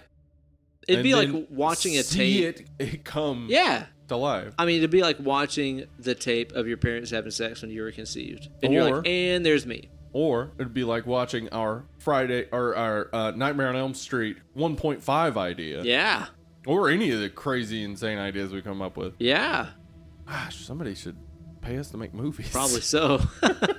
[SPEAKER 1] It'd
[SPEAKER 2] and
[SPEAKER 1] be
[SPEAKER 2] then
[SPEAKER 1] like watching a
[SPEAKER 2] see
[SPEAKER 1] tape.
[SPEAKER 2] it, it come
[SPEAKER 1] Yeah.
[SPEAKER 2] to life.
[SPEAKER 1] I mean, it'd be like watching the tape of your parents having sex when you were conceived. And you're
[SPEAKER 2] Or-
[SPEAKER 1] like, and there's me.
[SPEAKER 2] Or it'd be like watching our Friday or our uh, Nightmare on Elm Street 1.5 idea,
[SPEAKER 1] Yeah.
[SPEAKER 2] or any of the crazy, insane ideas we come up with.
[SPEAKER 1] Yeah.
[SPEAKER 2] Gosh, somebody should pay us to make movies.
[SPEAKER 1] Probably so. (laughs)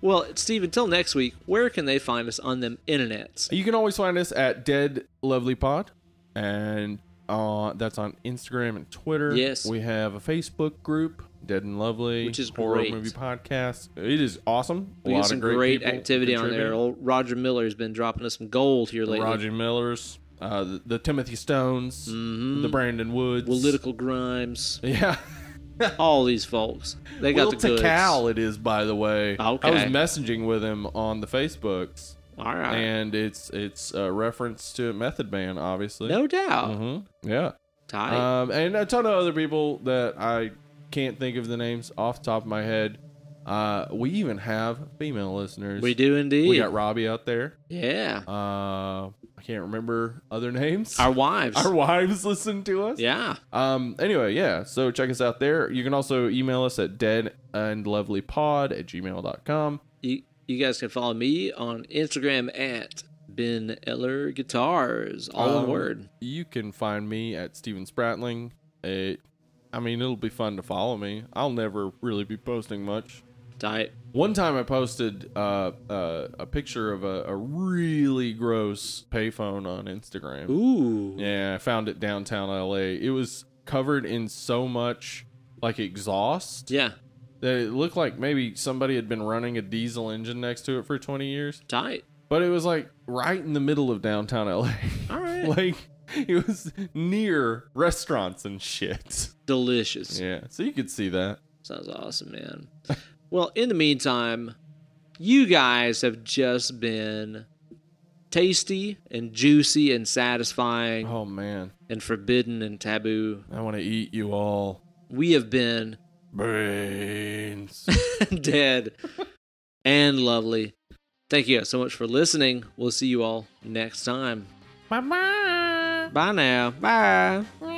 [SPEAKER 1] well, Steve, until next week, where can they find us on them internets?
[SPEAKER 2] (laughs) You can always find us at Dead Lovely Pod, and uh, that's on Instagram and Twitter.
[SPEAKER 1] Yes.
[SPEAKER 2] we have a Facebook group, Dead and Lovely,
[SPEAKER 1] Which is
[SPEAKER 2] horror
[SPEAKER 1] great.
[SPEAKER 2] movie podcast. It is awesome. A
[SPEAKER 1] We
[SPEAKER 2] lot
[SPEAKER 1] got
[SPEAKER 2] of
[SPEAKER 1] some
[SPEAKER 2] great,
[SPEAKER 1] great,
[SPEAKER 2] people
[SPEAKER 1] activity on there.
[SPEAKER 2] contributing.
[SPEAKER 1] Old Roger Miller's been dropping us some gold here lately.
[SPEAKER 2] Roger Miller's, uh, the, the Timothy Stones,
[SPEAKER 1] Mhm.
[SPEAKER 2] the Brandon Woods,
[SPEAKER 1] Political Grimes,
[SPEAKER 2] (laughs) Yeah.
[SPEAKER 1] (laughs) all these folks. They got
[SPEAKER 2] Will
[SPEAKER 1] the goods.
[SPEAKER 2] Takal it is, by the way. I was
[SPEAKER 1] Okay.
[SPEAKER 2] messaging with him on the Facebooks,
[SPEAKER 1] All right.
[SPEAKER 2] and it's it's a reference to Method Man, obviously.
[SPEAKER 1] no doubt.
[SPEAKER 2] Mm-hmm. Yeah.
[SPEAKER 1] Tight.
[SPEAKER 2] Um, and a ton of other people that I can't think of the names off the top of my head. Uh, we even have female listeners.
[SPEAKER 1] we do indeed.
[SPEAKER 2] We got Robbie out there.
[SPEAKER 1] yeah.
[SPEAKER 2] Uh, I can't remember other names.
[SPEAKER 1] Our wives.
[SPEAKER 2] (laughs) Our wives listen to us.
[SPEAKER 1] yeah.
[SPEAKER 2] Um, anyway, yeah, so check us out there. You can also email us at deadandlovelypod at gmail.com.
[SPEAKER 1] you, you guys can follow me on Instagram at Ben Eller Guitars, all
[SPEAKER 2] Um,
[SPEAKER 1] in word.
[SPEAKER 2] You can find me at Steven Spratling. It, I mean, it'll be fun to follow me. I'll never really be posting much.
[SPEAKER 1] Diet.
[SPEAKER 2] One time I posted uh, uh, a picture of a, a really gross payphone on Instagram.
[SPEAKER 1] Ooh.
[SPEAKER 2] Yeah, I found it downtown LA. It was covered in so much like exhaust.
[SPEAKER 1] Yeah.
[SPEAKER 2] that it looked like maybe somebody had been running a diesel engine next to it for 20 years
[SPEAKER 1] Tight.
[SPEAKER 2] but it was like right in the middle of downtown (laughs) la
[SPEAKER 1] All right.
[SPEAKER 2] like it was near restaurants and shit
[SPEAKER 1] Delicious.
[SPEAKER 2] yeah so you could see that
[SPEAKER 1] (laughs) Sounds awesome, man. well, in the meantime, you guys have just been tasty and juicy and satisfying
[SPEAKER 2] Oh man,
[SPEAKER 1] and forbidden and taboo.
[SPEAKER 2] I want to eat you all.
[SPEAKER 1] We have been
[SPEAKER 2] Brains.
[SPEAKER 1] (laughs) dead and lovely. Thank you guys so much for listening. We'll see you all next time.
[SPEAKER 2] Bye bye.
[SPEAKER 1] Bye now. Bye.